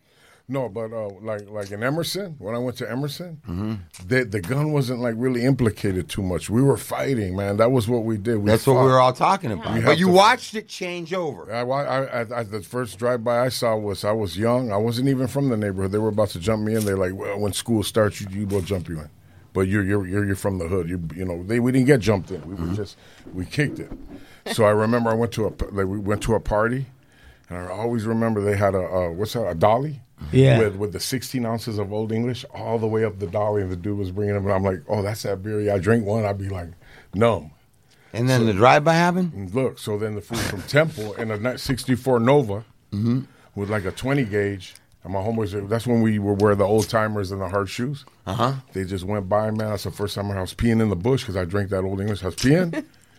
S5: No, but uh, like like in Emerson, when I went to Emerson,
S1: Mm-hmm.
S5: the the gun wasn't like really implicated too much. We were fighting, man. That was what we did. We
S1: That's what we
S5: fought.
S1: were all talking about.
S5: have
S1: But you
S5: to-
S1: watched it change over.
S5: I, wa- I, I, I, the first drive by I saw was I was young. I wasn't even from the neighborhood. They were about to jump me in. They're like, well, when school starts, you, you will jump you in. But you're you're you're, you're from the hood. You you know they we didn't get jumped in. We were just we kicked it. So I remember I went to a p- like we went to a party, and I always remember they had a uh, what's that a dolly.
S4: Yeah.
S5: with with the 16 ounces of Old English all the way up the dolly, and the dude was bringing them, and I'm like, oh, that's that beer. I drink one, I'd be like, numb.
S1: And then the drive-by happened.
S5: Look, so then the food from Temple and a 64 Nova with like a 20 gauge. And my homeboys, that's when we were wearing the old timers and the hard shoes. Uh huh. They just went by, man. That's the first time I was peeing in the bush because I drank that old English. I was peeing,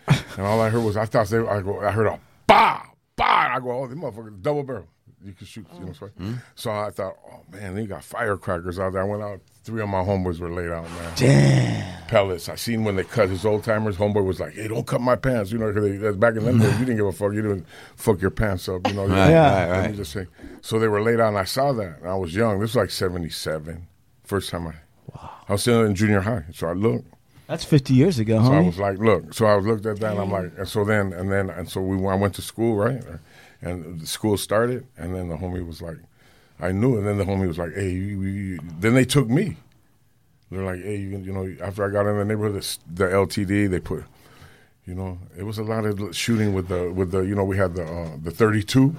S5: and all I heard was I thought they. I go, I heard a bah bah. And I go, oh, these motherfuckers double barrel. You can shoot. You know what I'm saying? So I thought, oh man, they got firecrackers out there. I went out. Three of my homeboys were laid out, man. Damn. Pellets. I seen when they cut his old timers. Homeboy was like, "Hey, don't cut my pants." You know, cause they, that's back in them days, you didn't give a fuck. You didn't fuck your pants up. You know.
S1: Right,
S5: You-
S1: right,
S5: let me
S1: right.
S5: just say. So they were laid out, and I saw that. And I was young. This was like '77. First time I. I was still in junior high, so I looked.
S4: That's 50 years ago,
S5: So I
S4: homie.
S5: was like, look. So I looked at that, and I'm like, and so then, and then, and so we. I went to school, right? And the school started, and then the homie was like, I knew, and then the homie was like, hey, you, you, you. then they took me. They're like, hey, you, you know, after I got in the neighborhood, the, the LTD they put, you know, it was a lot of shooting with the with the, you know, we had the uh, the 32,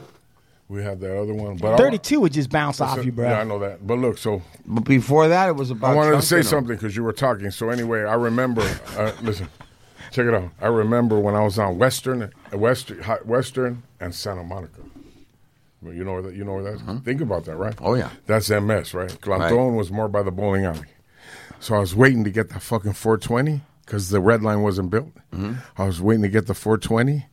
S5: we had that other one, but I-
S4: 32 would just bounce off
S5: Listen,
S4: you, bro.
S5: Yeah, I know that. But look, so
S1: But before that, it was about.
S5: I wanted to
S1: chunking
S5: say
S1: them.
S5: something because you were talking. So anyway, I remember. uh, listen, check it out. I remember when I was on Western, Western, Western, and Santa Monica. Well, You know where that. You know where that's. Think about that, right?
S1: Uh-huh. Oh, yeah.
S5: That's MS, right? Clanton was more by the bowling alley. So I was waiting to get that fucking 420 because the red line wasn't built.
S1: Mm-hmm.
S5: I was waiting to get the 420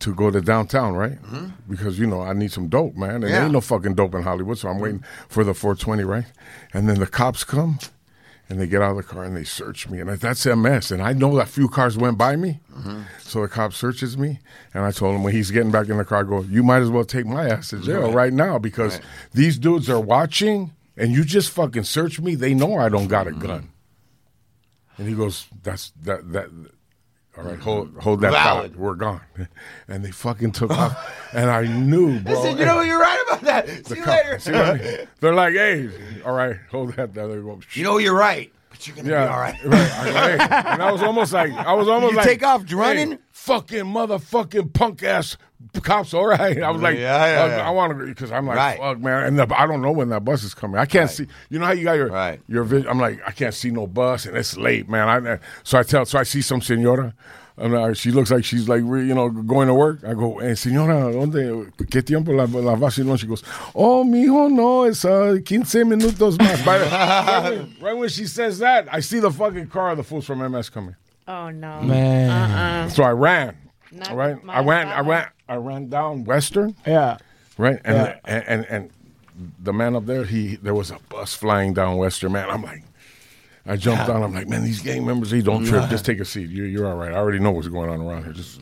S5: to go to downtown, right?
S1: Mm-hmm.
S5: Because you know I need some dope, man. And there
S1: Yeah.
S5: ain't no fucking dope in Hollywood, so I'm waiting for the 420, right? And then the cops come, and they get out of the car and they search me, and that's MS. And I know that few cars went by me,
S1: Mm-hmm.
S5: so the cop searches me, and I told him when he's getting back in the car, I go, "You might as well take my ass to jail
S1: Right.
S5: right, now because these dudes are watching, and you just fucking search me. They know I don't
S1: Mm-hmm.
S5: got a gun." And he goes, "That's that that." All right, hold hold that
S1: Mm-hmm. Valid.
S5: thought. We're gone, [laughs] and they fucking took
S1: [laughs]
S5: off. And I knew, bro.
S1: Listen, you know what? You're right about that. See you
S5: cop-
S1: later.
S5: see what I mean? They're like, "Hey, all right, hold that." thought." They go,
S1: You know you're right, but you're gonna be
S5: [laughs]
S1: all right.
S5: I go, "Hey." and I was almost like, I was almost
S1: You
S5: like,
S1: take off running?
S5: "Hey, fucking motherfucking punk ass cops. All right, I was like,
S1: Yeah, yeah,
S5: I,
S1: yeah.
S5: want to because I'm like,
S1: Right.
S5: fuck, man. And the, I don't know when that bus is coming. I can't see. You know how you got your
S1: Right.
S5: your vision. I'm like, I can't see no bus, and it's late, man. I so I tell, so I see some senora. And uh, she looks like she's like re- you know going to work. I go, hey, señora, ¿dónde? ¿Qué tiempo la, la va a hacer?" She goes, oh, mijo, no, it's uh, 15 minutos más. By the- right, when, right when she says that, I see the fucking car of the fools from MS coming.
S6: Oh no. Uh-uh.
S5: Man. So I ran.
S6: Not
S5: right?
S6: my
S5: I ran. I
S6: God.
S5: ran. I ran down Western.
S4: yeah.
S5: Right. And,
S4: Yeah.
S5: and and and the man up there, he there was a bus flying down Western. Man, I'm like. I jumped on. I'm like, man, these gang members, they don't trip. Just take a seat. You're, you're all right. I already know what's going on around here. Just,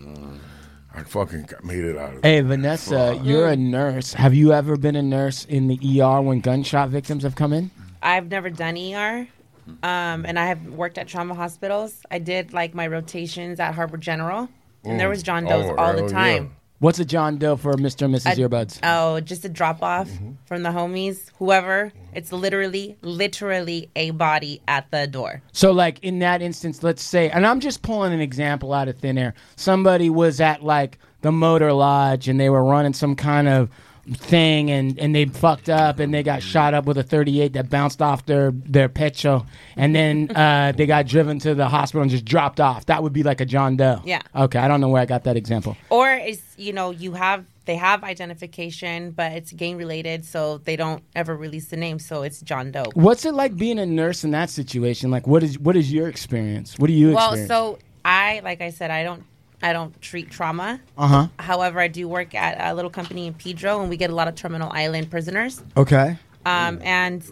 S5: I fucking got, made it out of
S4: Hey, Vanessa, you're a nurse. Have you ever been a nurse in the ER when gunshot victims have come in?
S6: I've never done ER.
S5: Mm-hmm.
S6: Um, and I have worked at trauma hospitals. I did like my rotations at Harbor General, and there
S5: Mm.
S6: was John Doe's
S5: Oh,
S6: all
S5: hell
S6: the time.
S4: What's a John Doe for Mr. and Mrs.
S6: I-
S4: Earbuds?
S6: Oh, just a drop off
S5: Mm-hmm.
S6: from the homies, whoever. It's literally, literally a body at the door.
S4: So, like in that instance, let's say, and I'm just pulling an example out of thin air. Somebody was at like the Motor Lodge and they were running some kind of thing and, and they fucked up and they got shot up with a 38 that bounced off their, their pecho and then uh, they got driven to the hospital and just dropped off. That would be like a John Doe.
S6: Yeah.
S4: Okay, I don't know where I got that example.
S6: Or is you know you have they have identification, but it's gang related, so they don't ever release the name. So it's John Doe.
S4: What's it like being a nurse in that situation? Like, what is what is your experience? What do you
S6: Well,
S4: experience?
S6: so I like I said I don't I don't treat trauma.
S4: uh huh.
S6: However, I do work at a little company in Pedro, and we get a lot of Terminal Island prisoners.
S4: Okay.
S6: Um, and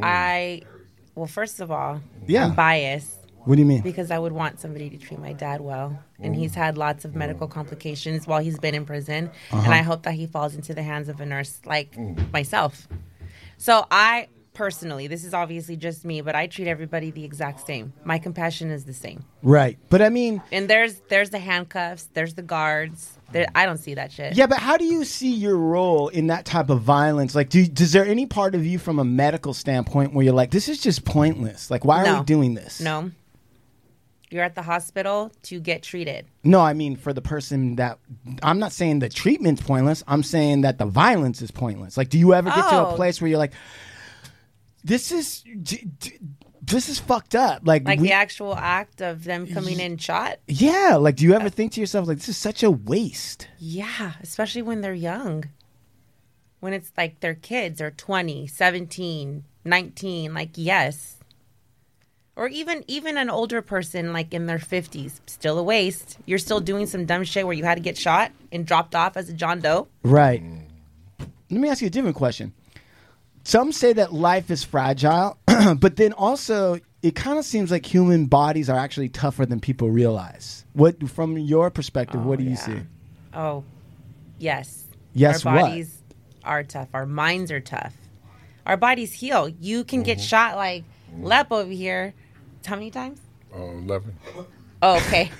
S6: I, well, first of all,
S4: Yeah.
S6: I'm biased
S4: What do you mean?
S6: because I would want somebody to treat my dad well, and he's had lots of medical complications
S4: Uh-huh.
S6: while he's been in prison, and I hope that he falls into the hands of a nurse like myself. So I personally, this is obviously just me, but I treat everybody the exact same. My compassion is the same.
S4: Right. But I mean,
S6: And there's there's the handcuffs, there's the guards. There, I don't see that shit.
S4: yeah, but how do you see your role in that type of violence? Like, do, does there any part of you from a medical standpoint where you're like, this is just pointless? Like, why are
S6: No.
S4: we doing this?
S6: No. You're at the hospital to get treated.
S4: No, I mean for the person that I'm not saying the treatment's pointless. I'm saying that the violence is pointless. Like, do you ever get to
S6: Oh.
S4: a place where you're like, this is d- d- this is fucked up? Like,
S6: Like
S4: we-
S6: the actual act of them coming in shot.
S4: yeah. Like, do you ever think to yourself like, this is such a waste?
S6: Yeah, especially when they're young. When it's like their kids are 20, 17, 19, like yes. Or even even an older person like in their 50s, still a waste. You're still doing some dumb shit where you had to get shot and dropped off as a John Doe.
S4: Right.
S5: Mm.
S4: Let me ask you a different question. Some say that life is fragile, [clears throat] but then also it kind of seems like human bodies are actually tougher than people realize. What, from your perspective, what do you see?
S6: Oh, yes.
S4: Yes,
S6: Our
S4: what?
S6: bodies are tough. Our minds are tough. Our bodies heal. You can
S4: Mm-hmm.
S6: get shot like Lep over here. How
S4: [laughs]
S6: many times?
S5: Oh, 11.
S6: Oh, okay.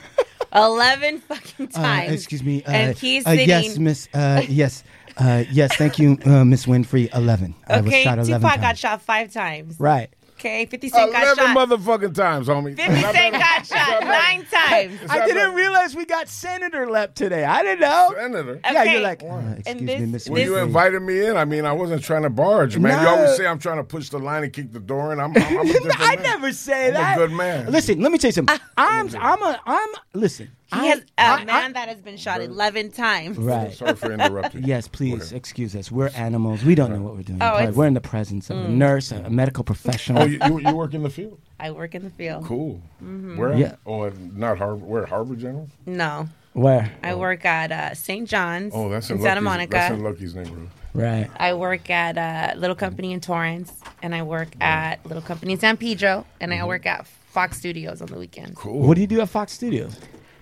S6: 11 fucking times.
S4: Uh, excuse me. Uh,
S6: and he's
S4: uh,
S6: sitting.
S4: Yes, Miss.
S6: [laughs]
S4: Uh, yes, uh, yes. Thank you, uh, Miss Winfrey. Eleven. I was
S6: Okay,
S4: shot
S6: Tupac
S4: eleven
S6: got
S4: times.
S6: shot five times.
S4: Right.
S6: Okay, 50 Cent got
S5: 11
S6: shot.
S5: motherfucking times, homie.
S6: 50 Cent got shot nine times.
S4: I didn't realize we got Senator Lep today. I didn't know.
S5: Senator.
S4: Yeah,
S6: Okay.
S4: you're like. uh, excuse
S6: this-
S4: me, Miss
S5: When you
S4: Winfrey.
S5: invited me in, I mean, I wasn't trying to barge, man. You
S4: No.
S5: always say I'm trying to push the line and kick the door in. Oh I'm,
S6: [laughs]
S5: I'm, I'm a different
S4: I
S5: man.
S4: never say
S5: I'm a
S4: that.
S5: good man.
S4: Listen, let me tell you something. I'm, I'm a, I'm. Listen,
S6: Ah. He
S4: I-
S6: has a
S4: I- I-
S6: man that has been shot 11 times.
S4: Right.
S5: Sorry for interrupting.
S4: Yes, please excuse us. We're animals. We don't know what we're doing.
S6: Oh,
S4: Right.
S6: it's- Mm.
S4: We're in the presence of a nurse, a, a medical professional.
S5: Oh, you, you, you work in the field?
S6: I work in the field.
S5: Cool.
S6: Mm-hmm.
S5: Where? at?
S4: Yeah.
S5: Oh, at- not Harvard. Where? at Harvard General?
S6: No.
S4: Where?
S6: I work at uh, St. John's
S5: Oh, that's
S6: in
S5: in
S6: Santa
S5: Lucky's-
S6: Monica.
S5: That's in Lucky's neighborhood.
S4: Right.
S6: I work at a little
S4: Mm-hmm.
S6: company in Torrance, and I work at little company in San Pedro, and
S4: Mm-hmm.
S6: I work at Fox Studios on the weekend.
S5: Cool.
S4: What do you do at Fox Studios?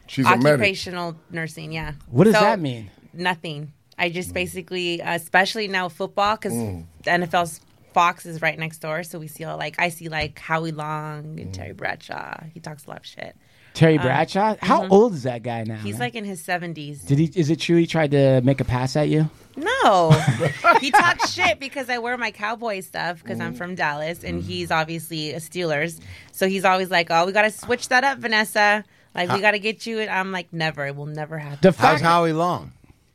S5: She's a medic.
S6: Occupational nursing, yeah.
S4: What does that mean? Mm.
S6: Nothing. I just basically, uh, especially now football, because the NFL's Fox is right next door, so we see all like I see like Howie Long
S4: Mm.
S6: and Terry Bradshaw. He talks a lot of shit.
S4: Terry
S6: Um,
S4: Bradshaw. How
S6: mhm.
S4: old is that guy now?
S6: He's
S4: man?
S6: like in his seventies.
S4: Did he? Is it true he tried to make a pass at you?
S6: No, he talks shit because I wear my cowboy stuff because I'm from Dallas
S5: Mm-hmm.
S6: and he's obviously a Steelers. So he's always like, "Oh, we got to switch that up, Vanessa. Like,
S1: How-
S6: we got to get you." And I'm like, "Never, it will never happen."
S4: The
S1: How's
S4: fact.
S1: Howie Long?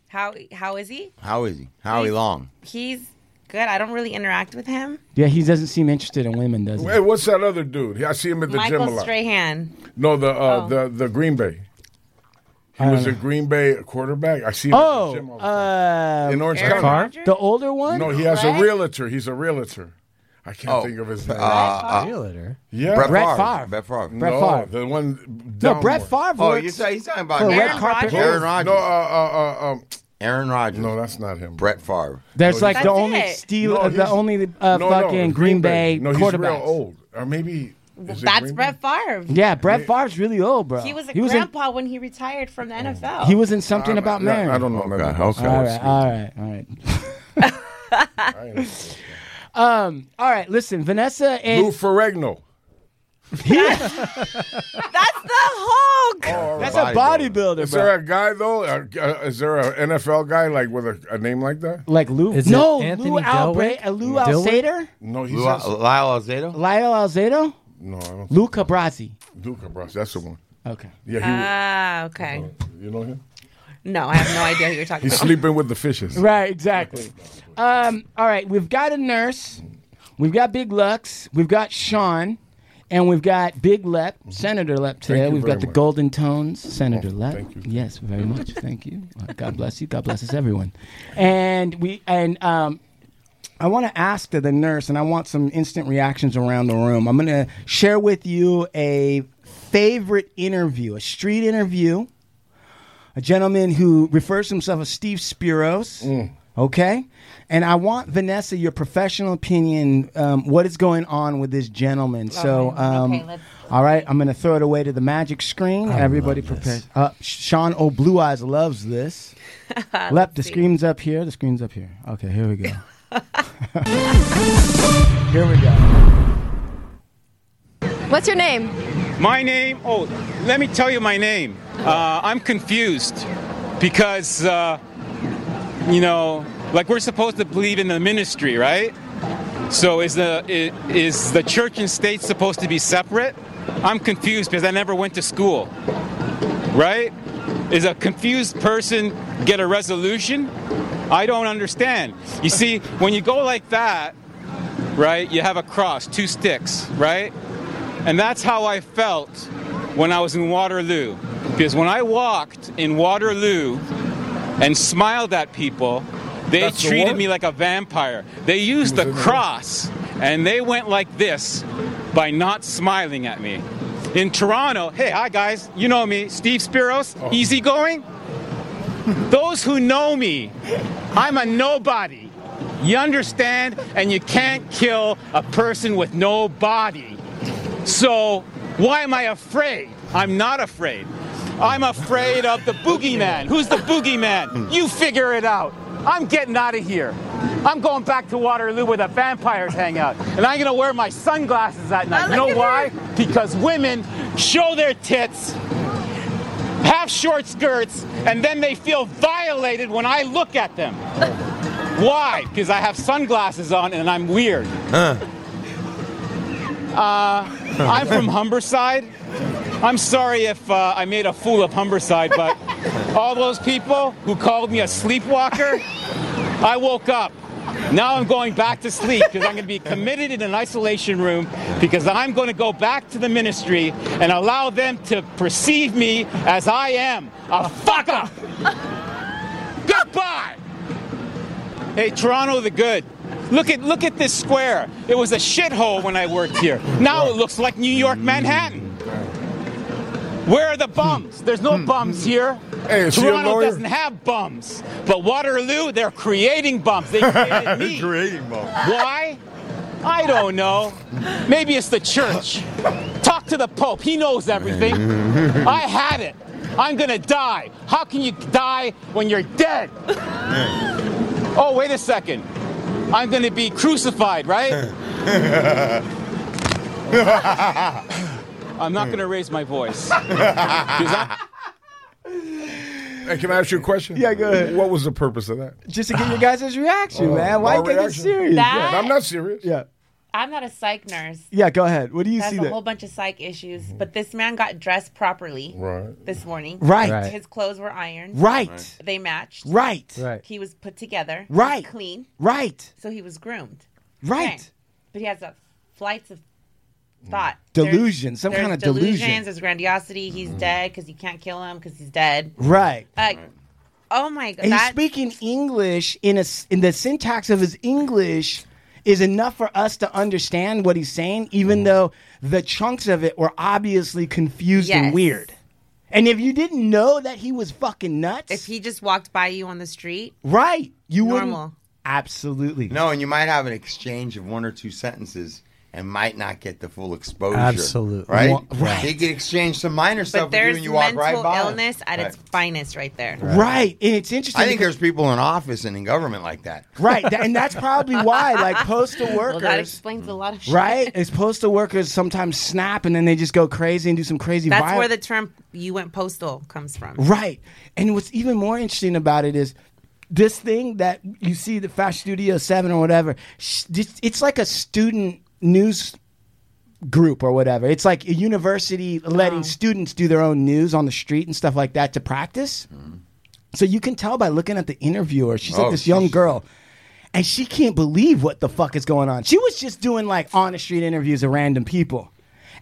S6: how how is he?
S1: How is he? Howie Long.
S6: He's good. I don't really interact with him.
S4: yeah, he doesn't seem interested in women, does he?
S5: Hey, what's that other dude? I see him at the gym a
S6: Michael
S5: lot.
S6: Strahan.
S5: No, the uh,
S6: Oh.
S5: the the Green Bay. He
S4: I
S5: was
S4: don't
S5: a Green Bay quarterback. I see him at
S4: Uh. Oh,
S5: the gym all the time.
S4: uh,
S5: in Orange
S6: Aaron
S5: County.
S6: Rodgers?
S4: the older one.
S5: No, he has a
S6: Brett?
S5: realtor. He's a realtor. I can't
S1: Oh,
S5: think of his name.
S7: Realtor.
S5: yeah,
S1: Brett,
S4: Brett
S1: Favre.
S4: Favre.
S1: Brett Favre.
S4: Brett
S5: no,
S4: Favre.
S5: the one.
S4: No,
S5: downward.
S4: Brett Favre.
S1: Oh,
S4: works-
S1: you're, ta- he's talking about
S4: For
S1: Aaron,
S4: red
S6: Aaron
S4: carpet.
S6: Rodgers.
S1: Aaron
S5: No, uh,
S1: Rodgers.
S5: uh, uh, um,
S1: Aaron Rodgers.
S5: no, that's not him.
S1: Brett Favre.
S4: There's like the
S6: That's
S4: only
S6: it.
S4: steel,
S5: Oh, No,
S4: uh, the
S5: he's-
S4: only
S5: no,
S4: uh,
S5: no,
S4: fucking Green Bay
S5: No, he's
S4: quarterback.
S5: real old, or maybe is it
S6: That's
S5: Green
S6: Brett
S5: Bay?
S6: Favre.
S4: Yeah, Brett Favre's really old, bro.
S6: He was a
S4: in,
S6: grandpa when he retired from the
S5: Oh.
S6: NFL.
S4: he was in something about
S5: No,
S4: marriage.
S5: I don't know.
S1: Okay,
S5: maybe.
S1: okay.
S4: All right, all right, all right.
S6: [laughs]
S5: I ain't know.
S4: Um, all right. Listen, Vanessa
S5: Lou
S4: and
S5: Ferrigno.
S6: That's the Hulk.
S4: that's a bodybuilder,
S5: Is
S4: bro.
S5: there a guy though? Uh, uh, is there an NFL guy like with a, a name like that?
S4: like Lou,
S7: Is it
S4: no,
S7: Anthony
S4: Lou Albrecht,
S7: Delwick?
S4: uh, Lou
S7: Dilwick?
S4: Alceder,
S5: No, he's
S1: Lou-
S5: not.
S1: Lyle Alzado?
S4: Lyle Alzado,
S5: no, I don't.
S4: Lou Cabrazzi.
S5: Duca Bros. That's the one.
S4: Okay.
S5: Yeah, he.
S6: Ah, okay.
S5: you know him?
S6: No, I have no idea who you're talking
S5: He's
S6: about.
S5: sleeping with the fishes.
S4: Right, exactly. Um, all right, we've got a nurse, we've got Big Lux, we've got Sean, and we've got Big Lep, Senator Lep today.
S5: you
S4: We've
S5: very
S4: got the
S5: much. Oh,
S4: Golden Tones, Senator Lep.
S5: thank you.
S4: Yes, very much. Thank you. Uh, God bless you. God blesses everyone. And we and um, I want to ask the, the nurse, and I want some instant reactions around the room. I'm going to share with you a favorite interview, a street interview a gentleman who refers to himself as Steve Spiros. Okay, and I want Vanessa your professional opinion. Um, what is going on with this gentleman? so,
S6: Okay,
S4: um,
S6: let's-
S4: all right, I'm going to throw it away to the magic screen. Everybody
S7: love
S4: prepared.
S7: this.
S4: Uh, Sean O Blue Eyes
S6: [laughs]
S4: loves this. Lep, the
S6: see. [laughs]
S4: screen's up here. The screen's up here. Okay, here we go. Here we go.
S11: What's your name?
S12: My name, oh, let me tell you my name. Uh, I'm confused because, uh, you know, like we're supposed to believe in the ministry, right? So is the i- is the church and state supposed to be separate? I'm confused because I never went to school, right? Is a confused person get a resolution? I don't understand. You see, when you go like that, right? You have a cross, two sticks, right? And that's how I felt when I was in Waterloo. Because when I walked in Waterloo and smiled at people, they
S5: That's the
S12: treated
S5: one?
S12: me like a vampire. They used the cross and they went like this by not smiling at me. In Toronto, hey, hi guys, you know me, Steve Spiros,
S5: Oh. [laughs]
S12: easygoing. Those who know me, I'm a nobody. You understand? And you can't kill a person with no body. So, why am I afraid? I'm not afraid. I'm afraid of the boogeyman. Who's the boogeyman? You figure it out. I'm getting out of here. I'm going back to Waterloo where the vampires hang out. And I'm going to wear my sunglasses at night. You know why? Because women show their tits half short skirts, and then they feel violated when I look at them. Why? Because I have sunglasses on and I'm weird. Uh, I'm from Humberside. I'm sorry if uh, I made a fool of Humberside, but all those people who called me a sleepwalker, I woke up. Now I'm going back to sleep because I'm going to be committed in an isolation room because I'm going to go back to the ministry and allow them to perceive me as I am a fuck up. [laughs] Goodbye. Hey, Toronto the good. Look at look at this square. It was a shithole when I worked here. Now it looks like New York, Manhattan. Where are the bums? There's no bums here.
S5: Hmm. Hey, is she a
S12: Toronto
S5: lawyer?
S12: doesn't have bums, but Waterloo, they're creating bums. They created me.
S1: creating bums.
S12: Why? I don't know. Maybe it's the church. Talk to the Pope. He knows everything. I had it. I'm gonna die. How can you die when you're dead? Oh, wait a second. I'm going to be crucified, right? I'm not going to raise my voice. 'Cause I-
S5: Hey, can I ask you a question? Yeah, go ahead. What was the purpose of that?
S4: Just to get your guys' reaction,
S5: Oh,
S4: man. Why
S5: our
S4: you taking
S5: reaction.
S4: serious?
S6: That- Yeah, I'm
S5: not serious.
S4: Yeah.
S6: I'm not a psych nurse.
S4: Yeah, go ahead. What do you
S6: That's
S4: see
S6: a
S4: there?
S6: whole bunch of psych issues. But this man got dressed properly
S4: Right.
S6: this morning.
S4: Right. Right.
S6: His clothes were ironed.
S4: Right. Right.
S6: They matched.
S4: Right. Right.
S6: He was put together. He was
S4: Right.
S6: Clean.
S4: Right.
S6: So he was groomed.
S4: Right. Mm.
S6: Okay. But he has a flights of thought.
S4: Delusion, some
S6: there's
S4: kind of
S6: delusions,
S4: delusion. Mm-hmm.
S6: There's grandiosity. He's dead because you can't kill him because he's dead.
S4: Right.
S6: Like, oh my god.
S4: Mm. And he's
S6: that-
S4: speaking English in a s- in the syntax of his English is enough for us to understand what he's saying, even though the chunks of it were obviously confused and
S6: Yes.
S4: weird. And if you didn't know that he was fucking nuts,
S6: if he just walked by you on the street,
S4: right? You
S6: Normal.
S4: wouldn't. Absolutely.
S1: No, and you might have an exchange of one or two sentences and might not get the full exposure.
S7: Absolutely.
S1: Right?
S7: Wa- right.
S1: They could exchange some minor
S6: but
S1: stuff with you
S6: there's
S1: and you walk
S6: mental
S1: right by. 'em.
S6: illness at its finest right there.
S1: Right.
S4: Right. And it's interesting.
S1: I think
S4: because-
S1: there's people in office and in government like that.
S4: Right, tha- and that's probably why, like postal
S6: [laughs] Well,
S4: workers,
S6: that explains a lot of shit.
S4: right? Is postal workers sometimes snap and then they just go crazy and do some crazy.
S6: That's
S4: viol-
S6: where the term "you went postal" comes from.
S4: Right. And what's even more interesting about it is this thing that you see the Fast Studio 7 or whatever, sh- this- it's like a student news group or whatever. It's like a university
S6: Oh.
S4: letting students do their own news on the street and stuff like that to practice.
S6: Hmm.
S4: So you can tell by looking at the interviewer. She's
S1: Oh,
S4: like this young girl. And she can't believe what the fuck is going on. She was just doing like on the street interviews of random people.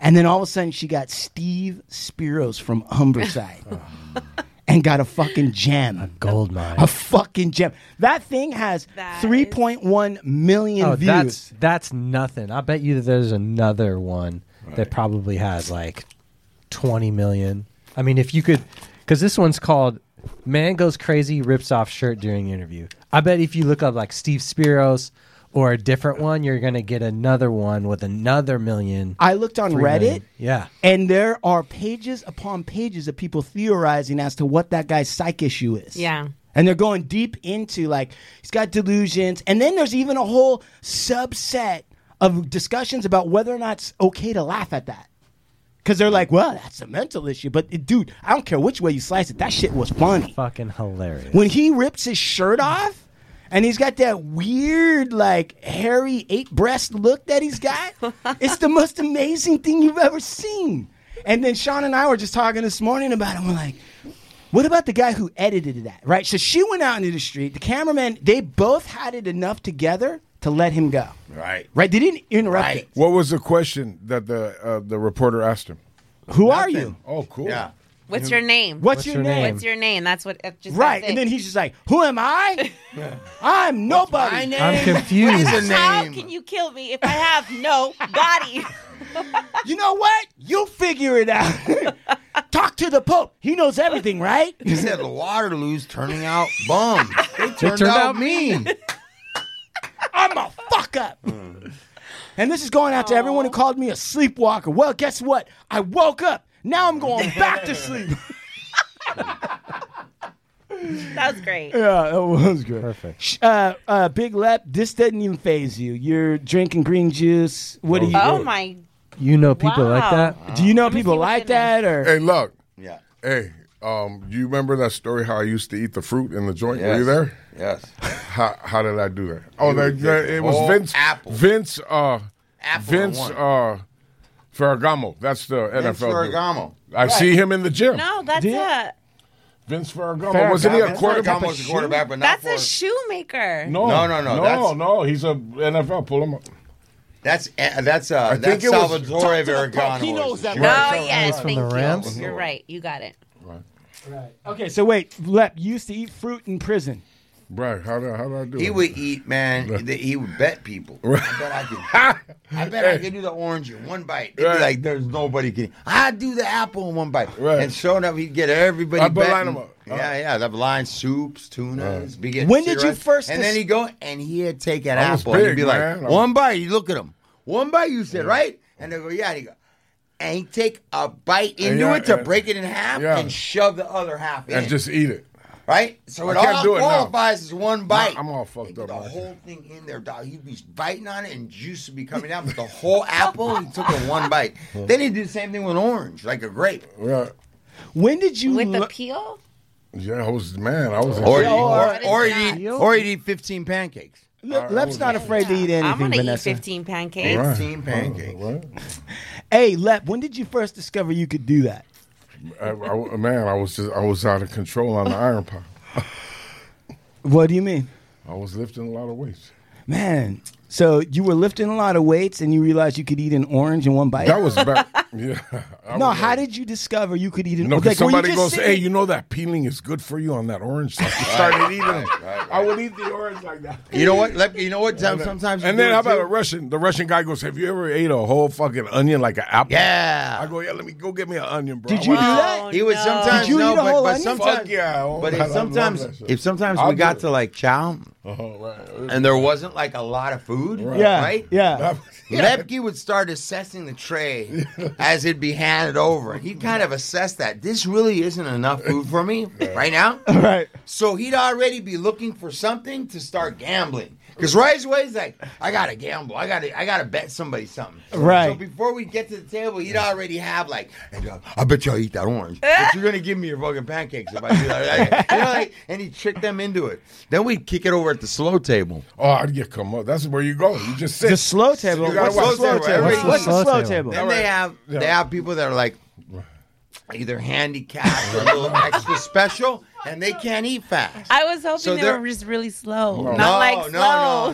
S4: And then all of a sudden she got Steve Spiros from Humberside [laughs] and got a fucking gem. A
S7: gold mine.
S4: A fucking gem. That thing has 3.1 million
S7: oh,
S4: views.
S7: that's that's nothing. I bet you that there's another one that probably has like 20 million. I mean, if you could, because this one's called "Man Goes Crazy Rips Off Shirt During Interview." I bet if you look up like Steve Spiros or a different one, you're gonna get another one with another million.
S4: I looked on
S7: three
S4: Reddit.
S7: million. Yeah.
S4: And there are pages upon pages of people theorizing as to what that guy's psych issue is.
S6: Yeah.
S4: And they're going deep into like he's got delusions, and then there's even a whole subset of discussions about whether or not it's okay to laugh at that. Because they're like, well, that's a mental issue. But it- dude, I don't care which way you slice it, that shit was funny.
S7: Fucking hilarious.
S4: When he rips his shirt off and he's got that weird, like, hairy eight breast look that he's got, it's the most amazing thing you've ever seen. And then Sean and I were just talking this morning about him. We're like, what about the guy who edited that, right? So she went out into the street. The cameraman, they both had it enough together to let him go.
S5: Right.
S4: Right? They didn't interrupt it.
S5: What was the question that the uh, the reporter asked him?
S4: Who are you?
S5: Oh, cool. Yeah.
S6: What's your name?
S4: What's What's your your name? name?
S6: What's your name? That's what. that's Just
S4: right.
S6: that's
S4: And
S6: it.
S4: then he's just like, who am I? I'm nobody.
S7: I'm confused.
S6: How can you kill me if I have
S4: [laughs]
S6: no body? [laughs]
S4: you know what? You figure it out. Talk to the Pope. He knows everything,
S6: [laughs]
S4: right?
S1: He said the Waterloo's turning out bums. They turned,
S4: turned
S1: out,
S4: out
S1: mean.
S4: I'm a fuck up. And this is going out to everyone who called me a sleepwalker. Well, guess what? I woke up. Now I'm going back to sleep.
S6: that was great.
S4: [laughs] yeah, that was good.
S7: Perfect.
S4: Sh- Uh, uh, Big Lep, this doesn't even phase you. You're drinking green juice. What do you?
S6: Oh
S4: do?
S6: my!
S7: You know
S6: people like Wow. that?
S4: Do you know people like that or?
S5: Hey, look.
S1: Yeah.
S5: Hey, um, you remember that story how I used to eat the fruit in the joint? Were
S1: Yes.
S5: you there?
S1: Yes.
S5: How, how did I do that? Oh,
S1: You
S5: that,
S1: did
S5: that-
S1: the
S5: it was
S1: whole
S5: Vince.
S1: apple.
S5: Vince. Uh,
S1: Apple
S5: Vince.
S1: on one.
S5: Uh, Ferragamo. That's the NFL.
S1: Vince
S5: dude.
S1: Ferragamo.
S5: I see him in the gym.
S6: No, that's a
S5: Vince Ferragamo. Wasn't he a
S1: Vince
S5: quarterback?
S1: Ferragamo's a quarterback, but not
S6: that's a shoemaker.
S5: No,
S1: No, no, no,
S5: no,
S1: that's-
S5: no. He's a NFL. Pull him up.
S1: That's eh, that's uh,
S5: I
S1: that's
S5: think it was-
S1: Salvatore Vergano.
S5: He knows that
S6: No, Oh, yes, thank you. You're right. You got it.
S4: Okay, so wait, Lep, you used to eat fruit in prison.
S5: Right. How do, how do I do
S1: He
S5: it? [laughs]
S1: would eat, man. th- He would bet people. I bet I
S5: Ah!
S1: could. I bet I could do the orange in one bite. They'd be
S5: Right.
S1: like, "There's nobody can." I do the apple in one bite.
S5: Right. Uh-huh.
S1: And sure enough, he'd get everybody.
S5: I'd
S1: betting.
S5: line 'em up.
S1: Yeah, yeah. That line soups, tunas. big
S4: When did you
S1: cigarettes.
S4: first
S1: And
S4: dis-
S1: then he'd go and he'd take an
S5: I was
S1: apple and he'd
S5: big,
S1: be
S5: man. I
S1: like,
S5: was-
S1: "One bite." You look at him. One bite. You said right, and they go, "Yeah." And he go. And he'd take a bite into
S5: yeah,
S1: it to
S5: and-
S1: break it in half
S5: yeah.
S1: and shove the other half in.
S5: And just eat it.
S1: right? So
S5: I
S1: it
S5: can't
S1: all
S5: do it now.
S1: qualifies as one bite.
S5: I'm all fucked
S1: Get
S5: up.
S1: the
S5: man.
S1: whole thing in there, dog. You'd be biting on it, and juice would be coming out. But the whole apple, he took in one bite. Then he did the same thing with orange, like a grape.
S5: Yeah.
S4: When did you
S6: With the
S4: le-
S6: peel?
S5: Yeah, I was man. I was.
S1: Or
S5: Yeah,
S1: he'd,
S4: or-
S1: or, or
S6: what is
S1: he'd eat,
S4: that?
S1: or he'd eat fifteen pancakes.
S4: Le- Lep's not afraid to eat
S6: Oh, I'm
S4: anything,
S6: gonna
S4: Vanessa.
S6: eat 15 pancakes.
S1: Fifteen pancakes.
S4: Hey, Lep, when did you first discover you could do that?
S5: I, I- man, I was just I was out of control on the iron pile.
S4: What do you mean?
S5: I was lifting a lot of weights.
S4: Man, so you were lifting a lot of weights and you realized you could eat an orange in one bite?
S5: That was back. [laughs] yeah. I
S4: no,
S5: was
S4: how
S5: like-
S4: did you discover you could eat an
S5: No,
S4: orange?
S5: because somebody goes, "Hey,
S4: you
S5: you know that peeling is good for you on that orange." So I started eating. them. I would eat the orange like that.
S1: You know what? Let- You know what? Some- Sometimes. you
S5: And
S1: do
S5: then
S1: it
S5: how about
S1: too.
S5: a Russian? The Russian guy goes, "Have you ever ate a whole fucking onion like an apple?" I
S1: Yeah.
S5: go, "Yeah, let me go get me an onion, bro."
S4: Did you do that?
S1: He would
S6: no.
S1: sometimes
S4: Did you
S1: no,
S4: eat a
S1: but,
S4: whole
S1: but
S4: onion?
S1: sometimes.
S5: Fuck yeah! Oh
S1: But
S5: my God,
S1: if
S5: I
S1: sometimes,
S5: love that shit.
S1: if sometimes
S5: I'll
S1: we got
S5: do
S1: to like chow,
S5: Oh, right.
S1: and there wasn't like a lot of food,
S4: Yeah,
S1: right?
S4: yeah.
S1: Lepke would start assessing the
S4: [laughs]
S1: tray as it'd be handed over. and He'd kind of assess that. This really isn't enough food for
S4: [laughs]
S1: me right now.
S4: Right.
S1: So he'd already be looking for something to start gambling. Because right away he's like, I gotta gamble. I gotta I gotta bet somebody something.
S4: Right.
S1: So before we get to the table, he'd already have like, and, uh, I bet you'll eat that orange.
S4: [laughs]
S1: But you're gonna give me your fucking pancakes if I do that. [laughs] Like, you know, like, and he tricked them into it. Then we'd kick it over at the slow table.
S5: [laughs] Oh, I'd get come up. That's where you go. You just sit.
S4: The slow table.
S5: You gotta
S4: What's the
S5: watch
S4: slow
S5: that, right?
S4: table?
S1: Everybody-
S4: What's the slow table?
S1: Then
S5: Alright.
S1: they have
S5: Yeah.
S1: they have people that are like either handicapped or a
S5: [laughs]
S1: little extra special, and they can't eat fast.
S6: I was hoping
S1: So
S6: they
S1: they're-
S6: were just really slow.
S5: No.
S6: Not
S1: no,
S6: like slow.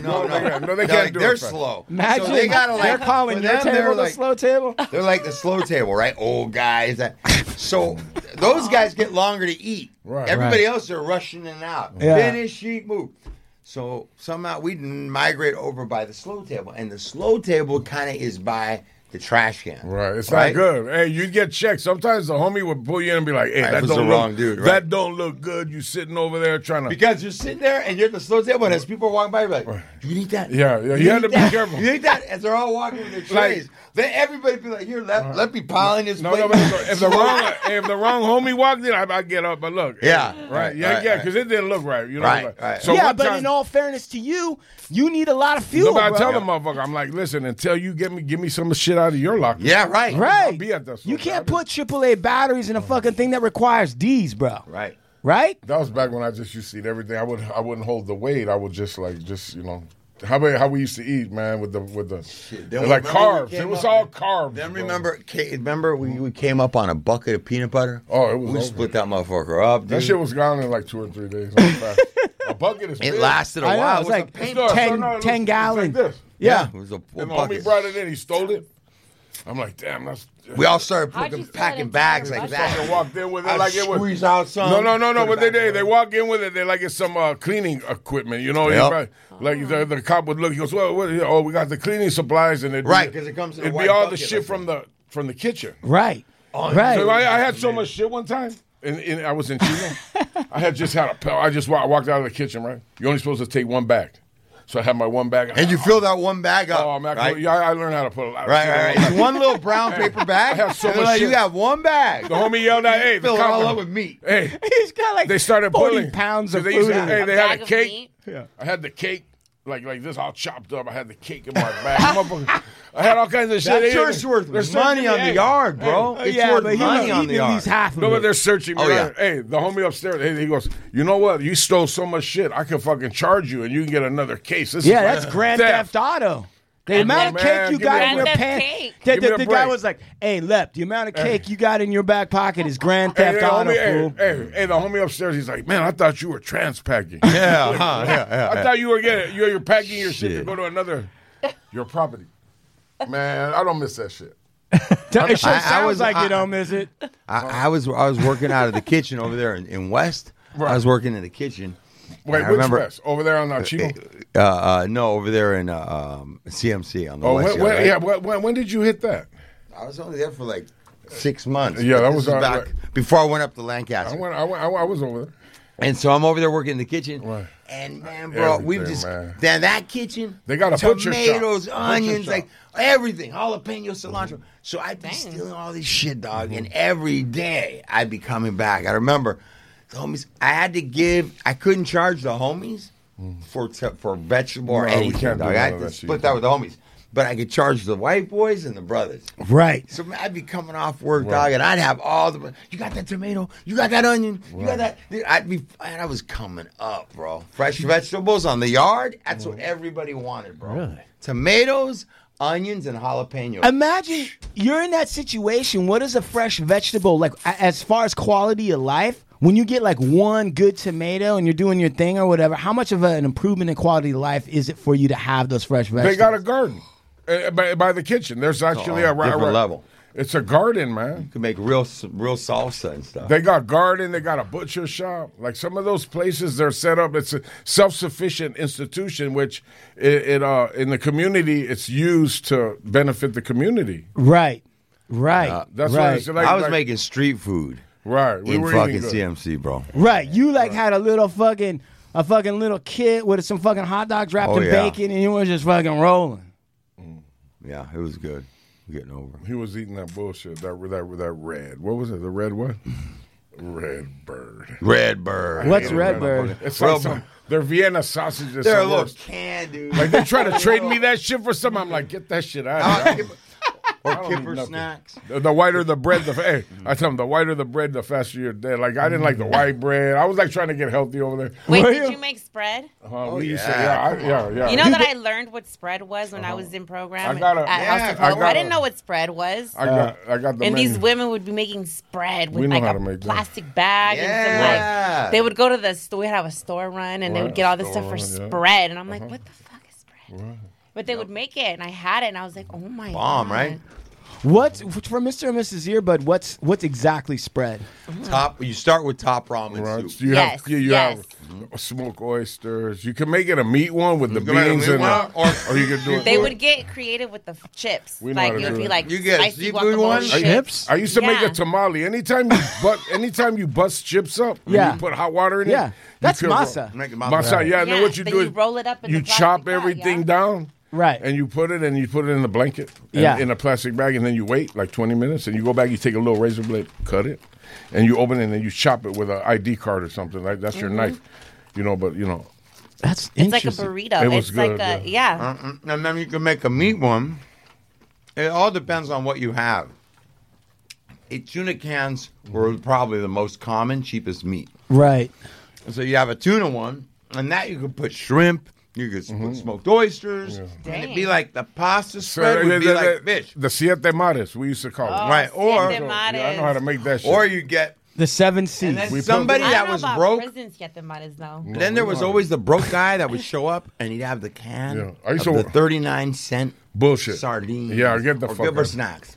S1: no, no, no,
S5: No, they
S1: no,
S5: can't- no, they can't
S1: like,
S5: do it
S1: They're
S5: fast.
S1: slow.
S4: Imagine
S1: so they gotta like
S4: they're calling
S1: for
S4: your
S1: them,
S4: table
S1: they're
S4: the
S1: like,
S4: slow table.
S1: They're like the slow table, right? Old guys. That so those guys get longer to eat.
S5: Right.
S1: Everybody else are rushing in and out.
S4: Yeah.
S1: Finish sheet move. So somehow we migrate over by the slow table, and the slow table kind of is by the trash can.
S5: Right. It's
S1: Right?
S5: not good. Hey, you get checked. Sometimes the homie would pull you in and be like, "Hey,
S1: That
S5: that,
S1: was the
S5: don't look,
S1: wrong dude, right?
S5: That don't look good. You sitting over there trying to
S1: Because you're sitting there and you're at the slow table, and as people are walking by, you're like, "Do you need that?
S5: Yeah, yeah. [laughs] You,
S1: need
S5: had to be
S1: that?
S5: careful.
S1: You need that?" As they're all walking with their
S5: Like-
S1: trays, then everybody be like, "Here, let let me piling this."
S5: No, no, but [laughs] if the- if the wrong if the wrong homie walked in, I might get up and look.
S1: Yeah,
S5: right,
S1: right,
S5: yeah,
S1: right,
S5: yeah,
S1: right.
S5: because it didn't look right. You know,
S1: Right,
S5: like-
S1: right.
S5: So
S4: [laughs] yeah,
S5: one
S4: but
S5: time-
S4: in all fairness to you, you need a lot of fuel.
S5: no, but I
S4: bro.
S5: tell the motherfucker, I'm like, listen, until you get me, give me some shit out of your locker.
S1: Yeah, right,
S4: Right.
S5: Be at this.
S4: You can't put AAA batteries in a fucking thing that requires D's, bro.
S1: Right.
S4: Right?
S5: That was back when I just used to eat everything. I would I wouldn't hold the weight. I would just like just you know how we how we used to eat, man, with the with the
S1: Then
S5: like
S1: remember we
S5: carbs.
S1: came
S5: It was
S1: up-
S5: all carbs.
S1: Then
S5: bro.
S1: remember, ca- remember we, we came up on a bucket of peanut butter.
S5: Oh, it was
S1: We
S5: over.
S1: split that motherfucker up. Dude.
S5: that shit was gone in like two or three days. It was
S4: [laughs]
S5: fast. a bucket is.
S1: It
S5: big.
S1: lasted a
S4: I know,
S1: while. It was
S4: it's
S1: a
S4: like
S1: paint-
S5: [laughs]
S4: 10
S5: it
S4: 10
S5: was-
S4: gallon.
S5: It was like this.
S4: Yeah.
S1: It was a, a
S5: And the
S1: bucket.
S5: homie brought it in. He stole it. I'm like, damn, that's.
S1: We all started
S5: How'd
S1: putting,
S5: you
S1: packing bags like
S5: They
S1: that.
S5: walked in with it
S1: I'd
S5: like it was.
S1: squeeze out some.
S5: No, no, no, no.
S1: put it
S5: What they
S1: back
S5: did, they walk in with it. They like it's some uh, cleaning equipment. You know,
S1: Yep.
S5: He probably- like the, the cop would look. He goes, "Well, what is it? oh, we got the cleaning supplies and it
S1: Right, 'cause it comes in a
S5: It'd
S1: white
S5: be all the
S1: bucket
S5: shit
S1: like
S5: from the from the kitchen.
S4: Right.
S1: Oh,
S4: right.
S5: So I, I had so much shit one time, and, and I was in Chile. I had just had a pill. I just wa- I walked out of the kitchen. Right, you're only supposed to take one bag. So I had my one bag,
S1: And you fill that one bag up.
S5: Oh man, I,
S1: right?
S5: can- yeah, I learned how to put a lot. Of shit in one
S1: Right, right, [laughs] right. It's
S5: bag.
S1: one little brown paper bag.
S5: I have so
S1: and they're
S5: much
S1: like,
S5: shit.
S1: You got one bag.
S5: The homie yelled out, "Hey, the
S1: fill it all
S5: cop-
S1: up with meat.
S5: Hey,
S4: [laughs] He's got like
S5: they started
S4: 40
S5: pulling
S4: pounds of
S5: they used
S4: food.
S5: to-
S4: in
S5: hey,
S4: it.
S5: they
S6: bag
S5: had a
S6: of
S5: cake.
S6: meat?
S4: Yeah.
S5: I had the cake like like this all chopped up. I had the cake in my bag. Motherfucker, I had all kinds of shit.
S1: That
S5: They-
S1: shirt's worth
S5: they're searching
S1: money
S5: me.
S1: on the
S5: Hey,
S1: yard,
S5: hey,
S1: bro.
S5: hey,
S1: it's
S4: yeah,
S1: worth
S4: but he was
S1: money on
S4: eating
S1: the
S4: at
S1: yard.
S4: least half of
S5: No,
S4: it.
S5: but they're searching me.
S1: Oh, yeah.
S5: Hey, the homie upstairs, hey, he goes, you know what? You stole so much shit, I can fucking charge you and you can get another case. This
S4: Yeah,
S5: is like
S4: that's Grand Theft, Auto. The
S5: Come
S4: amount
S5: on,
S4: of cake
S5: man. Give
S4: you
S5: me
S4: got
S5: a
S4: in your
S6: break.
S4: pants. The,
S6: Give
S5: me
S4: the-
S5: a
S4: the guy
S5: break.
S4: was like, "Hey, Lep, the amount of cake you got in your back pocket is Grand
S5: Hey,
S4: Theft
S5: the
S4: Auto,
S5: homie, hey,
S4: fool." [laughs]
S5: hey, hey, the homie upstairs, he's like, man, I thought you were transpacking.
S1: [laughs] Yeah, huh, yeah,
S5: [laughs]
S1: yeah,
S5: I
S1: yeah.
S5: thought you were getting, you're, you're packing your shit to
S1: Shit.
S5: go to another, your property. Man, I don't miss that shit.
S4: It sure
S1: I- I
S4: sounds
S1: was-
S4: like
S1: I-
S4: you don't miss it.
S1: I, I was I was working out of the kitchen over there in, in West. I
S5: Right.
S1: was working in the kitchen.
S5: Wait,
S1: And I
S5: which
S1: remember-
S5: West? Over there on Archivo?
S1: Uh, uh, no, over there in uh, um, CMC on the
S5: oh, when,
S1: West. Yard,
S5: when,
S1: right?
S5: yeah, when, when- when did you hit that?
S1: I was only there for like six months.
S5: Yeah,
S1: But
S5: that
S1: this
S5: was
S1: is
S5: all
S1: back
S5: right.
S1: before I went up to
S5: I
S1: Lancaster.
S5: went, I went, I went- I was over there.
S1: and so I'm over there working in the kitchen.
S5: Right.
S1: And man, bro, we've
S5: Everything,
S1: just
S5: man.
S1: then that kitchen.
S5: They got a butcher shop.
S1: tomatoes,
S5: Butcher
S1: onions,
S5: shop. Mm-hmm.
S1: like everything, jalapeno, cilantro. So I'd be stealing all this shit, dog. And every day I'd be coming back. I remember the homies. I had to give. I couldn't charge the homies for te- for vegetable or
S5: Mm-hmm. No, we
S1: anything,
S5: can't do
S1: dog. I
S5: none
S1: had
S5: of
S1: to
S5: that shit.
S1: split that with the homies. But I could charge the white boys and the brothers.
S4: Right.
S1: So man, I'd be coming off work, dog, and I'd have all the. You got that tomato? You got that onion? You got that? dude, I'd be, and I was coming up, bro. Fresh vegetables on the yard. That's
S5: Mm.
S1: what everybody wanted, bro.
S7: Really?
S1: Tomatoes, onions, and jalapenos.
S4: Imagine you're in that situation. What is a fresh vegetable like a- as far as quality of life? When you get like one good tomato and you're doing your thing or whatever, how much of a- an improvement in quality of life is it for you to have those fresh vegetables?
S5: They got a garden uh, by, by the kitchen. There's actually a ri-
S1: different
S5: ri-
S1: level.
S5: It's a garden, man.
S1: You can make real, s- real salsa and stuff.
S5: They got garden. They got a butcher shop. Like some of those places, they're set up. It's a self-sufficient institution, which it, it uh in the community, it's used to benefit the community.
S4: right, right,
S5: That's why
S4: right.
S5: it's like
S1: I was
S5: like-
S1: making street food
S5: right. We
S1: in
S5: were
S1: fucking
S5: eating good.
S1: CMC, bro.
S4: Right. You like had a little fucking a fucking little kid with some fucking hot dogs wrapped
S1: Oh,
S4: in
S1: yeah.
S4: bacon and you were just fucking rolling.
S1: Yeah, it was good. We're getting over. it.
S5: He was eating that bullshit. That that that red. What was it? The red
S1: [laughs]
S5: what? Red bird.
S1: Red bird.
S4: What's red bird?
S5: It's
S1: Well,
S5: like some, they're Vienna sausages.
S1: They're a
S5: the
S1: little
S5: worst.
S1: can, dude.
S5: Like they try to trade me that shit for something. I'm like, get that shit out.
S1: Uh,
S5: of here.
S1: or
S5: don't need
S1: kipper
S5: nothing.
S1: snacks.
S5: The, the whiter the bread, the hey, I tell them the whiter the bread, the faster you're dead. Like I didn't like the white bread. I was like trying to get healthy over there.
S6: Wait,
S5: Well,
S6: did you make spread?
S5: uh, we used to-
S1: yeah,
S5: yeah, I- yeah, yeah.
S6: You know that I learned what spread was when I was in
S5: Uh-huh.
S6: program
S5: I gotta-
S6: at House
S5: yeah,
S6: of
S5: I
S6: Polo. I,
S5: gotta-
S6: didn't know what spread was.
S5: I got, I got the
S6: and
S5: menu.
S6: these women would be making spread
S5: We
S6: with
S5: know
S6: like
S5: how
S6: a
S5: to make that.
S6: plastic bag and some
S1: Yeah.
S6: like they would go to the store. We had a store run and they would
S5: Right,
S6: get all this
S5: store
S6: stuff for
S5: run, yeah. Uh-huh.
S6: spread. And I'm like, what the fuck is spread? But they would make it and I had it and I was like, oh my
S1: Bomb,
S6: god,
S1: right?
S4: What's for Mr. and Mrs. Earbud? What's what's exactly spread?
S1: Top. You start with top ramen
S5: soup. You have, you, you have smoked oysters. You can make it a meat one with the
S1: can make it a
S5: beans
S1: meat
S5: in it,
S1: one,
S5: or, you can do it.
S6: They would get creative with the f- chips.
S5: We know
S6: like
S5: how to
S6: it would
S5: do
S6: be
S5: it.
S6: like
S5: You get a
S6: spicy
S5: seafood
S6: guacamole
S5: I-
S6: chips.
S5: I used to
S6: yeah.
S5: make a tamale. Anytime you but anytime you bust chips up, yeah.
S4: Yeah.
S5: you put hot water in it.
S4: Yeah.
S5: you
S4: That's
S5: could
S4: masa.
S5: roll-
S4: Make it
S5: Masa,
S4: masa.
S5: yeah.
S4: Right.
S5: And then
S6: Yeah,
S5: what you
S6: then
S5: do
S6: you
S5: is
S6: roll it up in
S5: you
S6: the
S5: chop
S6: plastic bag,
S5: everything
S6: yeah.
S5: down.
S4: Right.
S5: And you put it and you put it in the blanket. and-
S4: Yeah.
S5: In a plastic bag and then you wait like twenty minutes and you go back, you take a little razor blade, cut it, and you open it and then you chop it with an ID card or something. Like that's your
S6: Mhm.
S5: knife. You know, but you know.
S4: That's
S6: It's like a burrito.
S5: It was
S6: it's
S5: good.
S6: like a
S5: yeah.
S6: yeah.
S1: Uh, and then you can make a meat one. It all depends on what you have. A tuna cans were probably the most common, cheapest meat.
S4: Right.
S1: So you have a tuna one, and that you could put shrimp. You could put smoked oysters. And it'd be like the pasta spread would be like
S6: [laughs]
S5: fish. The siete mares, we used to call it.
S1: Oh, Right, or- siete
S5: Yeah, I know how to make that shit.
S1: Or you get
S4: the seven C's.
S1: And then
S5: We put-
S1: somebody
S6: I don't
S1: that
S6: know
S1: was
S6: about
S1: broke.
S6: Prisons yet the might as though.
S1: Then there was always the broke guy that would show up and he'd have the can
S5: Yeah, I used
S1: of
S5: to-
S1: the 39 cent
S5: bullshit
S1: sardines.
S5: Yeah, get the
S1: or
S5: fuck
S1: Gilbert
S5: out.
S1: snacks.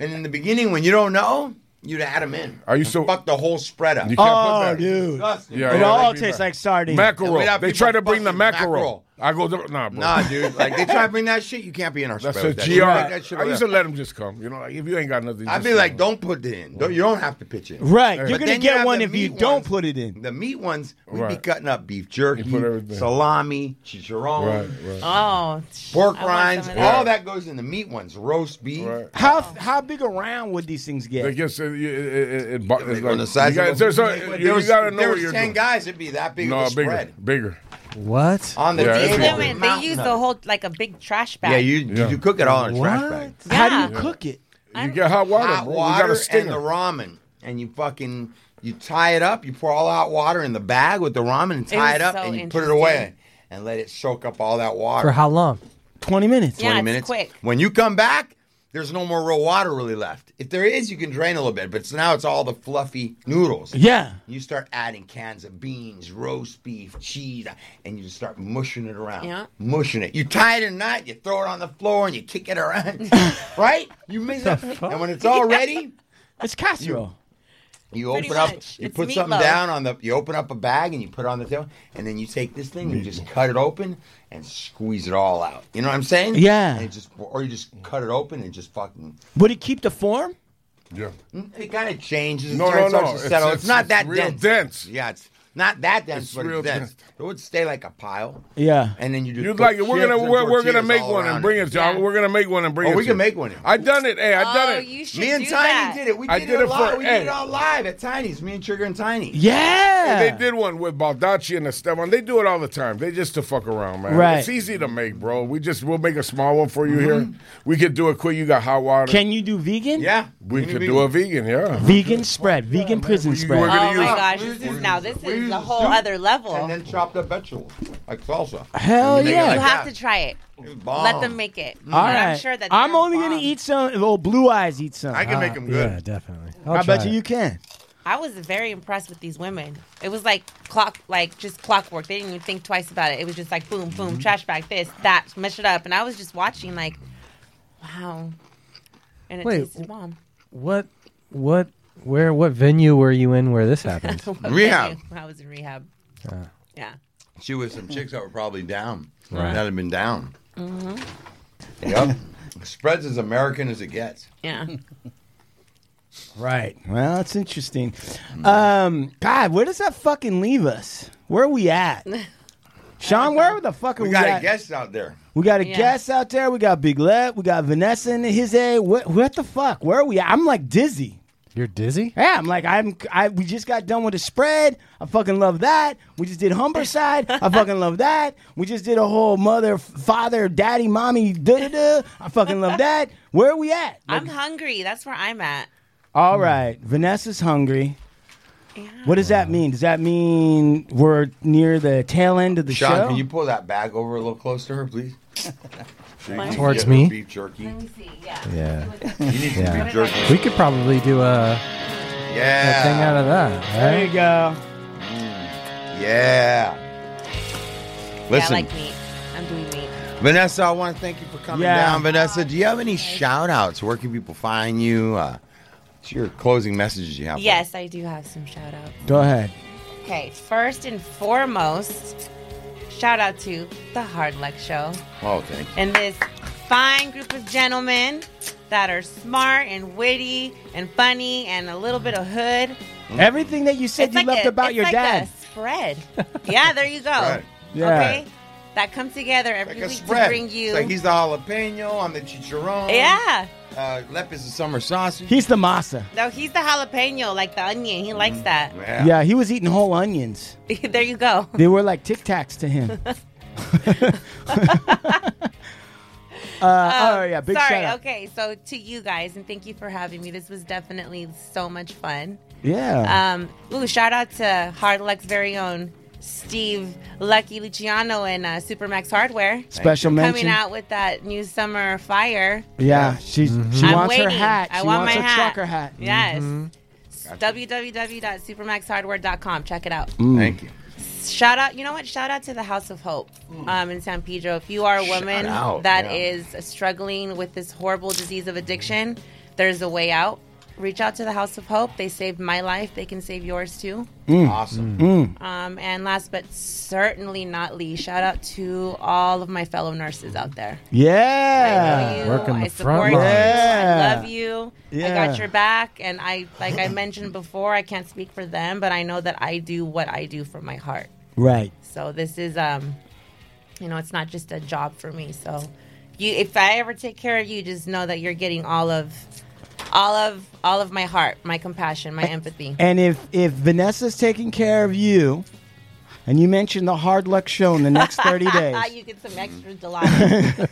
S1: And in the beginning, when you don't know, you'd add them in.
S5: I used to
S1: fuck the whole spread up.
S5: You can't
S1: Oh,
S5: put that.
S6: Oh,
S4: dude.
S5: Yeah,
S4: it
S5: yeah,
S4: all
S5: that'd be
S4: tastes
S5: bad.
S4: like sardines.
S1: We
S5: Mackerel.
S1: have
S5: They
S1: people
S5: try to bring the
S1: fucking
S5: mackerel. I go, nah, bro.
S1: Nah, dude. Like they try to bring that shit, you can't be in our
S5: That's
S1: spread.
S5: a
S1: with that
S5: GR.
S1: shit. Like, that shit
S5: I
S1: over
S5: used to
S1: there.
S5: let them just come. You know, like if you ain't got nothing.
S1: I'd
S5: just
S1: be
S5: come.
S1: like, don't put it in. Don't, you don't have to pitch it. in."
S4: Right.
S1: But
S4: You're gonna
S1: then
S4: get
S1: have
S4: one
S1: the
S4: if you
S1: meat
S4: don't
S1: ones.
S4: put it in.
S1: The meat ones, we'd be
S5: Right.
S1: cutting up beef jerky,
S5: put everything.
S1: salami, chicharron,
S5: Right, right.
S6: Oh, sh-
S1: pork
S6: I want
S1: rinds.
S6: some of
S1: All that goes in the meat ones. Roast beef.
S4: How how big around would these things
S5: I
S4: get?
S5: guess it, it, it, it, bo- it's like
S1: on the size
S5: you got,
S1: of
S5: there's a-
S1: if
S5: you,
S1: there
S5: you
S1: was,
S5: gotta
S1: if
S5: know
S1: there
S5: what
S1: was
S5: you're
S1: ten
S5: doing.
S1: guys, it'd be that big
S5: No,
S1: of a
S5: bigger,
S1: spread.
S5: bigger.
S7: What?
S1: On the
S5: Yeah,
S6: They
S5: it's
S1: table,
S5: big.
S6: do it. They
S1: mountain
S6: use
S1: of
S6: the
S1: it.
S6: whole like a big trash bag.
S1: Yeah, you you- you cook it all in a trash
S7: What?
S1: bag.
S4: How do you
S6: Yeah.
S4: cook it?
S5: You get hot water,
S1: hot
S5: bro. you got
S1: water
S5: a
S1: and
S5: stinger.
S1: the ramen, and you fucking you tie it up. You pour all out water in the bag with the ramen and tie
S6: was
S1: it, up,
S6: so
S1: and you put it
S6: interesting.
S1: away and let it soak up all that water.
S7: For how long?
S4: Twenty minutes.
S6: Yeah,
S1: 20
S6: it's
S1: minutes.
S6: quick.
S1: When you come back, there's no more real water really left. If there is, you can drain a little bit, but so now it's all the fluffy noodles.
S4: Yeah.
S1: You start adding cans of beans, roast beef, cheese, and you just start mushing it around.
S6: Yeah.
S1: Mushing it. You tie it in a knot, you throw it on the floor, and you kick it
S6: [laughs]
S1: around. right? You mix it. And when it's all ready,
S4: It's casserole.
S1: you
S6: Pretty
S1: open up,
S6: much.
S1: you
S6: It's
S1: put something
S6: meatloaf.
S1: down on the, you open up a bag and you put it on the table, and then you take this thing and you just cut it open and squeeze it all out. You know what I'm saying?
S4: Yeah.
S1: And it just, or you just cut it open and just fucking,
S4: Would it keep the form?
S5: yeah.
S1: it kind of changes. It
S5: No,
S1: starts-
S5: no,
S1: starts
S5: no.
S1: to
S5: It's-
S1: settle. It's,
S5: it's-
S1: not
S5: it's
S1: that
S5: real
S1: dense.
S5: dense.
S1: Yeah, it's not that dense,
S5: It's
S1: but
S5: real
S1: it's dense.
S5: dense.
S1: It would stay like a pile.
S4: Yeah.
S1: And then you just
S5: You'd
S1: put
S5: like it. We're
S1: chips
S5: gonna
S1: and
S5: we're, we're gonna
S1: tortillas
S5: make
S1: all
S5: one
S1: around
S5: and bring it, John. We're gonna make one and bring
S1: Oh,
S5: it.
S1: we
S5: to
S1: can
S5: you.
S1: make one.
S5: I done it. Hey, I done
S6: Oh,
S5: it.
S6: you should
S1: Me and
S6: do
S1: Tiny
S6: that.
S1: did it. We did,
S5: I
S1: it,
S5: did it
S1: live.
S5: for-
S1: we
S5: hey.
S1: did it all live at Tiny's. Me and Trigger and Tiny.
S4: Yeah.
S5: They did one with Baldacci and Esteban. They do it all the time. They just to fuck around, man.
S4: Right. Mm-hmm.
S5: It's easy to make, bro. We just we'll make a small one for you here. We could do it quick. You got hot water.
S4: Can you do vegan?
S1: Yeah.
S5: we could do a vegan, yeah.
S4: Vegan spread, vegan
S5: you
S4: prison
S5: were
S4: spread.
S5: gonna
S6: Oh
S5: use-
S6: my gosh! This is now this is a whole other level.
S1: And then chopped up vegetables like salsa.
S4: Hell
S1: And you make it
S4: yeah.
S1: like
S6: you have
S1: that.
S6: to try it.
S1: It's bomb.
S6: Let them make it.
S4: All
S6: And
S4: right.
S6: I'm sure that
S4: I'm
S6: they're
S4: only gonna
S6: bomb.
S4: eat some. Oh, blue eyes eat some. Uh,
S1: I can make them good.
S7: Yeah, definitely. I'll
S4: I
S7: try
S4: bet
S7: it.
S4: you you can.
S6: I was very impressed with these women. It was like clock, like just clockwork. They didn't even think twice about it. It was just like boom, boom, trash bag, this, that, mesh it up. And I was just watching, like, wow. And it
S7: Wait,
S6: tasted
S7: w-
S6: bomb.
S7: What? What? Where? What venue were you in where this
S4: [laughs]
S7: happened?
S6: What
S1: Rehab.
S6: venue? I was in rehab. Yeah.
S1: She was some chicks that were probably down.
S7: Right.
S1: That had been down.
S6: Mm-hmm.
S1: Yep. Spreads as American as it gets.
S6: [laughs] Yeah.
S4: Right. Well, that's interesting. Um, God, where does that fucking leave us? Where are we at? Sean, where the fuck are we,
S1: We
S5: Oh,
S1: got
S4: at?
S1: a guest out there.
S4: We got a
S6: Yeah.
S4: guest out there. We got Big Lev. We got Vanessa in his A. What, what the fuck? Where are we at? I'm like dizzy.
S7: You're dizzy.
S4: Yeah, I'm like I'm. I we just got done with a spread. I fucking love that. We just did Humberside. I fucking love that. We just did a whole mother, father, daddy, mommy, da da da. I fucking love that. Where are we at?
S6: I'm hungry. That's where I'm at.
S4: All
S1: Hmm.
S4: right, Vanessa's hungry.
S6: Yeah.
S4: What does that mean? Does that mean we're near the tail end of the
S1: Sean,
S4: show?
S1: can you pull that bag over a little close to her,
S6: [laughs]
S1: please? So you can
S7: Towards
S1: get
S7: me?
S1: her Beef jerky.
S6: Let me see. Yeah.
S7: Yeah.
S1: You need some
S7: Yeah.
S1: beef jerky.
S7: We could probably do a, a thing out
S1: Yeah.
S7: of that.
S4: there
S7: Right?
S4: you go.
S1: Yeah.
S6: Yeah, I
S1: Listen,
S6: like meat. I'm doing meat.
S1: Vanessa, I want to thank you for coming
S4: Yeah.
S1: down. Vanessa, do you have any shout outs? Where can people find you? Uh, what's your closing messages you have? for
S6: Yes, I do have some shout outs.
S4: Go ahead.
S6: Okay, first and foremost, shout out to the Hard Luck Show
S1: Oh, thank you.
S6: and this fine group of gentlemen that are smart and witty and funny and a little bit of hood.
S1: Hmm.
S4: Everything that you said
S6: It's
S4: you
S6: like
S4: loved
S6: a-
S4: about
S6: it's
S4: your
S6: like
S4: dad.
S6: A spread. yeah, there you go.
S1: Right.
S4: Yeah.
S6: Okay, that comes together every
S1: Like a
S6: week
S1: spread.
S6: to bring you.
S1: It's like he's the jalapeno, I'm the chicharron.
S6: yeah.
S1: Uh, Lep is the summer sausage.
S4: He's the masa.
S6: No, he's the jalapeno, like the onion. He likes that.
S4: Yeah. he was eating whole onions.
S6: [laughs] there you go.
S4: They were like Tic Tacs to him.
S6: [laughs]
S4: [laughs] uh, [laughs] oh yeah, big
S6: Sorry.
S4: shout out.
S6: Okay, so to you guys, and thank you for having me. This was definitely so much fun.
S4: Yeah.
S6: Um. Ooh, shout out to Hard Luck's very own Steve Lucky Luciano and uh, Supermax Hardware.
S4: Special
S6: Coming
S4: mention.
S6: out with that new summer fire.
S4: Yeah, she's
S1: Mm-hmm.
S4: she
S6: I'm
S4: wants her
S6: waiting.
S4: hat.
S6: I
S4: she
S6: want
S4: wants
S6: my
S4: her
S6: hat.
S4: trucker hat.
S6: Yes.
S4: Mhm.
S6: www.supermaxhardware.com. Check it out.
S4: Mm.
S1: Thank you.
S6: Shout out, you know what? Shout out to the House of Hope um, in San Pedro. If you are a woman
S1: Hmm. out,
S6: that
S1: yeah.
S6: is struggling with this horrible disease of addiction, there's a way out. Reach out to the House of Hope. They saved my life. They can save yours too.
S7: Mm.
S1: Awesome.
S6: Um, and last but certainly not least, shout out to all of my fellow nurses out there.
S4: Yeah.
S6: you. I support you. I love you. I
S4: Yeah.
S6: got your back. And I, like I mentioned before, I can't speak for them, but I know that I do what I do from my heart.
S4: Right.
S6: So this is, um, you know, it's not just a job for me. So, you, if I ever take care of you, just know that you're getting all of, all of, all of my heart, my compassion, my empathy.
S4: And if if Vanessa's taking care of you, and you mention the hard luck show in the next thirty days,
S6: you get some extra gelato.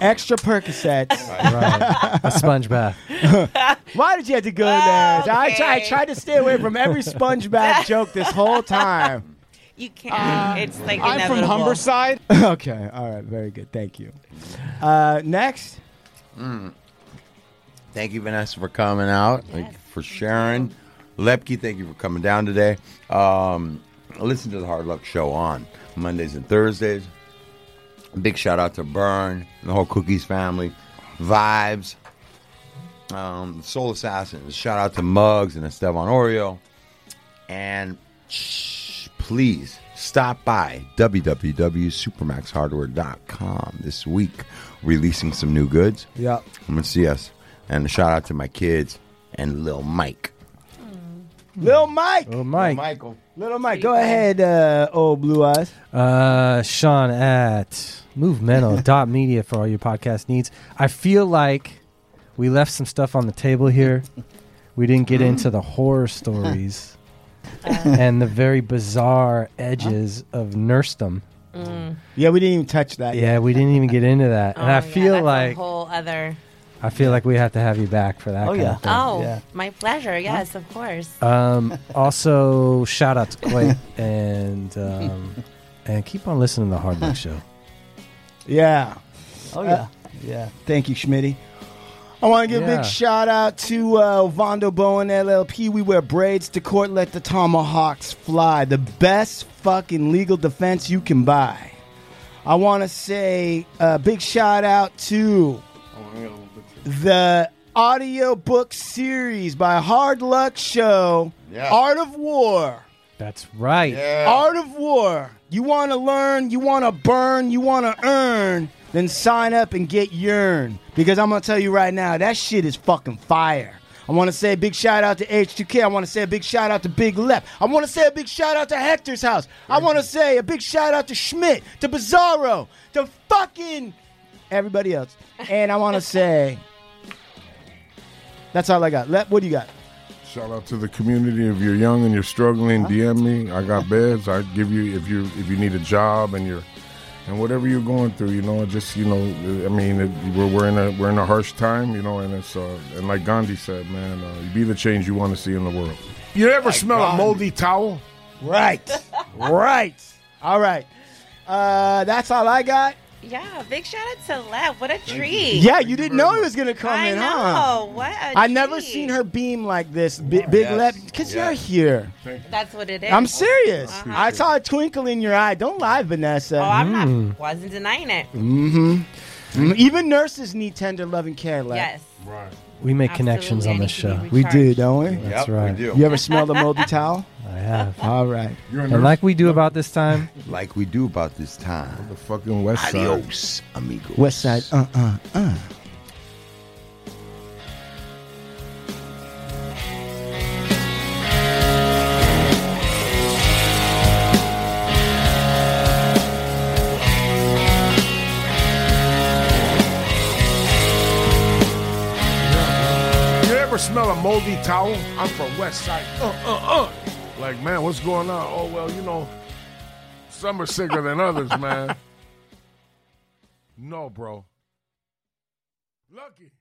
S4: extra Percocets.
S7: Right. A sponge
S4: [laughs]
S7: bath.
S4: Why did you have to go there? I, try, I tried to stay away from every sponge bath joke this whole time. [laughs]
S6: you can't. it's like
S12: I'm from
S6: inevitable. Oh,
S12: Humberside.
S4: okay. All right. Very good. Thank you. Uh, next.
S1: Mm. Thank you, Vanessa, for coming out. Thank you for sharing. Lepke, thank you for coming down today. Um, listen to the Hard Luck Show on Mondays and Thursdays. Big shout out to Burn, the whole Cookies family, Vibes, um, Soul Assassins. Shout out to Muggs and Esteban Oreo. And shh, please stop by www.supermaxhardware.com this week, releasing some new goods.
S4: Yeah.
S1: Come and see us. And a shout out to my kids and Lil Mike.
S4: Little Mike.
S7: Little Mike.
S1: Michael.
S4: Little Mike. Go ahead, uh, old blue eyes.
S7: Uh, Sean at movemental.media for all your podcast needs. I feel like we left some stuff on the table here. We didn't get into the horror
S6: [laughs]
S7: stories
S6: Uh.
S7: and the very bizarre edges of nursedom.
S4: Yeah, we didn't even touch that.
S7: Yeah, we didn't even get into that.
S6: Oh,
S7: and I
S6: yeah,
S7: feel
S6: that's
S7: like
S6: a whole other.
S7: I feel like we have to have you back for that
S4: Oh,
S7: kind
S4: yeah. Uh,
S7: of thing.
S6: Oh, my pleasure. Yes, of course.
S7: Um, also, shout out to Quay and um, and keep on listening to the Hard Luck Show.
S4: Yeah.
S8: Oh,
S4: Uh, yeah. Thank you, Schmitty. I want to give a
S7: Yeah.
S4: big shout out to uh, Vondo Bowen LLP. We wear braids to court. Let the tomahawks fly. The best fucking legal defense you can buy. I want to say a big shout out to the audiobook series by Hard Luck Show,
S7: Yeah.
S4: Art of War.
S7: That's right.
S4: Art of War. You want to learn, you want to burn, you want to earn, then sign up and get yearn. Because I'm going to tell you right now, that shit is fucking fire. I want to say a big shout out to H2K. I want to say a big shout out to Big Left. I want to say a big shout out to Hector's house. I want to say a big shout out to Schmidt, to Bizarro, to fucking everybody else. And I want to say that's all I got. Lep, what do you got?
S5: Shout out to the community. If you're young and you're struggling, DM me. I got beds. I give you if you if you need a job and you're and whatever you're going through, you know, just you know, I mean, it, we're, we're in a we're in a harsh time, you know, and it's uh, and like Gandhi said, man, uh, be the change you want to see in the world. You ever smell a moldy towel?
S4: Right. right. All right. Uh, that's all I got.
S6: Yeah, big shout out to Lev. What a treat.
S4: Yeah, you didn't know he was gonna come
S6: I
S4: in,
S6: know.
S4: huh?
S6: What a
S4: I never
S6: treat.
S4: seen her beam like this, bi- Big
S6: Yes.
S4: Lep, because you're
S6: Yes.
S4: here.
S6: That's what it is.
S4: I'm serious.
S6: Uh-huh.
S4: I saw a twinkle in your eye. Don't lie, Vanessa.
S6: Oh, I'm
S7: Mm.
S6: not. Wasn't denying it.
S4: Mm-hmm. Even nurses need tender, loving care. Lep.
S6: Yes.
S5: Right.
S7: We make connections on this show.
S4: We do, don't we?
S7: That's right.
S4: You ever smell the moldy
S6: [laughs]
S4: towel?
S7: I have.
S4: All right.
S7: And like we do about this time,
S1: like we do about this time.
S5: The fucking West
S4: Side.
S1: Adios, amigo.
S4: West Side. Uh uh uh.
S5: You ever smell a moldy towel? I'm from West Side. Uh, uh, uh. Like, man, what's going on? Oh, well, you know, some are sicker than others, man. No, bro. Lucky.